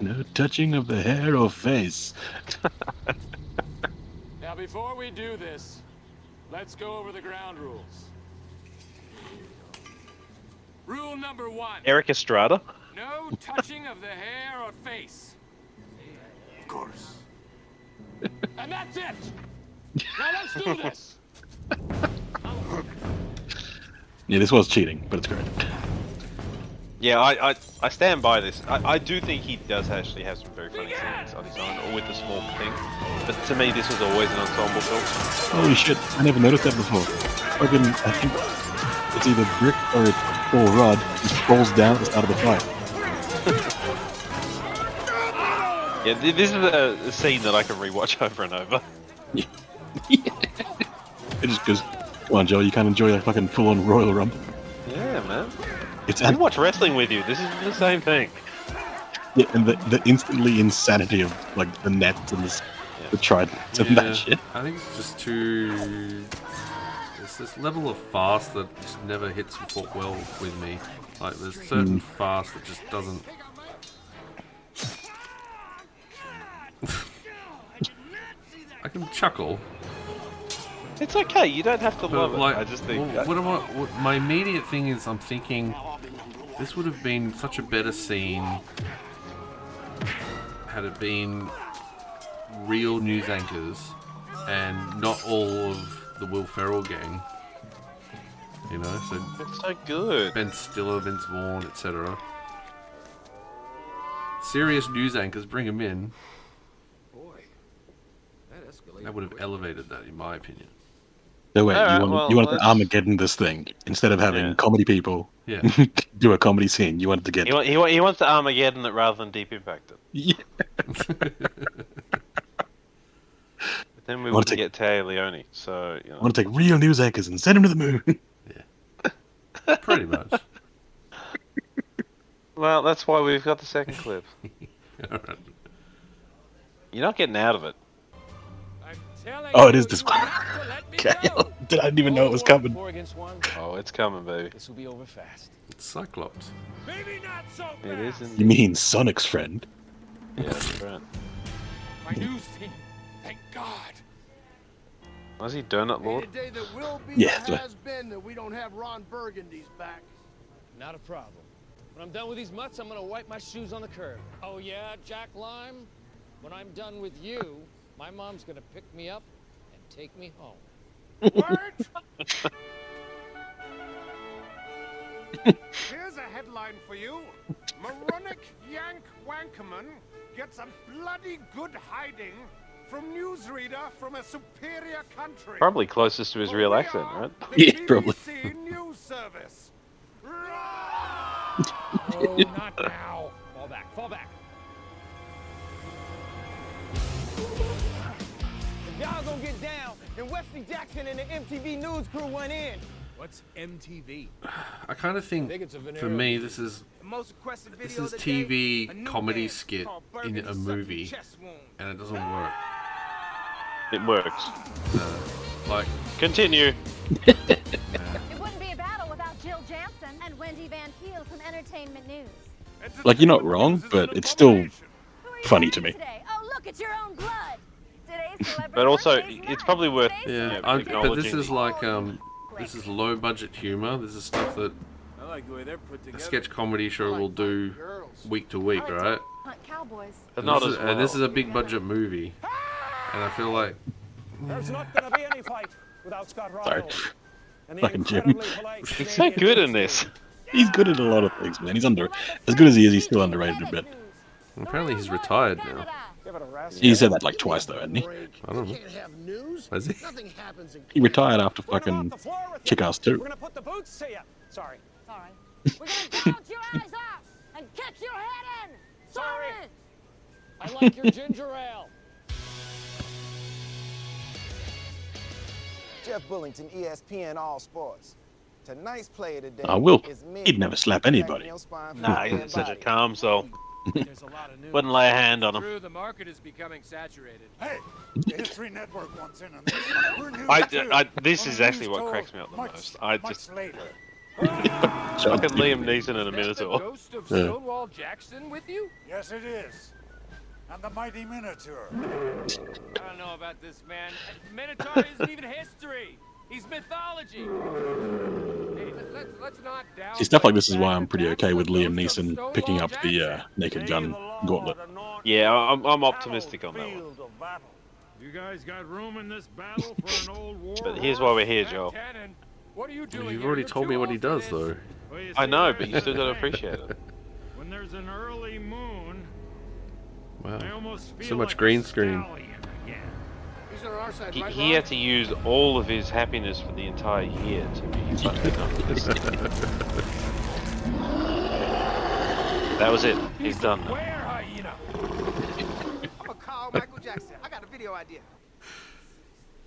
[SPEAKER 4] No touching of the hair or face.
[SPEAKER 8] Now, before we do this, let's go over the ground rules. Rule number one
[SPEAKER 3] Eric Estrada?
[SPEAKER 8] no touching of the hair or face. Of course. And that's it! Now let's do this!
[SPEAKER 4] yeah, this was cheating, but it's great.
[SPEAKER 3] Yeah, I, I, I stand by this. I, I do think he does actually have some very funny scenes on his own, or with the small thing. But to me, this was always an ensemble film.
[SPEAKER 4] Holy shit, I never noticed that before. Fucking, I think it's either Brick or, or Rod just falls down at the start of the fight.
[SPEAKER 3] Yeah, th- this is a, a scene that I can rewatch [LAUGHS] over and over.
[SPEAKER 4] It just goes, come on, Joe, you can't enjoy a fucking full on Royal Rumble.
[SPEAKER 3] Yeah, man.
[SPEAKER 4] It's
[SPEAKER 3] I watch wrestling with you. This is the same thing.
[SPEAKER 4] Yeah, and the, the instantly insanity of like the nets and the, the [LAUGHS] tridents and
[SPEAKER 2] Yeah,
[SPEAKER 4] that shit.
[SPEAKER 2] I think it's just too. It's this level of fast that just never hits fo- well with me. Like there's certain
[SPEAKER 4] Mm.
[SPEAKER 2] fast that just doesn't. I can chuckle,
[SPEAKER 3] It's okay. You don't have to
[SPEAKER 2] but
[SPEAKER 3] love
[SPEAKER 2] like,
[SPEAKER 3] it. I just think.
[SPEAKER 2] well, what am I? What, my immediate thing is, I'm thinking this would have been such a better scene had it been real news anchors and not all of the Will Ferrell gang. You know, so
[SPEAKER 3] it's so good.
[SPEAKER 2] Ben Stiller, Vince Vaughn, etc. Serious news anchors, bring them in.
[SPEAKER 18] That escalated.
[SPEAKER 2] That would have elevated that, in my opinion.
[SPEAKER 4] No way,
[SPEAKER 2] Alright,
[SPEAKER 4] you want,
[SPEAKER 2] well,
[SPEAKER 4] you want the
[SPEAKER 2] let's-
[SPEAKER 4] Armageddon this thing instead of having comedy people
[SPEAKER 2] Yeah.
[SPEAKER 4] [LAUGHS] do a comedy scene. You wanted to get
[SPEAKER 3] He, wa- he, wa- he wants to Armageddon it rather than Deep Impact it.
[SPEAKER 4] Yeah.
[SPEAKER 3] But then we
[SPEAKER 4] I wanna
[SPEAKER 3] wouldn't
[SPEAKER 4] take-
[SPEAKER 3] get Taya Leone, so you know.
[SPEAKER 4] I want to take real news anchors and send him to the moon.
[SPEAKER 2] Pretty much.
[SPEAKER 3] Well, that's why we've got the second clip.
[SPEAKER 2] Alright.
[SPEAKER 3] You're not getting out of it.
[SPEAKER 4] oh, it is this one. [LAUGHS] okay, Did I didn't even know it was coming.
[SPEAKER 3] Oh, it's coming, baby. This
[SPEAKER 18] will be over fast.
[SPEAKER 2] It's Cyclops.
[SPEAKER 3] It is. Indeed.
[SPEAKER 4] You mean Sonic's friend?
[SPEAKER 3] Yeah, that's right.
[SPEAKER 18] My news team. Thank God.
[SPEAKER 3] Was he Donut Lord?
[SPEAKER 18] day that will be
[SPEAKER 3] Yeah, that's right.
[SPEAKER 4] [LAUGHS]
[SPEAKER 18] has been that we don't have Ron Burgundy's back. Not a problem. When I'm done with these mutts, I'm gonna wipe my shoes on the curb. Oh yeah, Jack Lime? When I'm done with you, my mom's gonna pick me up and take me home. [LAUGHS] Word?
[SPEAKER 24] Here's a headline for you. Moronic Yank Wankerman gets a bloody good hiding from newsreader from a superior country.
[SPEAKER 3] Probably closest to his real accent, right?
[SPEAKER 24] The BBC News Service.
[SPEAKER 18] oh, not now. Fall back, fall back.
[SPEAKER 13] Y'all gonna get down, and Wesley Jackson and the MTV News crew went in. What's MTV?
[SPEAKER 2] I kind of think,
[SPEAKER 13] Think it's a
[SPEAKER 2] for
[SPEAKER 13] venereal.
[SPEAKER 2] me, this is
[SPEAKER 13] Most
[SPEAKER 18] [LAUGHS]
[SPEAKER 13] requested
[SPEAKER 2] this
[SPEAKER 13] video
[SPEAKER 2] is
[SPEAKER 13] of the
[SPEAKER 2] TV
[SPEAKER 13] day, a new
[SPEAKER 2] comedy
[SPEAKER 13] band
[SPEAKER 2] skit
[SPEAKER 13] called
[SPEAKER 2] in
[SPEAKER 13] Burgundy
[SPEAKER 2] a
[SPEAKER 13] Sucking
[SPEAKER 2] movie,
[SPEAKER 13] Chest Wound.
[SPEAKER 2] and it doesn't work.
[SPEAKER 3] It works.
[SPEAKER 2] No, like
[SPEAKER 3] continue.
[SPEAKER 25] It wouldn't be a battle without Jill Jansen and Wendy Van Peel from Entertainment News.
[SPEAKER 4] Like you're not wrong, but it's still funny to me.
[SPEAKER 25] Oh, look, it's your own blood.
[SPEAKER 4] [LAUGHS]
[SPEAKER 25] Today's celebrity.
[SPEAKER 3] But also, it's probably worth
[SPEAKER 2] Yeah,
[SPEAKER 3] yeah,
[SPEAKER 2] I, but
[SPEAKER 3] acknowledging.
[SPEAKER 2] this is like um, this is low budget humor. This is stuff that
[SPEAKER 4] Uh,
[SPEAKER 24] I like the way they're put
[SPEAKER 2] a
[SPEAKER 24] together.
[SPEAKER 2] sketch comedy show will do week to week, right?
[SPEAKER 25] Hunt cowboys.
[SPEAKER 2] And
[SPEAKER 3] Not
[SPEAKER 2] this, is,
[SPEAKER 3] as
[SPEAKER 2] and this
[SPEAKER 3] well.
[SPEAKER 2] is a big budget movie, and I feel like
[SPEAKER 18] There's not gonna be any fight without Scott
[SPEAKER 4] Sorry.
[SPEAKER 18] Ronald. And the
[SPEAKER 4] Fucking Jim. [LAUGHS]
[SPEAKER 18] incredibly polite
[SPEAKER 4] He's
[SPEAKER 18] Canadian
[SPEAKER 4] good
[SPEAKER 18] Chief
[SPEAKER 4] in this. He's good at a lot of things, man. He's under as good as he is. He's still underrated a bit.
[SPEAKER 2] apparently he's retired now.
[SPEAKER 4] He said that like twice though, hadn't he?
[SPEAKER 2] I don't know.
[SPEAKER 4] Has he? He retired after fucking Kick-Ass too.
[SPEAKER 18] Put the boots to you. Sorry.
[SPEAKER 25] Sorry. We're gonna [LAUGHS] gouge your eyes out and kick your head in. Sorry.
[SPEAKER 18] I like your ginger ale.
[SPEAKER 26] Jeff Bullington, ESPN All Sports. Tonight's player today
[SPEAKER 4] Ah, Will,
[SPEAKER 26] is Miz.
[SPEAKER 4] he'd never slap anybody.
[SPEAKER 26] Daniel Spine from
[SPEAKER 3] Nah,
[SPEAKER 26] Miami.
[SPEAKER 3] he's such a calm soul.
[SPEAKER 24] There's a lot of news.
[SPEAKER 3] Wouldn't lay a hand on him.
[SPEAKER 24] True, the market is becoming saturated.
[SPEAKER 27] Hey, the History Network wants in on this. We're news
[SPEAKER 3] [LAUGHS] I,
[SPEAKER 27] too.
[SPEAKER 3] I, this
[SPEAKER 27] Only
[SPEAKER 3] is actually
[SPEAKER 27] news
[SPEAKER 3] what
[SPEAKER 27] told
[SPEAKER 3] cracks me up the
[SPEAKER 27] much-
[SPEAKER 3] most. I
[SPEAKER 27] much
[SPEAKER 3] just
[SPEAKER 27] later.
[SPEAKER 3] fucking Liam Neeson in a Minotaur.
[SPEAKER 27] Ghost of
[SPEAKER 3] Yeah.
[SPEAKER 27] Stonewall Jackson with you? Yes, it is. And the mighty Minotaur.
[SPEAKER 24] I don't know about this man. Minotaur isn't even history. He's mythology. Hey, let- let's, let's not down.
[SPEAKER 4] See, stuff like this is why I'm pretty okay with Liam Neeson picking up the uh, Naked Gun gauntlet.
[SPEAKER 3] Yeah, I- I'm, I'm optimistic on that one.
[SPEAKER 24] You guys got room in this battle for an old war.
[SPEAKER 3] But here's why we're here, Joel.
[SPEAKER 28] What are you doing?
[SPEAKER 2] [LAUGHS] You've
[SPEAKER 28] here?
[SPEAKER 2] already
[SPEAKER 28] You're
[SPEAKER 2] told
[SPEAKER 28] too
[SPEAKER 2] me what he
[SPEAKER 28] old for
[SPEAKER 2] does,
[SPEAKER 28] this.
[SPEAKER 2] though.
[SPEAKER 28] Well, you
[SPEAKER 3] I
[SPEAKER 28] see,
[SPEAKER 3] know,
[SPEAKER 28] there's
[SPEAKER 3] but you still
[SPEAKER 28] the
[SPEAKER 3] don't
[SPEAKER 28] thing.
[SPEAKER 3] appreciate it.
[SPEAKER 28] When there's an early moon, I
[SPEAKER 2] Wow.
[SPEAKER 28] almost feel
[SPEAKER 2] So much
[SPEAKER 28] like a
[SPEAKER 2] green screen.
[SPEAKER 28] stallion again.
[SPEAKER 29] These are our side,
[SPEAKER 3] He,
[SPEAKER 29] right,
[SPEAKER 3] he
[SPEAKER 29] Ron?
[SPEAKER 3] had to use all of his happiness for the entire year to
[SPEAKER 2] [LAUGHS]
[SPEAKER 3] be funny enough for this. That was it. He's done. now.
[SPEAKER 30] I'm gonna call Michael Jackson. I got a video idea.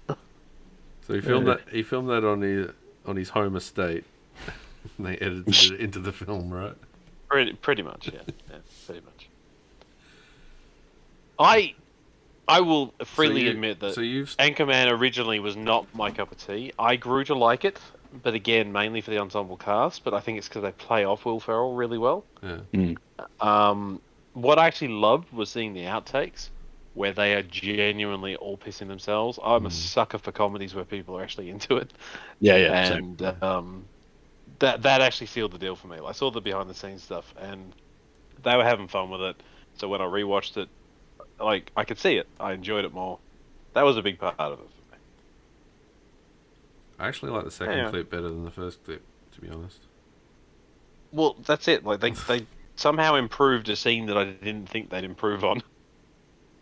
[SPEAKER 2] So he filmed
[SPEAKER 31] Yeah.
[SPEAKER 2] that. He filmed that on his on his home estate. [LAUGHS] and they edited it into the film, right?
[SPEAKER 3] Pretty, pretty much, yeah. yeah pretty much. I I will freely
[SPEAKER 2] you-
[SPEAKER 3] admit that
[SPEAKER 2] so you've-
[SPEAKER 3] Anchorman originally was not my cup of tea. I grew to like it, but again, mainly for the ensemble cast, but I think it's because they play off Will Ferrell really well.
[SPEAKER 2] Yeah.
[SPEAKER 3] Um, what I actually loved was seeing the outtakes where they are genuinely all pissing themselves. I'm
[SPEAKER 4] Hmm.
[SPEAKER 3] a sucker for comedies where people are actually [LAUGHS] into it.
[SPEAKER 4] Yeah, yeah, same.
[SPEAKER 3] And um, that that actually sealed the deal for me. I saw the behind the scenes stuff, and they were having fun with it. So when I rewatched it, like I could see it, I enjoyed it more. That was a big part of it.
[SPEAKER 2] I actually like the second
[SPEAKER 3] Yeah.
[SPEAKER 2] clip better than the first clip, to be honest.
[SPEAKER 3] Well, that's it. Like they they somehow improved a scene that I didn't think they'd improve on.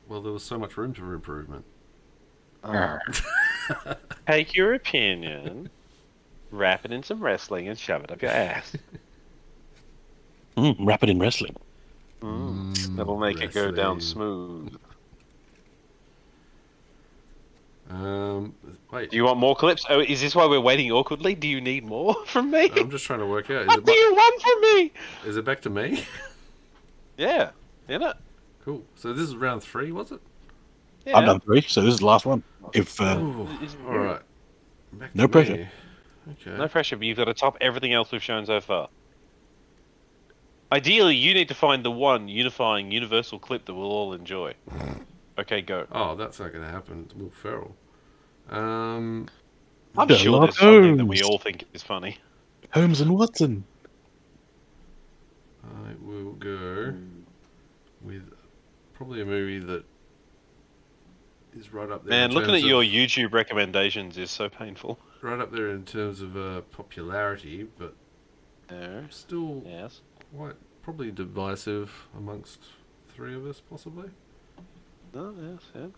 [SPEAKER 2] Well, there was so much room for improvement.
[SPEAKER 3] Take your opinion, wrap it in some wrestling, and shove it up your ass.
[SPEAKER 4] Mm, wrap it in wrestling.
[SPEAKER 3] Mm, That'll make it go down smooth.
[SPEAKER 2] Um, wait.
[SPEAKER 3] Do you want more clips? Oh, is this why we're waiting awkwardly? Do you need more [LAUGHS] from me?
[SPEAKER 2] [LAUGHS]
[SPEAKER 8] Um,
[SPEAKER 2] I'm just trying to work out. Is
[SPEAKER 3] What
[SPEAKER 2] it
[SPEAKER 3] do
[SPEAKER 2] my-
[SPEAKER 3] you want from me?
[SPEAKER 2] Is it back to me?
[SPEAKER 3] Yeah, in it.
[SPEAKER 2] Cool. So this is round three, was it?
[SPEAKER 3] Yeah.
[SPEAKER 4] I've done three, so this is the last one. If uh,
[SPEAKER 2] Ooh, all right. Back
[SPEAKER 4] No
[SPEAKER 2] to
[SPEAKER 4] pressure.
[SPEAKER 2] me. Okay.
[SPEAKER 3] No pressure, but you've got to top everything else we've shown so far. Ideally, you need to find the one unifying universal clip that we'll all enjoy. Okay, go.
[SPEAKER 2] Oh, that's not going to happen. It's Will Ferrell. Um,
[SPEAKER 3] I'm sure there's something that we all think is funny.
[SPEAKER 4] Holmes and Watson,
[SPEAKER 2] I will go with probably a movie that is right up there.
[SPEAKER 3] Man,
[SPEAKER 2] in
[SPEAKER 3] looking at
[SPEAKER 2] terms
[SPEAKER 3] your
[SPEAKER 2] of-
[SPEAKER 3] YouTube recommendations is so painful.
[SPEAKER 2] right up there in terms of uh, popularity, but still
[SPEAKER 3] yes.
[SPEAKER 2] quite probably divisive amongst three of us, possibly.
[SPEAKER 3] No, yes, yes.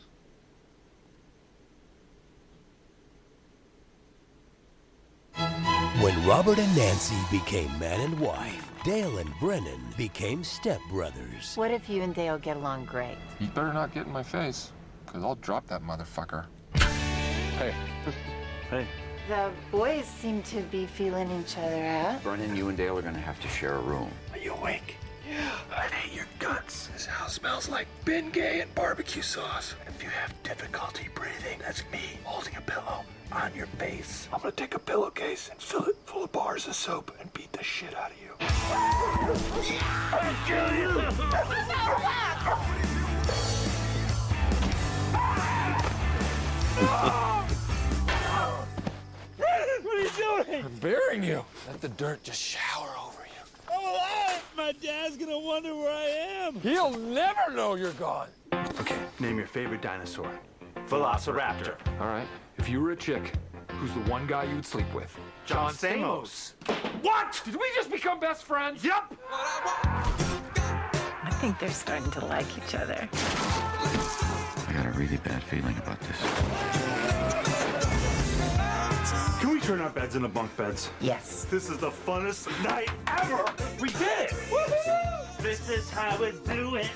[SPEAKER 32] When Robert and Nancy became man and wife, Dale and Brennan became stepbrothers.
[SPEAKER 6] What if you and Dale get along great?
[SPEAKER 8] You better not get in my face, because I'll drop that motherfucker. hey. hey.
[SPEAKER 6] The boys seem to be feeling each other out.
[SPEAKER 18] Brennan, you and Dale are gonna have to share a room.
[SPEAKER 6] Are you awake?
[SPEAKER 18] Yeah, I hate your guts. This house smells like Bengay and barbecue sauce. If you have difficulty breathing, that's me holding a pillow on your face. I'm gonna take a pillowcase and fill it full of bars of soap and beat the shit out of you. I'll kill you!
[SPEAKER 6] what are you doing?
[SPEAKER 18] I'm burying you. Let the dirt just shower over you.
[SPEAKER 6] I'm alive! Oh, My dad's gonna wonder where I am.
[SPEAKER 18] He'll never know you're gone. Okay, name your favorite dinosaur. Velociraptor. All right. If you were a chick, who's the one guy you'd sleep with?
[SPEAKER 13] John
[SPEAKER 18] Samos.
[SPEAKER 13] What? Did we just become best friends? Yep.
[SPEAKER 6] I think they're starting to like each other.
[SPEAKER 18] I got a really bad feeling about this.
[SPEAKER 7] Can we turn our beds into bunk beds?
[SPEAKER 6] Yes.
[SPEAKER 7] This is the funnest night ever. We did it. This is how we do it.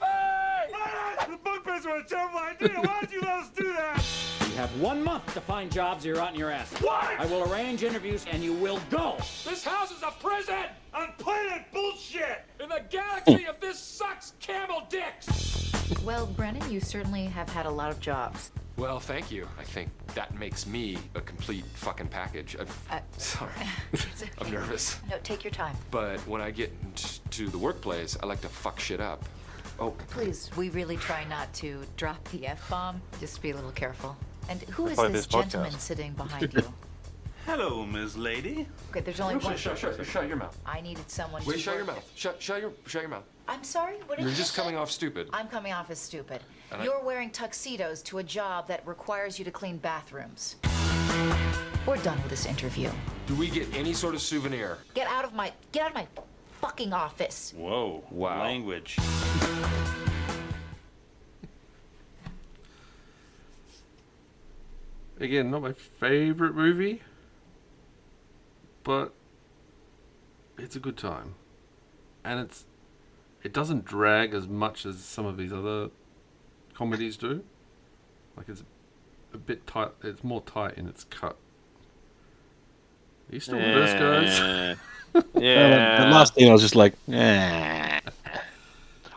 [SPEAKER 13] The bunk beds were a terrible idea. Why did you let us do that?
[SPEAKER 33] You have one month to find jobs or you're out in your ass.
[SPEAKER 13] What?
[SPEAKER 33] I will arrange interviews and you will go.
[SPEAKER 13] This house is a prison on planet bullshit. In the galaxy of this sucks camel dicks.
[SPEAKER 6] Well, Brennan, you certainly have had a lot of jobs.
[SPEAKER 18] Well, thank you. I think that makes me a complete fucking package. I'm [LAUGHS]
[SPEAKER 6] Uh,
[SPEAKER 18] sorry. I'm nervous. [LAUGHS]
[SPEAKER 6] No, take your time.
[SPEAKER 18] But when I get int- to the workplace, I like to fuck shit up. Oh,
[SPEAKER 6] Please, we really try not to drop the F bomb. Just be a little careful. And who
[SPEAKER 18] I
[SPEAKER 6] is
[SPEAKER 18] play this
[SPEAKER 6] this
[SPEAKER 18] podcast.
[SPEAKER 6] gentleman sitting behind you?
[SPEAKER 34] Hello, Ms. Lady.
[SPEAKER 6] Okay, there's only
[SPEAKER 34] No,
[SPEAKER 6] one.
[SPEAKER 34] shut- shut- shut- shut your mouth.
[SPEAKER 6] I needed someone.
[SPEAKER 34] Wait,
[SPEAKER 6] to
[SPEAKER 34] shut your
[SPEAKER 6] work-
[SPEAKER 34] mouth. Shut, shut your, shut your mouth.
[SPEAKER 6] I'm sorry. What did
[SPEAKER 35] You're
[SPEAKER 6] you
[SPEAKER 35] just
[SPEAKER 6] say?
[SPEAKER 35] coming off stupid.
[SPEAKER 6] I'm coming off as stupid.
[SPEAKER 35] And I-
[SPEAKER 6] You're wearing tuxedos to a job that requires you to clean bathrooms. We're done with this interview.
[SPEAKER 35] Do we get any sort of souvenir?
[SPEAKER 6] Get out of my get out of my fucking office.
[SPEAKER 34] Whoa. Wow. Language.
[SPEAKER 2] Again, not my favorite movie, but it's a good time, and it's it doesn't drag as much as some of these other comedies do. Like it's a bit tight. It's more tight in its cut. Are you still with us, guys? [LAUGHS]
[SPEAKER 4] Uh, the last thing I was just like, eh.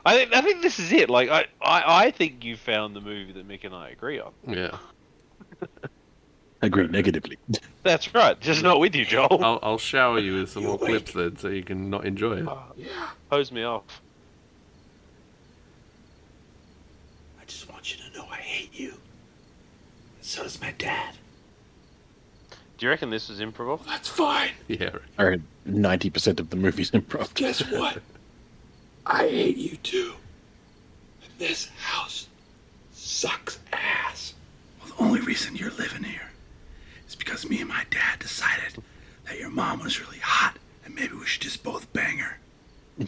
[SPEAKER 3] I think I think this is it. Like I, I, I think you found the movie that Mick and I agree on.
[SPEAKER 2] Yeah.
[SPEAKER 4] Agreed negatively. [LAUGHS]
[SPEAKER 3] That's right. Just not with you, Joel.
[SPEAKER 2] I'll, I'll shower you with some more clips then, so you can not enjoy it.
[SPEAKER 3] Hose me off.
[SPEAKER 18] I just want you to know I hate you. And so does my dad.
[SPEAKER 3] Do you reckon this was improv?
[SPEAKER 18] That's fine.
[SPEAKER 2] [LAUGHS] Yeah.
[SPEAKER 4] Or ninety percent of the movie's improv.
[SPEAKER 18] Guess what? I hate you too. And this house sucks ass. Well, the only reason you're living here is because me and my dad decided that your mom was really hot and maybe we should just both bang her. And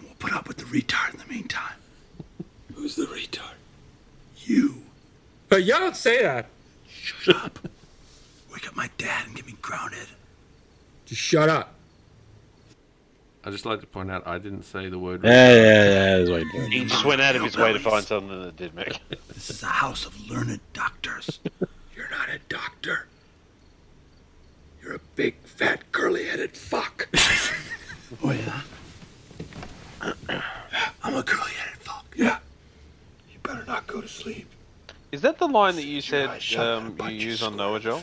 [SPEAKER 18] we'll put up with the retard in the meantime. Who's the retard? You. But y'all don't say that. Shut up. Wake up my dad and get me grounded. Just shut up.
[SPEAKER 2] I just like to point out I didn't say the word.
[SPEAKER 4] Yeah, yeah, yeah, that's what I did.
[SPEAKER 3] He just went out of his way to find something that did Mick.
[SPEAKER 18] This is a house of learned doctors. You're not a doctor. You're a big, fat, curly headed fuck. oh, yeah? I'm a curly headed fuck. Yeah. You better not go to sleep.
[SPEAKER 3] Is that the line that you said um, you use on Noah, Joel?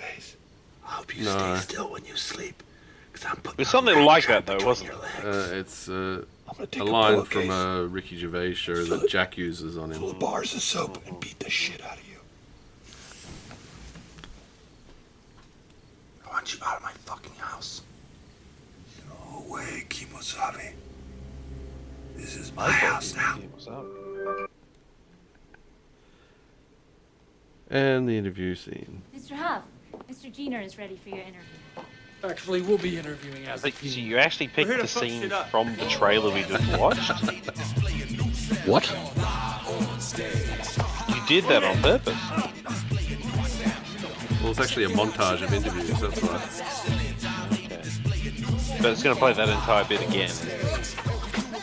[SPEAKER 2] No,
[SPEAKER 18] Still, when you sleep,
[SPEAKER 3] There's something like that though, wasn't it?
[SPEAKER 2] uh, it's uh,
[SPEAKER 18] take
[SPEAKER 2] a
[SPEAKER 18] a
[SPEAKER 2] line
[SPEAKER 18] pillowcase.
[SPEAKER 2] from uh, Ricky Gervais show that Jack uses on him.
[SPEAKER 18] full of bars of soap, and beat the shit out of you. I want you out of my fucking house. No way, Kimosabe. This is my house now.
[SPEAKER 2] And the interview scene.
[SPEAKER 13] Mr. Huff, Mr. Gina is ready for your interview.
[SPEAKER 36] Actually, we'll be interviewing
[SPEAKER 3] I
[SPEAKER 36] as
[SPEAKER 3] think so you actually picked
[SPEAKER 36] We're here
[SPEAKER 3] the
[SPEAKER 36] to fuck
[SPEAKER 3] scene
[SPEAKER 36] shit up.
[SPEAKER 3] from the trailer we just watched.
[SPEAKER 4] What?
[SPEAKER 3] You did that on purpose.
[SPEAKER 2] Well, it's actually a montage of interviews. That's why.
[SPEAKER 3] But it's going to play that entire bit again.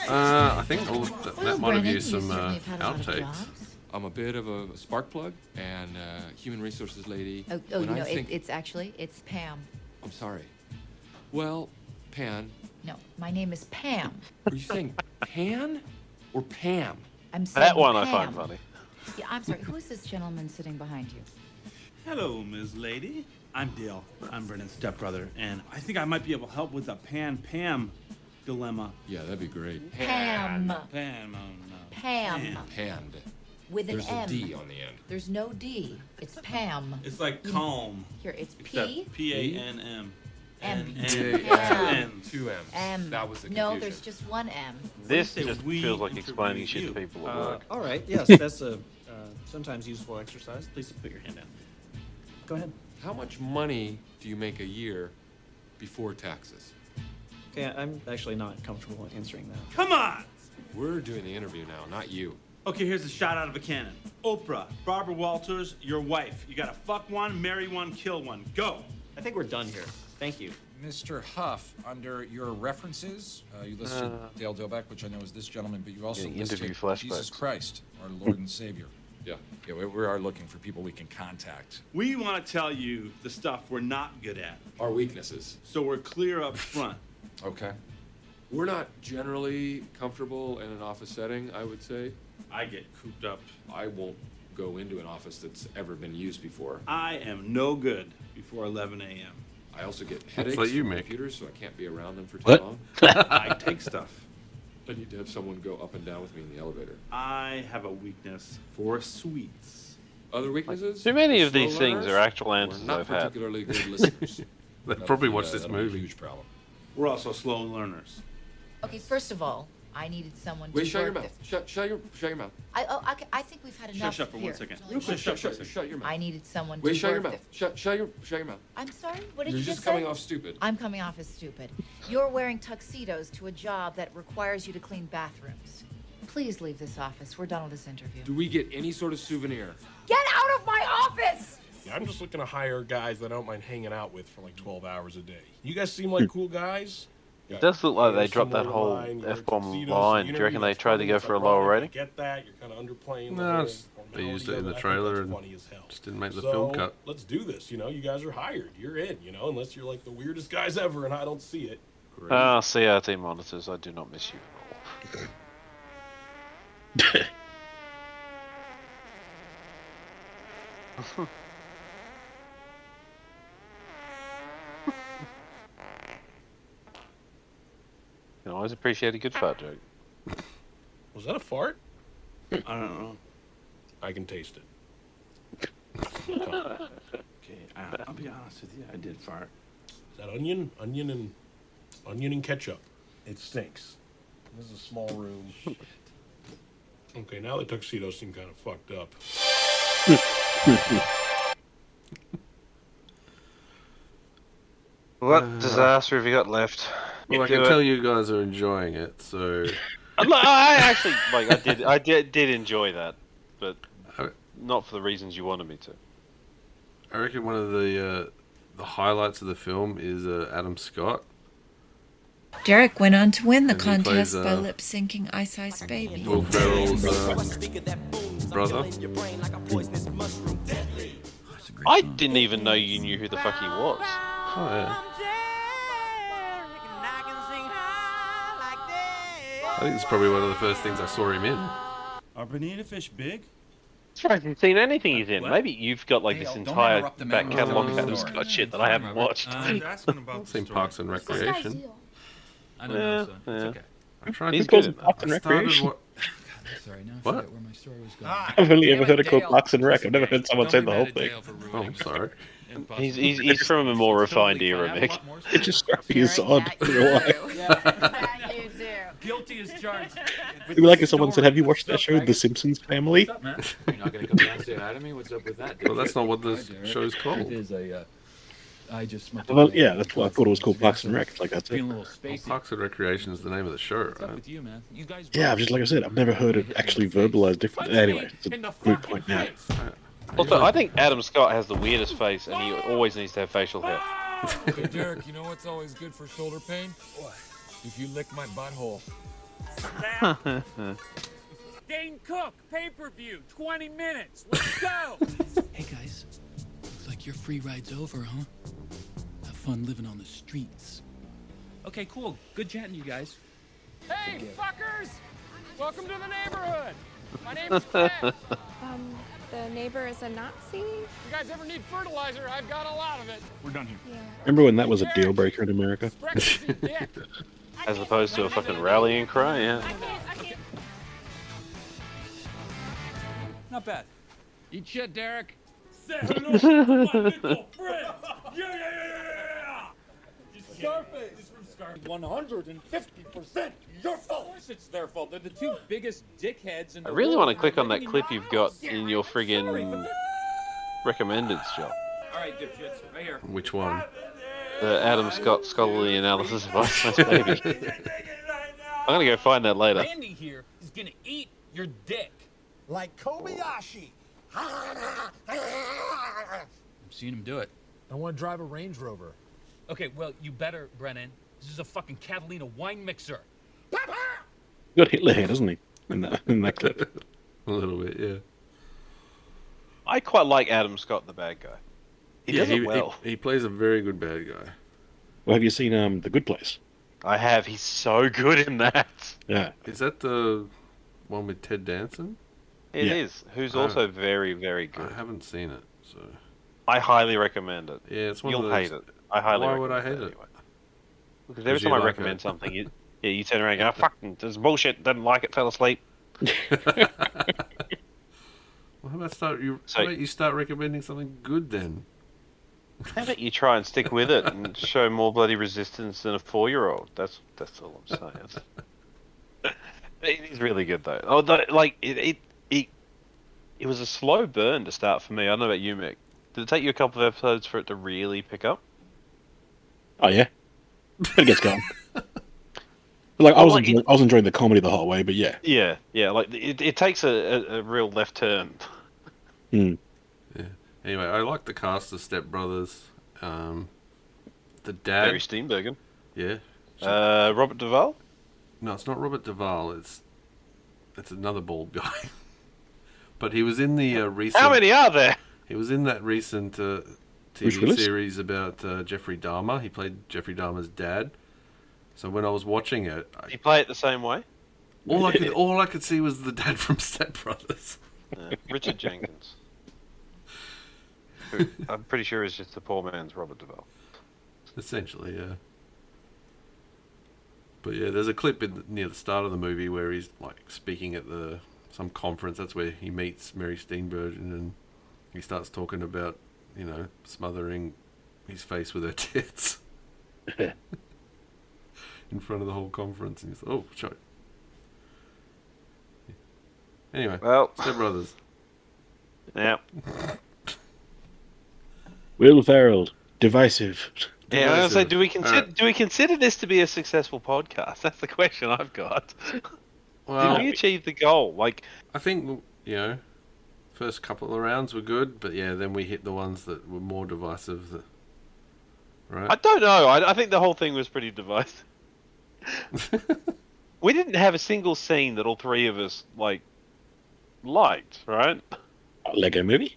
[SPEAKER 2] Uh, I think all that, that might have used some uh, outtakes.
[SPEAKER 8] I'm a bit of a spark plug and uh, human resources lady.
[SPEAKER 6] Oh, oh you
[SPEAKER 8] When I
[SPEAKER 6] know, it,
[SPEAKER 8] think-
[SPEAKER 6] it's actually it's Pam.
[SPEAKER 8] I'm sorry. Well, Pan,
[SPEAKER 6] No, my name is Pam.
[SPEAKER 8] are you saying Pan or Pam?
[SPEAKER 6] I'm saying
[SPEAKER 8] That one
[SPEAKER 6] Pam.
[SPEAKER 8] I find funny.
[SPEAKER 6] Yeah, I'm sorry. Who's this gentleman sitting behind you?
[SPEAKER 37] Hello, Ms. Lady. I'm Dale. I'm Brennan's stepbrother, and I think I might be able to help with the Pan Pam dilemma.
[SPEAKER 8] Yeah, that'd be great.
[SPEAKER 6] Pam.
[SPEAKER 37] Pam. oh, no.
[SPEAKER 6] Pam.
[SPEAKER 8] Panned.
[SPEAKER 6] With an
[SPEAKER 8] There's
[SPEAKER 6] M.
[SPEAKER 8] a D on the end.
[SPEAKER 6] There's no D. It's Pam.
[SPEAKER 37] It's like calm.
[SPEAKER 6] Here, it's
[SPEAKER 37] Except
[SPEAKER 6] P.
[SPEAKER 37] P A N M.
[SPEAKER 6] M.
[SPEAKER 37] N-
[SPEAKER 8] Yeah,
[SPEAKER 37] N-
[SPEAKER 6] yeah.
[SPEAKER 37] N.
[SPEAKER 8] Two M's.
[SPEAKER 6] M.
[SPEAKER 8] That was the
[SPEAKER 6] No,
[SPEAKER 8] confusion.
[SPEAKER 6] there's just one M.
[SPEAKER 3] This just feels like explaining shit to people at
[SPEAKER 36] Uh,
[SPEAKER 3] work.
[SPEAKER 36] all right. Yes, that's a uh, sometimes useful exercise. Please put your hand down. Go ahead.
[SPEAKER 8] How much money do you make a year before taxes?
[SPEAKER 36] Okay, I'm actually not comfortable answering that.
[SPEAKER 37] Come on!
[SPEAKER 8] We're doing the interview now, not you.
[SPEAKER 37] Okay, here's a shot out of a cannon. Oprah, Barbara Walters, your wife. You gotta fuck one, marry one, kill one. Go!
[SPEAKER 36] I think we're done here. Thank you.
[SPEAKER 38] Mr. Huff, under your references, uh, you listed
[SPEAKER 8] Uh.
[SPEAKER 38] Dale Dobeck, which I know is this gentleman, but you also
[SPEAKER 8] Getting
[SPEAKER 38] listed
[SPEAKER 8] interview
[SPEAKER 38] Jesus
[SPEAKER 8] flashbacks.
[SPEAKER 38] Christ, our Lord and Savior.
[SPEAKER 8] Yeah.
[SPEAKER 38] Yeah, we, we are looking for people we can contact.
[SPEAKER 37] We wanna tell you the stuff we're not good at.
[SPEAKER 8] Our weaknesses.
[SPEAKER 37] So we're clear up front.
[SPEAKER 8] Okay. We're not generally comfortable in an office setting, I would say.
[SPEAKER 37] I get cooped up.
[SPEAKER 8] I won't go into an office that's ever been used before.
[SPEAKER 37] I am no good before 11 a.m.
[SPEAKER 8] I also get
[SPEAKER 37] That's
[SPEAKER 8] headaches
[SPEAKER 37] like you,
[SPEAKER 8] from
[SPEAKER 37] Mick.
[SPEAKER 8] computers, so I can't be around them for too
[SPEAKER 37] What?
[SPEAKER 8] long.
[SPEAKER 37] I take stuff.
[SPEAKER 8] I need to have someone go up and down with me in the elevator.
[SPEAKER 37] I have a weakness for sweets.
[SPEAKER 8] Other weaknesses?
[SPEAKER 3] Too many
[SPEAKER 8] We're
[SPEAKER 3] of these
[SPEAKER 8] slow
[SPEAKER 3] things
[SPEAKER 8] learners.
[SPEAKER 3] are actual answers
[SPEAKER 8] We're not
[SPEAKER 3] I've had.
[SPEAKER 8] particularly good listeners.
[SPEAKER 2] They
[SPEAKER 39] That'll
[SPEAKER 2] probably
[SPEAKER 39] be,
[SPEAKER 2] watched
[SPEAKER 39] uh,
[SPEAKER 2] this
[SPEAKER 39] that'll be a
[SPEAKER 2] movie.
[SPEAKER 39] huge problem.
[SPEAKER 13] We're also slow learners.
[SPEAKER 6] Okay, first of all, I needed someone
[SPEAKER 8] Wait,
[SPEAKER 6] to
[SPEAKER 8] shut your
[SPEAKER 6] work
[SPEAKER 8] mouth.
[SPEAKER 6] with.
[SPEAKER 8] Shut, shut your, shut your mouth.
[SPEAKER 6] I, oh, I, I think we've had enough
[SPEAKER 13] shut for one
[SPEAKER 6] here.
[SPEAKER 13] second.
[SPEAKER 6] Julie,
[SPEAKER 8] Real quick,
[SPEAKER 6] shut
[SPEAKER 8] shut,
[SPEAKER 6] your
[SPEAKER 8] shut,
[SPEAKER 6] mouth.
[SPEAKER 8] shut your mouth.
[SPEAKER 6] I needed someone
[SPEAKER 8] Wait,
[SPEAKER 6] to
[SPEAKER 8] shut your mouth.
[SPEAKER 6] work with.
[SPEAKER 8] Shut, shut your, shut your mouth.
[SPEAKER 6] I'm sorry. What did
[SPEAKER 8] You're
[SPEAKER 6] you
[SPEAKER 8] just
[SPEAKER 6] just
[SPEAKER 8] coming
[SPEAKER 6] say?
[SPEAKER 8] off stupid.
[SPEAKER 6] I'm coming off as stupid. You're wearing tuxedos to a job that requires you to clean bathrooms. Please leave this office. We're done with this interview.
[SPEAKER 8] Do we get any sort of souvenir?
[SPEAKER 6] Get out of my office!
[SPEAKER 4] Yeah, I'm just looking to hire guys that I don't mind hanging out with for like 12 hours a day. You guys seem like
[SPEAKER 8] Hmm.
[SPEAKER 4] cool guys.
[SPEAKER 3] It does look like they dropped that
[SPEAKER 4] Someone
[SPEAKER 3] whole
[SPEAKER 4] online, wear
[SPEAKER 3] F-bomb
[SPEAKER 4] tuxedos,
[SPEAKER 3] line. Do you
[SPEAKER 4] interview
[SPEAKER 3] reckon they
[SPEAKER 4] that's
[SPEAKER 3] tried to
[SPEAKER 4] funny,
[SPEAKER 3] go
[SPEAKER 4] it's
[SPEAKER 3] for a
[SPEAKER 4] ironic,
[SPEAKER 3] lower
[SPEAKER 4] I
[SPEAKER 3] rating?
[SPEAKER 4] Get that? You're kind of underplaying. the
[SPEAKER 2] No,
[SPEAKER 4] whole
[SPEAKER 2] it's, they
[SPEAKER 4] formality
[SPEAKER 2] used
[SPEAKER 4] of
[SPEAKER 2] it in the
[SPEAKER 4] I think
[SPEAKER 2] trailer
[SPEAKER 4] that's
[SPEAKER 2] and
[SPEAKER 4] funny as hell.
[SPEAKER 2] just didn't make the
[SPEAKER 4] So,
[SPEAKER 2] film cut.
[SPEAKER 4] Let's do this. You know, you guys are hired. You're in. You know, unless you're like the weirdest guys ever, and I don't see it.
[SPEAKER 3] Ah, CRT monitors. I do not miss you. [LAUGHS] Can always appreciate a good fart joke.
[SPEAKER 4] Was that a fart?
[SPEAKER 13] I don't know.
[SPEAKER 4] I can taste it.
[SPEAKER 13] okay, I, I'll be honest with you. I did fart.
[SPEAKER 4] Is that onion? Onion and onion and ketchup. It stinks. This is a small room. okay, now the tuxedo seem kind of
[SPEAKER 40] [LAUGHS]
[SPEAKER 4] fucked up.
[SPEAKER 3] What
[SPEAKER 4] Uh,
[SPEAKER 3] disaster have you got left?
[SPEAKER 2] Well, I
[SPEAKER 3] Do
[SPEAKER 2] can
[SPEAKER 3] it.
[SPEAKER 2] tell you guys are enjoying it, [LAUGHS] so
[SPEAKER 3] I'm not- I actually like. I did. I did, did enjoy that, but not for the reasons you wanted me to.
[SPEAKER 2] I reckon one of the uh, the highlights of the film is uh, Adam Scott.
[SPEAKER 41] Derek went on to win the
[SPEAKER 2] And he plays,
[SPEAKER 41] contest by
[SPEAKER 2] uh,
[SPEAKER 41] lip syncing Ice Ice Baby.
[SPEAKER 2] Will Ferrell's um, brother.
[SPEAKER 3] I didn't even know you knew who the fuck he was.
[SPEAKER 2] Oh, yeah. I think it's probably one of the first things I saw him in.
[SPEAKER 13] Are banana fish big?
[SPEAKER 3] Surprised you've seen anything he's in.
[SPEAKER 13] What?
[SPEAKER 3] Maybe you've got like
[SPEAKER 13] Hey,
[SPEAKER 3] this
[SPEAKER 13] don't
[SPEAKER 3] entire
[SPEAKER 13] interrupt the
[SPEAKER 3] back
[SPEAKER 13] man.
[SPEAKER 3] catalogue
[SPEAKER 13] Uh,
[SPEAKER 3] that was got shit that I haven't watched.
[SPEAKER 13] I was asking about
[SPEAKER 2] I've seen Parks and Recreation.
[SPEAKER 13] I
[SPEAKER 3] don't know, son. It's okay.
[SPEAKER 2] I tried
[SPEAKER 3] He's
[SPEAKER 2] to get
[SPEAKER 3] good
[SPEAKER 2] it.
[SPEAKER 3] at Parks and
[SPEAKER 2] I started
[SPEAKER 3] Recreation.
[SPEAKER 2] wa-
[SPEAKER 7] Sorry, now I
[SPEAKER 2] What? Oh,
[SPEAKER 7] forget where my story was going.
[SPEAKER 40] I've only ever heard it called Parks and Rec. I've never heard someone say the whole thing.
[SPEAKER 2] Oh, I'm sorry.
[SPEAKER 3] He's, he's, he's from a more refined era, Mick.
[SPEAKER 40] It just struck me as odd. I don't know why.
[SPEAKER 13] [LAUGHS]
[SPEAKER 6] you do.
[SPEAKER 42] Guilty as charged.
[SPEAKER 40] It'd be like if someone said, "Have you watched that show, The Simpsons Family?"
[SPEAKER 7] You're not going to come down and say hi to me? What's up with that?
[SPEAKER 2] Well, that's not what the
[SPEAKER 7] Hi, Derek.
[SPEAKER 2] show's called.
[SPEAKER 7] It is a, uh, I just smoked
[SPEAKER 40] Well,
[SPEAKER 7] a-
[SPEAKER 40] yeah, that's why I thought it was called Parks and Rec. Like that's it.
[SPEAKER 7] Feeling a little
[SPEAKER 2] Well,
[SPEAKER 7] spacey.
[SPEAKER 2] Parks and Recreation is the name of the show,
[SPEAKER 7] What's up
[SPEAKER 2] right?
[SPEAKER 7] with you, man? You guys
[SPEAKER 40] Yeah, I've just like I said, I've never heard it actually verbalized differently. Anyway, it's a moot point now.
[SPEAKER 3] Also, I think Adam Scott has the weirdest face, and he always needs to have facial hair.
[SPEAKER 18] Hey, Derek, you know what's always good for shoulder pain? What? If you lick my butthole.
[SPEAKER 43] Dane Cook, pay per view, 20 minutes. Let's go.
[SPEAKER 7] Hey guys, looks like your free ride's over, huh? Have fun living on the streets.
[SPEAKER 13] Okay, cool. Good chatting, you guys.
[SPEAKER 43] hey, fuckers! Welcome to the neighborhood. My name is Fred. You
[SPEAKER 44] [LAUGHS] Um, the neighbor is a Nazi?
[SPEAKER 43] guys ever need fertilizer? I've got a lot of it.
[SPEAKER 13] We're done here.
[SPEAKER 40] Remember when that was a deal breaker in America?
[SPEAKER 3] As opposed to a fucking rallying cry, yeah.
[SPEAKER 18] Not bad. Eat shit, Derek. Say
[SPEAKER 43] hello to my little friend. Yeah, yeah, yeah,
[SPEAKER 18] yeah. Scarface is from Scarface. 150%. Your fault. Of course it's their fault. They're the two biggest dickheads in
[SPEAKER 3] I
[SPEAKER 18] the
[SPEAKER 3] really
[SPEAKER 18] world.
[SPEAKER 3] want to click on that clip you've got in your friggin' recommended, Joe.
[SPEAKER 18] All right, dipshits, right here.
[SPEAKER 2] Which one? [LAUGHS]
[SPEAKER 3] The Adam Scott scholarly analysis of Ice Ice
[SPEAKER 2] [LAUGHS]
[SPEAKER 3] Baby. I'm gonna go find that later.
[SPEAKER 18] Randy here is gonna eat your dick.
[SPEAKER 45] Like Kobayashi.
[SPEAKER 18] I've seen him do it.
[SPEAKER 7] I want to drive a Range Rover.
[SPEAKER 18] Okay, well, you better, Brennan. This is a fucking Catalina wine mixer.
[SPEAKER 40] He's got Hitler hair, doesn't he? In that in that
[SPEAKER 2] [LAUGHS]
[SPEAKER 40] clip.
[SPEAKER 2] A little bit, yeah.
[SPEAKER 3] I quite like Adam Scott, the bad guy. He
[SPEAKER 2] yeah,
[SPEAKER 3] does it well.
[SPEAKER 2] He, he plays a very good bad guy.
[SPEAKER 40] Well, have you seen um The Good Place?
[SPEAKER 3] I have. He's so good in that.
[SPEAKER 40] Yeah.
[SPEAKER 2] Is that the one with Ted Danson?
[SPEAKER 3] It is.
[SPEAKER 2] Yeah.
[SPEAKER 3] Who's
[SPEAKER 2] Oh.
[SPEAKER 3] also very, very good.
[SPEAKER 2] I haven't seen it, so
[SPEAKER 3] I highly recommend it.
[SPEAKER 2] yeah, it's one
[SPEAKER 3] You'll
[SPEAKER 2] of those.
[SPEAKER 3] hate it. I highly
[SPEAKER 2] Why
[SPEAKER 3] recommend
[SPEAKER 2] would I hate it?
[SPEAKER 3] Because every
[SPEAKER 2] Because
[SPEAKER 3] time
[SPEAKER 2] you
[SPEAKER 3] I
[SPEAKER 2] like
[SPEAKER 3] recommend
[SPEAKER 2] it.
[SPEAKER 3] something,
[SPEAKER 2] [LAUGHS]
[SPEAKER 3] you, yeah, you turn around and go, "Ah, fucking, this is bullshit, didn't like it, fell asleep.
[SPEAKER 2] Well, how about start you?
[SPEAKER 3] So-
[SPEAKER 2] how about you start recommending something good then?
[SPEAKER 3] How about you try and stick with it and show more bloody resistance than a four-year-old? That's that's all I'm saying. it is really good though. Although, like it, it it it was a slow burn to start for me. I don't know about you, Mick. Did it take you a couple of episodes for it to really pick up?
[SPEAKER 4] Oh yeah, it gets
[SPEAKER 2] [LAUGHS]
[SPEAKER 4] going. But like I
[SPEAKER 3] Well,
[SPEAKER 4] was,
[SPEAKER 3] like,
[SPEAKER 4] enjoying, I was enjoying the comedy the whole way, but yeah,
[SPEAKER 3] Yeah, yeah. Like it, it takes a, a, a real left turn.
[SPEAKER 4] Hmm.
[SPEAKER 2] Anyway, I like the cast of Step Brothers. Um, the dad.
[SPEAKER 3] Barry Steenburgen.
[SPEAKER 2] Yeah.
[SPEAKER 3] Uh, Robert Duvall.
[SPEAKER 2] No, it's not Robert Duvall. It's it's another bald guy. [LAUGHS] but he was in the uh, recent.
[SPEAKER 3] How many are there?
[SPEAKER 2] He was in that recent uh,
[SPEAKER 3] Bruce
[SPEAKER 2] TV
[SPEAKER 3] Willis?
[SPEAKER 2] series about uh, Jeffrey Dahmer. He played Jeffrey Dahmer's dad. So when I was watching it, I,
[SPEAKER 3] You play it the same way.
[SPEAKER 2] all
[SPEAKER 3] [LAUGHS]
[SPEAKER 2] I could all I could see was the dad from Step Brothers.
[SPEAKER 3] Uh, Richard Jenkins. Who I'm pretty sure is just the poor man's Robert Duvall.
[SPEAKER 2] Essentially, yeah. But yeah, there's a clip in the, near the start of the movie where he's like speaking at the some conference. That's where he meets Mary Steenburgen, and he starts talking about you know smothering his face with her [LAUGHS] tits in front of the whole conference. And he's oh, sorry. Anyway,
[SPEAKER 3] well,
[SPEAKER 2] Step Brothers.
[SPEAKER 3] Yeah.
[SPEAKER 4] Will Ferrell, divisive.
[SPEAKER 3] Yeah, I was gonna say, do we consider do we consider this to be a successful podcast? [LAUGHS] That's the question I've got.
[SPEAKER 2] Well-
[SPEAKER 3] Did we achieve the goal? Like,
[SPEAKER 2] I think you know, first couple of rounds were good, but yeah, then we hit the ones that were more divisive. That, right?
[SPEAKER 3] I don't know. I, I think the whole thing was pretty [LAUGHS] divisive. we didn't have a single scene that all three of us like liked, right?
[SPEAKER 4] Lego Movie.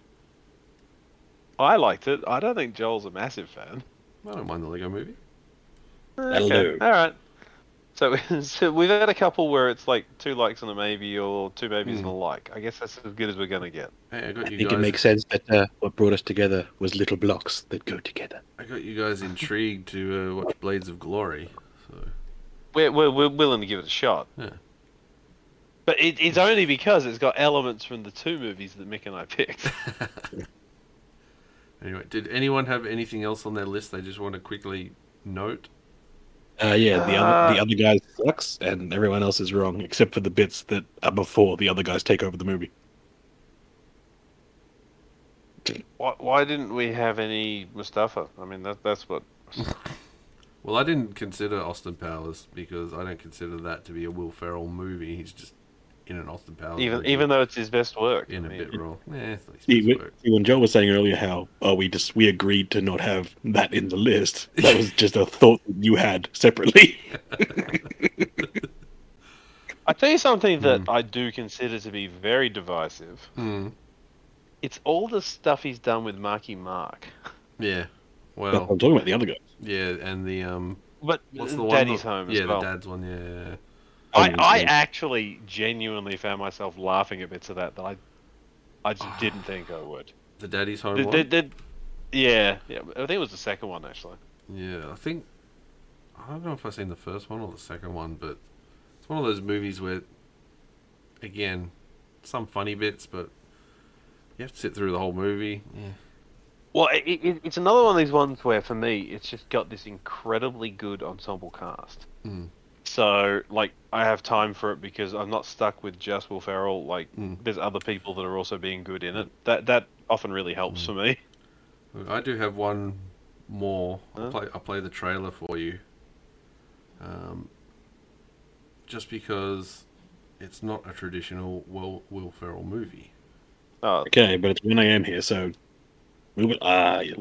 [SPEAKER 3] I liked it. I don't think Joel's a massive fan.
[SPEAKER 2] I don't mind the Lego Movie.
[SPEAKER 4] Hello.
[SPEAKER 3] All right. So, [LAUGHS] so we've had a couple where it's like two likes and a maybe, or two maybes and a like. I guess that's as good as we're gonna get.
[SPEAKER 2] Hey, I
[SPEAKER 4] I
[SPEAKER 2] got you
[SPEAKER 4] think
[SPEAKER 2] guys.
[SPEAKER 4] it makes sense that uh, what brought us together was little blocks that go together.
[SPEAKER 2] I got you guys intrigued to uh, watch Blades of Glory. So
[SPEAKER 3] We're, we're, we're willing to give it a shot.
[SPEAKER 2] Yeah.
[SPEAKER 3] But it, it's only because it's got elements from the two movies that Mick and I picked.
[SPEAKER 2] [LAUGHS] anyway, did anyone have anything else on their list they just want to quickly note?
[SPEAKER 4] Uh, yeah, the other the
[SPEAKER 2] Uh,
[SPEAKER 4] other guy sucks, and everyone else is wrong except for the bits that are before the other guys take over the movie.
[SPEAKER 3] why, why didn't we have any Mustafa? I mean, that that's what.
[SPEAKER 2] Well, I didn't consider Austin Powers because I don't consider that to be a Will Ferrell movie. He's just in an Austin Powers.
[SPEAKER 3] Even
[SPEAKER 2] movie.
[SPEAKER 3] even though it's his best work.
[SPEAKER 2] in a bit role. Yeah,
[SPEAKER 4] See, when- see, when Joel was saying earlier how oh we just we agreed to not have that in the list, that was just a thought that you had separately.
[SPEAKER 3] I tell you something that
[SPEAKER 2] Mm.
[SPEAKER 3] I do consider to be very divisive. It's all the stuff he's done with Marky Mark.
[SPEAKER 2] Yeah.
[SPEAKER 4] That's what
[SPEAKER 2] Well,
[SPEAKER 4] [LAUGHS] I'm talking about the other guy.
[SPEAKER 2] Yeah, and the um.
[SPEAKER 3] But
[SPEAKER 2] what's
[SPEAKER 3] uh,
[SPEAKER 2] the one
[SPEAKER 3] Daddy's
[SPEAKER 2] that-
[SPEAKER 3] Home as
[SPEAKER 2] Yeah,
[SPEAKER 3] well.
[SPEAKER 2] the dad's one. Yeah. yeah.
[SPEAKER 3] I, I actually genuinely found myself laughing at bits of that that I, I
[SPEAKER 2] Ah.
[SPEAKER 3] just didn't think I would.
[SPEAKER 2] The daddy's home.
[SPEAKER 3] The-
[SPEAKER 2] one?
[SPEAKER 3] the- the- yeah, yeah, I think it was the second one actually.
[SPEAKER 2] Yeah, I think I don't know if I've seen the first one or the second one, but it's one of those movies where, again, some funny bits, but you have to sit through the whole movie. Yeah.
[SPEAKER 3] Well, it, it, it's another one of these ones where for me it's just got this incredibly good ensemble cast.
[SPEAKER 2] Mm.
[SPEAKER 3] So like I have time for it because I'm not stuck with just Will Ferrell. Like
[SPEAKER 2] Mm.
[SPEAKER 3] there's other people that are also being good in it. That that often really
[SPEAKER 2] Mm.
[SPEAKER 3] helps for me. [LAUGHS]
[SPEAKER 2] Look, I do have one more. I'll, play, I'll play the trailer for you. Um, just because it's not a traditional Will, Will Ferrell movie.
[SPEAKER 3] Uh,
[SPEAKER 4] Okay, but it's 1 a.m. here, so move it. Ah, yeah.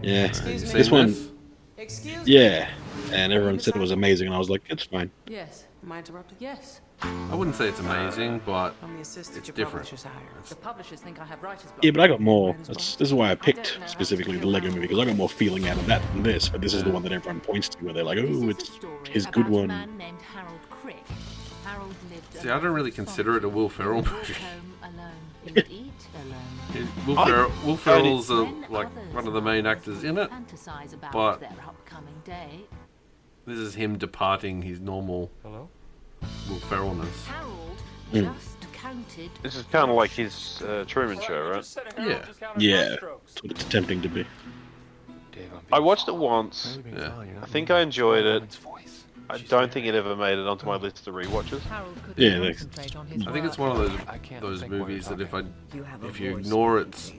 [SPEAKER 4] yeah.
[SPEAKER 13] Excuse me.
[SPEAKER 4] This one,
[SPEAKER 13] Excuse me.
[SPEAKER 4] yeah. And everyone said it was amazing, and I was like, it's fine.
[SPEAKER 13] Yes. Am I interrupting? Yes.
[SPEAKER 2] I wouldn't say it's amazing, but
[SPEAKER 13] I'm the assistant
[SPEAKER 2] it's
[SPEAKER 13] your
[SPEAKER 2] different.
[SPEAKER 13] publishers hire. The publishers think I have writers' block.
[SPEAKER 4] Yeah, but I got more. That's, this is why I picked specifically the Lego movie, because I got more feeling out of that than this. But this is the one that everyone points to where they're like, oh, it's his good
[SPEAKER 13] about A
[SPEAKER 4] one.
[SPEAKER 13] man named Harold Crick. Harold lived
[SPEAKER 2] See, I don't really consider it a Will Ferrell [LAUGHS] movie.
[SPEAKER 13] home alone. He would
[SPEAKER 2] [LAUGHS]
[SPEAKER 13] eat alone.
[SPEAKER 2] It- Will,
[SPEAKER 13] I-
[SPEAKER 2] Ferrell, Will
[SPEAKER 13] Only-
[SPEAKER 2] Ferrell's uh,
[SPEAKER 13] When
[SPEAKER 2] like
[SPEAKER 13] others
[SPEAKER 2] one of the main actors in it,
[SPEAKER 13] fantasize about
[SPEAKER 2] but
[SPEAKER 13] their upcoming day.
[SPEAKER 2] this is him departing his normal Will Ferrellness.
[SPEAKER 13] Harold
[SPEAKER 4] Mm.
[SPEAKER 13] just
[SPEAKER 6] counted.
[SPEAKER 3] This is kind of like his uh, Truman Show, right?
[SPEAKER 2] Yeah.
[SPEAKER 4] Yeah, that's what it's tempting to be.
[SPEAKER 3] I watched it once. I think I enjoyed it. I don't think it ever made it onto my list of rewatches.
[SPEAKER 4] Yeah, thanks.
[SPEAKER 2] I think it's one of those those movies that if I if you ignore it's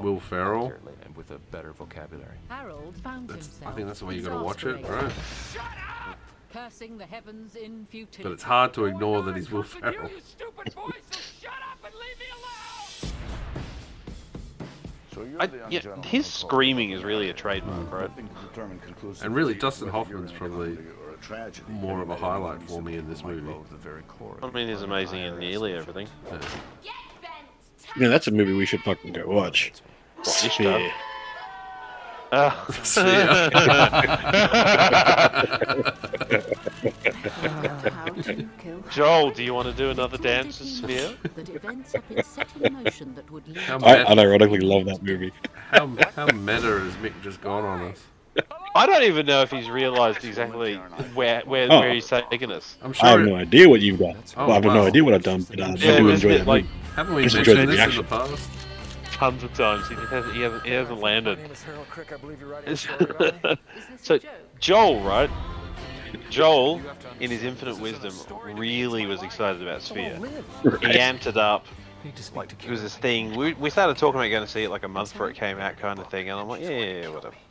[SPEAKER 2] Will Ferrell,
[SPEAKER 8] and with a better vocabulary.
[SPEAKER 6] Harold found
[SPEAKER 2] that's I
[SPEAKER 6] himself.
[SPEAKER 2] think that's the way you got to watch it, right?
[SPEAKER 6] Cursing the heavens in futility.
[SPEAKER 2] But it's hard to ignore that he's Will Ferrell.
[SPEAKER 3] I, yeah, his screaming is really a trademark, right?
[SPEAKER 2] And really, Dustin Hoffman's probably more of a highlight for me in this movie.
[SPEAKER 3] I mean, he's amazing in nearly everything.
[SPEAKER 4] Yeah, that's a movie we should fucking go watch. Yeah.
[SPEAKER 3] Ah. Joel, do you want to do another dance with Sphere?
[SPEAKER 6] That events had been set in motion that would lead
[SPEAKER 2] How
[SPEAKER 4] I,
[SPEAKER 2] meta-
[SPEAKER 4] I ironically love that movie.
[SPEAKER 2] How, how meta has Mick just gone on us?
[SPEAKER 3] I don't even know if he's realised exactly where where,
[SPEAKER 4] Oh.
[SPEAKER 3] where he's taken us.
[SPEAKER 2] I'm
[SPEAKER 4] I have no idea what you've got.
[SPEAKER 2] Oh,
[SPEAKER 4] well, I have
[SPEAKER 2] wow.
[SPEAKER 4] no idea what I've done, but uh, I
[SPEAKER 3] Yeah,
[SPEAKER 4] do
[SPEAKER 3] isn't
[SPEAKER 4] enjoy
[SPEAKER 3] it
[SPEAKER 4] that
[SPEAKER 3] like-
[SPEAKER 4] movie.
[SPEAKER 2] Haven't we
[SPEAKER 4] Just enjoy
[SPEAKER 2] mentioned
[SPEAKER 4] the
[SPEAKER 2] this in the
[SPEAKER 4] reaction.
[SPEAKER 2] past?
[SPEAKER 3] tons of times. He hasn't, he hasn't, he hasn't landed. so, Joel, right? Joel, in his infinite wisdom, really was excited about Sphere.
[SPEAKER 4] Right.
[SPEAKER 3] He amped it up. Like, it was this thing. We, we started talking about going to see it like a month before it came out, kind of thing. And I'm like, yeah, yeah, yeah whatever.
[SPEAKER 4] [LAUGHS]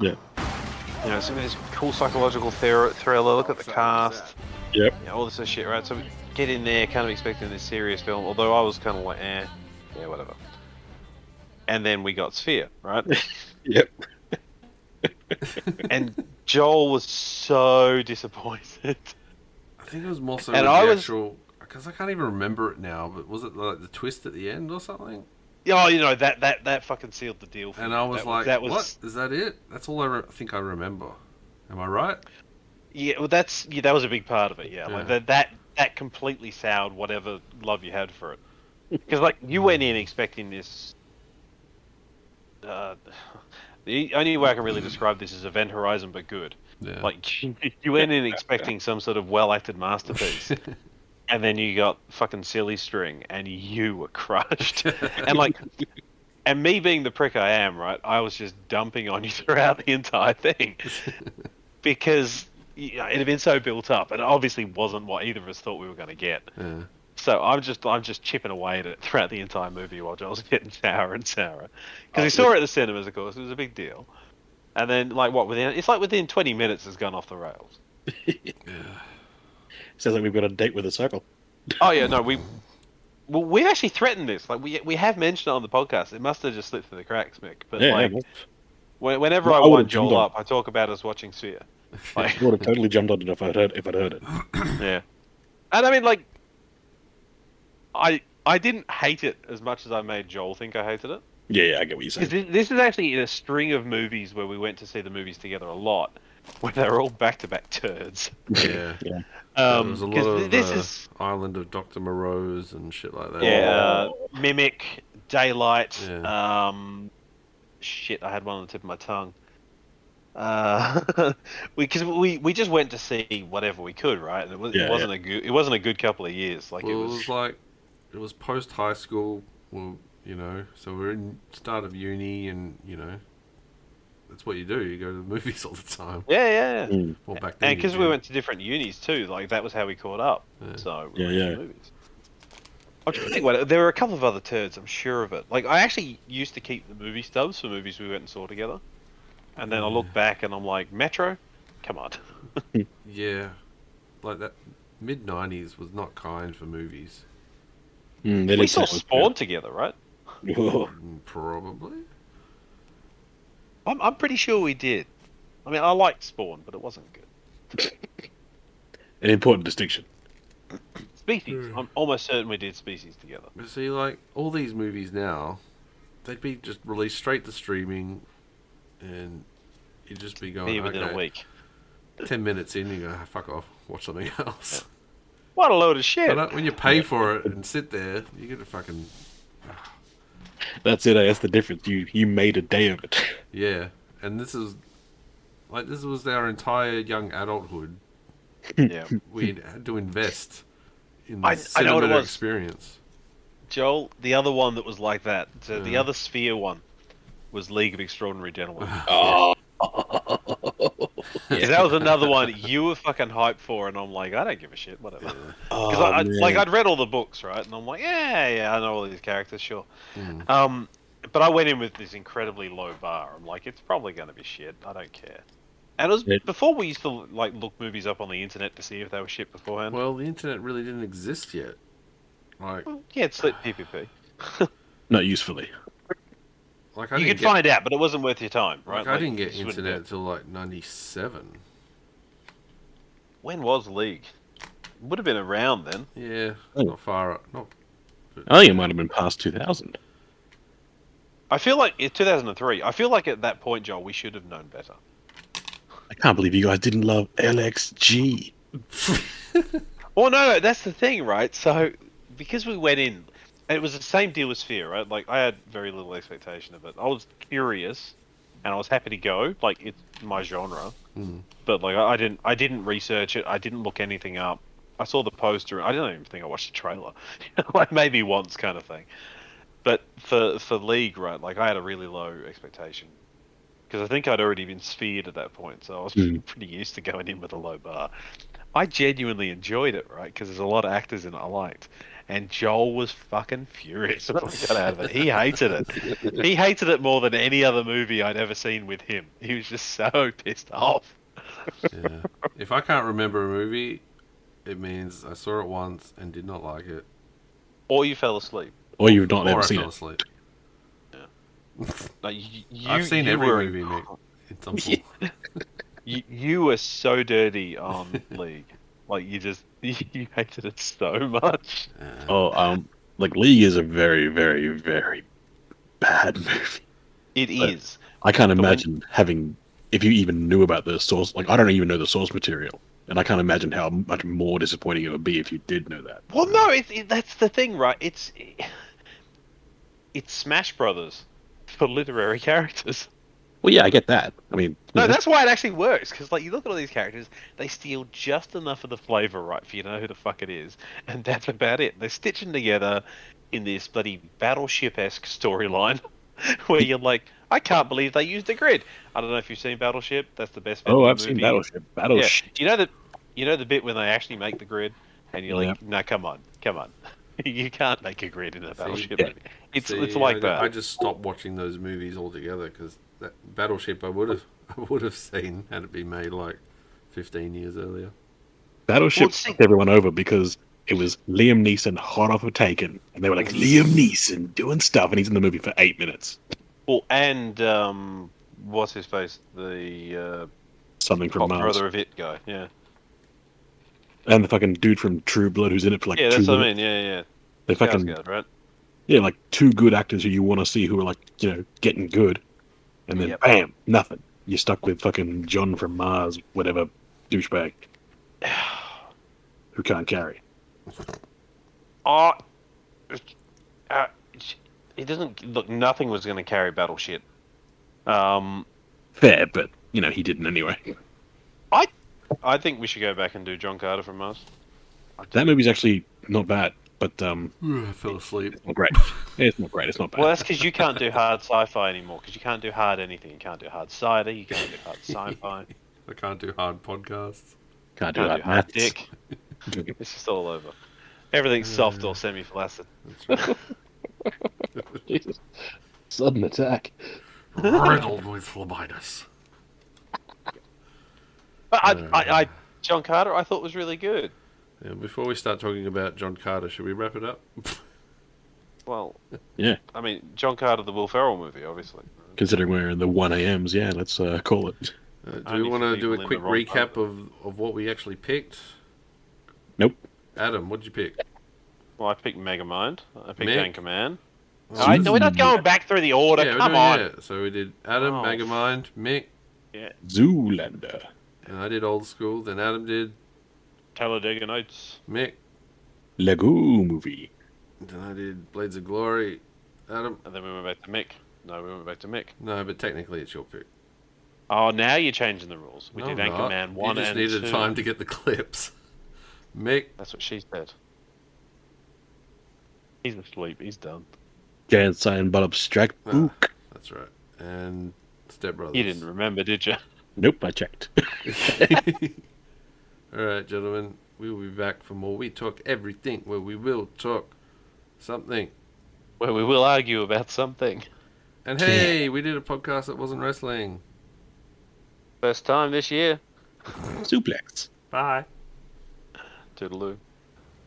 [SPEAKER 4] Yeah.
[SPEAKER 3] You know, some of this cool psychological ther- thriller. Look at the cast.
[SPEAKER 4] Yep.
[SPEAKER 3] You know, all this sort of shit, right? So we get in there, kind of expecting this serious film. Although I was kind of like, eh, yeah, whatever. And then we got Sphere, right?
[SPEAKER 4] Yep.
[SPEAKER 3] and Joel was so disappointed. [LAUGHS]
[SPEAKER 2] I think it was more so
[SPEAKER 3] And
[SPEAKER 2] with
[SPEAKER 3] I
[SPEAKER 2] the
[SPEAKER 3] was-
[SPEAKER 2] actual because I can't even remember it now. But was it like the twist at the end or something?
[SPEAKER 3] Oh, you know that that that fucking sealed the deal. For
[SPEAKER 2] And
[SPEAKER 3] me.
[SPEAKER 2] I was
[SPEAKER 3] that,
[SPEAKER 2] like,
[SPEAKER 3] that was
[SPEAKER 2] "What is that? It? That's all I re- think I remember." Am I right?
[SPEAKER 3] yeah. Well, that's yeah, that was a big part of it. Yeah, like
[SPEAKER 2] Yeah.
[SPEAKER 3] that that that completely soured whatever love you had for it. Because like you went in expecting this. Uh, the only way I can really describe this is Event Horizon, but good.
[SPEAKER 2] Yeah.
[SPEAKER 3] Like [LAUGHS] you went in expecting some sort of well acted masterpiece, and then you got fucking silly string, and you were crushed. and like, and me being the prick I am, right? I was just dumping on you [LAUGHS] throughout the entire thing because you know, it had been so built up, and it obviously wasn't what either of us thought we were going to get.
[SPEAKER 2] Yeah.
[SPEAKER 3] So I'm just I'm just chipping away at it throughout the entire movie while Joel's [LAUGHS] getting sourer and sourer because we saw it at the cinemas, of course, it was a big deal. And then like what within it's like within 20 minutes it's gone off the rails.
[SPEAKER 4] Sounds like we've got a date with a circle.
[SPEAKER 3] Oh yeah, no we well we actually threatened this like we we have mentioned it on the podcast. It must have just slipped through the cracks, Mick. But
[SPEAKER 4] yeah,
[SPEAKER 3] like
[SPEAKER 4] yeah,
[SPEAKER 3] when- whenever
[SPEAKER 4] Well, I
[SPEAKER 3] I
[SPEAKER 4] would've
[SPEAKER 3] wind Joel
[SPEAKER 4] jumped on
[SPEAKER 3] up, I talk about us watching Sphere.
[SPEAKER 4] I would have totally jumped on it if I'd heard if I'd heard it.
[SPEAKER 3] yeah. And I mean, like, I I didn't hate it as much as I made Joel think I hated it.
[SPEAKER 4] Yeah, yeah, I get what you're
[SPEAKER 3] 'Cause
[SPEAKER 4] saying.
[SPEAKER 3] This, this is actually in a string of movies where we went to see the movies together a lot, where they're all back to back turds.
[SPEAKER 2] Yeah.
[SPEAKER 4] yeah.
[SPEAKER 2] There
[SPEAKER 3] [LAUGHS] Um,
[SPEAKER 2] was a
[SPEAKER 3] 'cause
[SPEAKER 2] lot of
[SPEAKER 3] this
[SPEAKER 2] uh,
[SPEAKER 3] is
[SPEAKER 2] Island of Doctor Moreau's and shit like that.
[SPEAKER 3] yeah, uh, mimic, daylight.
[SPEAKER 2] Oh. Yeah.
[SPEAKER 3] Um, shit, I had one on the tip of my tongue. Uh, [LAUGHS] because we we just went to see whatever we could, right? And it, was,
[SPEAKER 2] Yeah,
[SPEAKER 3] it
[SPEAKER 2] yeah.
[SPEAKER 3] wasn't a good it wasn't a good couple of years. Like
[SPEAKER 2] Well,
[SPEAKER 3] it
[SPEAKER 2] it was like it was post high school. Well, you know, so we're in start of uni, and you know, that's what you do. You go to the [LAUGHS] movies all the time.
[SPEAKER 3] Yeah, yeah. yeah.
[SPEAKER 2] Well, back
[SPEAKER 3] And
[SPEAKER 2] then you
[SPEAKER 3] because we
[SPEAKER 2] did.
[SPEAKER 3] went to different unis too, like that was how we caught up. So we
[SPEAKER 4] Yeah,
[SPEAKER 3] watched
[SPEAKER 4] yeah.
[SPEAKER 3] movies. I'm trying to think. What, there were a couple of other turds, I'm sure of it. Like I actually used to keep the movie stubs for movies we went and saw together, and then I look back and I'm like, Metro, come
[SPEAKER 4] [LAUGHS]
[SPEAKER 3] on.
[SPEAKER 2] Yeah, like that. Mid '90s was not kind for movies.
[SPEAKER 4] Mm, they
[SPEAKER 3] we
[SPEAKER 4] did
[SPEAKER 3] saw
[SPEAKER 4] say-
[SPEAKER 3] Spawn together, right?
[SPEAKER 4] [LAUGHS] Whoa.
[SPEAKER 2] Mm, Probably.
[SPEAKER 3] I'm I'm pretty sure we did. I mean, I liked Spawn, but it wasn't good.
[SPEAKER 4] An important distinction.
[SPEAKER 3] Species,
[SPEAKER 2] Hmm.
[SPEAKER 3] I'm almost certain we did Species together.
[SPEAKER 2] But see, like all these movies now, they'd be just released straight to streaming, and you'd just be going
[SPEAKER 3] Maybe within a
[SPEAKER 2] Oh, "Okay,
[SPEAKER 3] week."
[SPEAKER 2] Ten minutes in, you go "Ah, fuck off, watch something [LAUGHS] else.
[SPEAKER 3] What a load of shit!
[SPEAKER 2] But uh, when you pay for it and sit there, you get a fucking
[SPEAKER 4] That's it. eh? That's the difference. You you made a day of it. [LAUGHS]
[SPEAKER 2] yeah. And this is like this was our entire young adulthood.
[SPEAKER 3] Yeah.
[SPEAKER 2] we had to invest in the
[SPEAKER 3] I- I know what it
[SPEAKER 2] cinematic
[SPEAKER 3] was.
[SPEAKER 2] experience.
[SPEAKER 3] Joel, the other one that was like that, so the
[SPEAKER 1] Yeah.
[SPEAKER 3] other sphere one, was League of Extraordinary Gentlemen.
[SPEAKER 1] Oh.
[SPEAKER 3] Yeah, that was another one you were fucking hyped for, and I'm like, I don't give a shit, whatever. Because
[SPEAKER 4] Oh,
[SPEAKER 3] I, I,
[SPEAKER 4] man.
[SPEAKER 3] like I'd read all the books, right? And I'm like, yeah, yeah, I know all these characters, sure. Um, but I went in with this incredibly low bar. I'm like, it's probably going to be shit. I don't care. And it was
[SPEAKER 4] It-
[SPEAKER 3] before we used to like look movies up on the internet to see if they were shit beforehand.
[SPEAKER 1] Well, the internet really didn't exist yet. Like,
[SPEAKER 3] yeah, it's like PPP.
[SPEAKER 4] Not usefully.
[SPEAKER 1] like I
[SPEAKER 3] you
[SPEAKER 1] didn't
[SPEAKER 3] could
[SPEAKER 1] get-
[SPEAKER 3] find out, but it wasn't worth your time, right?
[SPEAKER 1] Like, I didn't get
[SPEAKER 3] you just wouldn't
[SPEAKER 1] internet until like '97.
[SPEAKER 3] do it. When was League? Would have been around then.
[SPEAKER 1] Yeah,
[SPEAKER 4] Oh.
[SPEAKER 1] not far up. Not
[SPEAKER 4] I think it might have been past 2000.
[SPEAKER 3] I feel like eh, in 2003. I feel like at that point, Joel, we should have known better.
[SPEAKER 4] I can't believe you guys didn't love LXG.
[SPEAKER 3] Well, no, no, that's the thing, right? So, because we went in, and it was the same deal with Sphere, right? Like, I had very little expectation of it. I was curious, and I was happy to go. Like, it's my genre,
[SPEAKER 1] Mm.
[SPEAKER 3] but like, I I didn't, I didn't research it. I didn't look anything up. I saw the poster. I don't even think I watched the trailer. [LAUGHS] like, maybe once, kind of thing. But for for League, right? Like, I had a really low expectation because I think I'd already been sphered at that point, so I was
[SPEAKER 4] Mm.
[SPEAKER 3] [LAUGHS] pretty used to going in with a low bar. I genuinely enjoyed it, right? Because there's a lot of actors in it I liked, and Joel was fucking furious [LAUGHS] when we got out of it. He hated it. He hated it more than any other movie I'd ever seen with him. He was just so [LAUGHS] pissed off.
[SPEAKER 1] Yeah. if I can't remember a movie, it means I saw it once and did not like it.
[SPEAKER 3] Or you fell asleep.
[SPEAKER 4] Or you've not
[SPEAKER 1] or
[SPEAKER 4] ever
[SPEAKER 1] I
[SPEAKER 4] seen
[SPEAKER 1] fell
[SPEAKER 4] it.
[SPEAKER 1] asleep.
[SPEAKER 3] Like, you, you,
[SPEAKER 1] I've seen
[SPEAKER 3] you
[SPEAKER 1] every
[SPEAKER 3] were
[SPEAKER 1] movie, Nick.
[SPEAKER 3] [LAUGHS]
[SPEAKER 1] In some form.
[SPEAKER 3] you, you were so dirty on [LAUGHS] League. Like you just [LAUGHS] you hated it so much.
[SPEAKER 4] Oh, um, like League is a very, very, very bad [LAUGHS] movie.
[SPEAKER 3] It is.
[SPEAKER 4] But I can't imagine having if you even knew about the source. Like I don't even know the source material, and I can't imagine how much more disappointing it would be if you did know that.
[SPEAKER 3] Well, no, it, it, that's the thing, right? It's it's Smash Brothers for literary [LAUGHS] characters.
[SPEAKER 4] Well, yeah, I get that. I mean,
[SPEAKER 3] No, that's why it actually works because, like, you look at all these characters, they steal just enough of the flavor, right, for you to know who the fuck it is, and [LAUGHS] that's about it. They're stitching together in this bloody battleship-esque storyline [LAUGHS] where you're like, I can't believe they used the grid. I don't know if you've seen Battleship. That's the best.
[SPEAKER 4] Oh,
[SPEAKER 3] Batman
[SPEAKER 4] I've seen
[SPEAKER 3] movie.
[SPEAKER 4] Battleship.
[SPEAKER 3] Yeah.
[SPEAKER 4] Battleship.
[SPEAKER 3] You know the, you know the bit when they actually make the grid, and you're like, no, come on, come on, [LAUGHS] you can't make a grid in a Battleship movie. It's
[SPEAKER 1] See,
[SPEAKER 3] it's like
[SPEAKER 1] I,
[SPEAKER 3] that.
[SPEAKER 1] I just stopped watching those movies altogether because that Battleship I would have [LAUGHS] I would have seen had it been made like 15 years earlier.
[SPEAKER 4] Battleship fucked everyone over because it was Liam Neeson hot off of Taken, and they were like Liam Neeson doing stuff, and he's in the movie for eight minutes.
[SPEAKER 3] Well, and um, what's his face? The
[SPEAKER 4] Something
[SPEAKER 3] uh,
[SPEAKER 4] from
[SPEAKER 3] Pop
[SPEAKER 4] Mars,
[SPEAKER 3] brother of it guy. Yeah,
[SPEAKER 4] and the fucking dude from True Blood who's in it for like
[SPEAKER 3] yeah,
[SPEAKER 4] two
[SPEAKER 3] that's what I
[SPEAKER 4] minutes.
[SPEAKER 3] mean. Yeah, yeah.
[SPEAKER 4] They fucking-
[SPEAKER 3] Skarsgård, right?
[SPEAKER 4] Yeah, like two good actors who you want to see who are like, you know, getting good. And then bam, nothing. You're stuck with fucking John from Mars, whatever douchebag. who can't carry.
[SPEAKER 3] Oh, uh, it doesn't look. Nothing was going to carry Battleship. Um,
[SPEAKER 4] Fair, but you know, he didn't anyway.
[SPEAKER 3] I, I think we should go back and do John Carter from Mars.
[SPEAKER 4] That movie's actually not bad, but um
[SPEAKER 1] Mm, I fell asleep.
[SPEAKER 4] Not great. It's not great, it's not bad.
[SPEAKER 3] Well, that's because you can't do hard sci-fi anymore. Because you can't do hard anything. You can't do hard cider. You can't do
[SPEAKER 4] [LAUGHS]
[SPEAKER 3] hard sci-fi.
[SPEAKER 1] I can't do hard podcasts.
[SPEAKER 4] Can't
[SPEAKER 3] do
[SPEAKER 4] hard
[SPEAKER 3] hard
[SPEAKER 4] maths. [LAUGHS]
[SPEAKER 3] dick. it's just all over. Everything's soft or semi-flaccid. [LAUGHS]
[SPEAKER 4] Jesus. Sudden attack.
[SPEAKER 1] Riddled with phlebitis.
[SPEAKER 3] But I, I, I, John Carter, I thought was really good.
[SPEAKER 1] Yeah, before we start talking about John Carter, should we wrap it up?
[SPEAKER 3] Well,
[SPEAKER 4] Yeah.
[SPEAKER 3] I mean, John Carter, the Will Ferrell movie, obviously.
[SPEAKER 4] Considering we're in the one AMs, yeah, let's uh, call it.
[SPEAKER 1] Uh, do
[SPEAKER 3] Only
[SPEAKER 1] we want to
[SPEAKER 3] for people
[SPEAKER 1] do
[SPEAKER 3] in
[SPEAKER 1] a
[SPEAKER 3] the
[SPEAKER 1] quick
[SPEAKER 3] wrong
[SPEAKER 1] recap of, of what we actually picked?
[SPEAKER 4] Nope.
[SPEAKER 1] Adam, what'd you pick?
[SPEAKER 3] Well, I picked Megamind. I picked
[SPEAKER 1] Meg?
[SPEAKER 3] Anchorman.
[SPEAKER 1] Oh,
[SPEAKER 3] Alright, no, we're not
[SPEAKER 1] Mick.
[SPEAKER 3] going back through the order.
[SPEAKER 1] Yeah, we
[SPEAKER 3] Come
[SPEAKER 1] do,
[SPEAKER 3] on.
[SPEAKER 1] yeah. So we did Adam,
[SPEAKER 3] Oh.
[SPEAKER 1] Megamind, Mick,
[SPEAKER 3] Yeah.
[SPEAKER 4] Zoolander.
[SPEAKER 1] and I did old school. Then Adam did
[SPEAKER 3] Talladega Nights.
[SPEAKER 1] Mick,
[SPEAKER 4] Lego movie.
[SPEAKER 1] then I did Blades of Glory. Adam.
[SPEAKER 3] And then we went back to Mick. No, we went back to Mick.
[SPEAKER 1] No, but technically it's your pick.
[SPEAKER 3] Oh, now you're changing the rules. We
[SPEAKER 1] No,
[SPEAKER 3] did
[SPEAKER 1] I'm not.
[SPEAKER 3] Anchorman one
[SPEAKER 1] You just
[SPEAKER 3] and
[SPEAKER 1] needed
[SPEAKER 3] two.
[SPEAKER 1] time [LAUGHS] to get the clips. Mick.
[SPEAKER 3] That's what she said.
[SPEAKER 46] He's asleep. He's done.
[SPEAKER 4] Giant sign butt up strike.
[SPEAKER 2] Ah,
[SPEAKER 4] Ooh,
[SPEAKER 2] that's right. And Step Brothers.
[SPEAKER 46] You didn't remember, did
[SPEAKER 3] [LAUGHS]
[SPEAKER 46] you?
[SPEAKER 4] Nope, I checked. [LAUGHS]
[SPEAKER 2] All right, gentlemen, we will be back for more. We talk everything where we will talk something.
[SPEAKER 46] Where we will argue about something.
[SPEAKER 2] And hey, we did a podcast that wasn't wrestling.
[SPEAKER 46] First time this year.
[SPEAKER 4] Suplex.
[SPEAKER 2] Bye.
[SPEAKER 46] Toodaloo.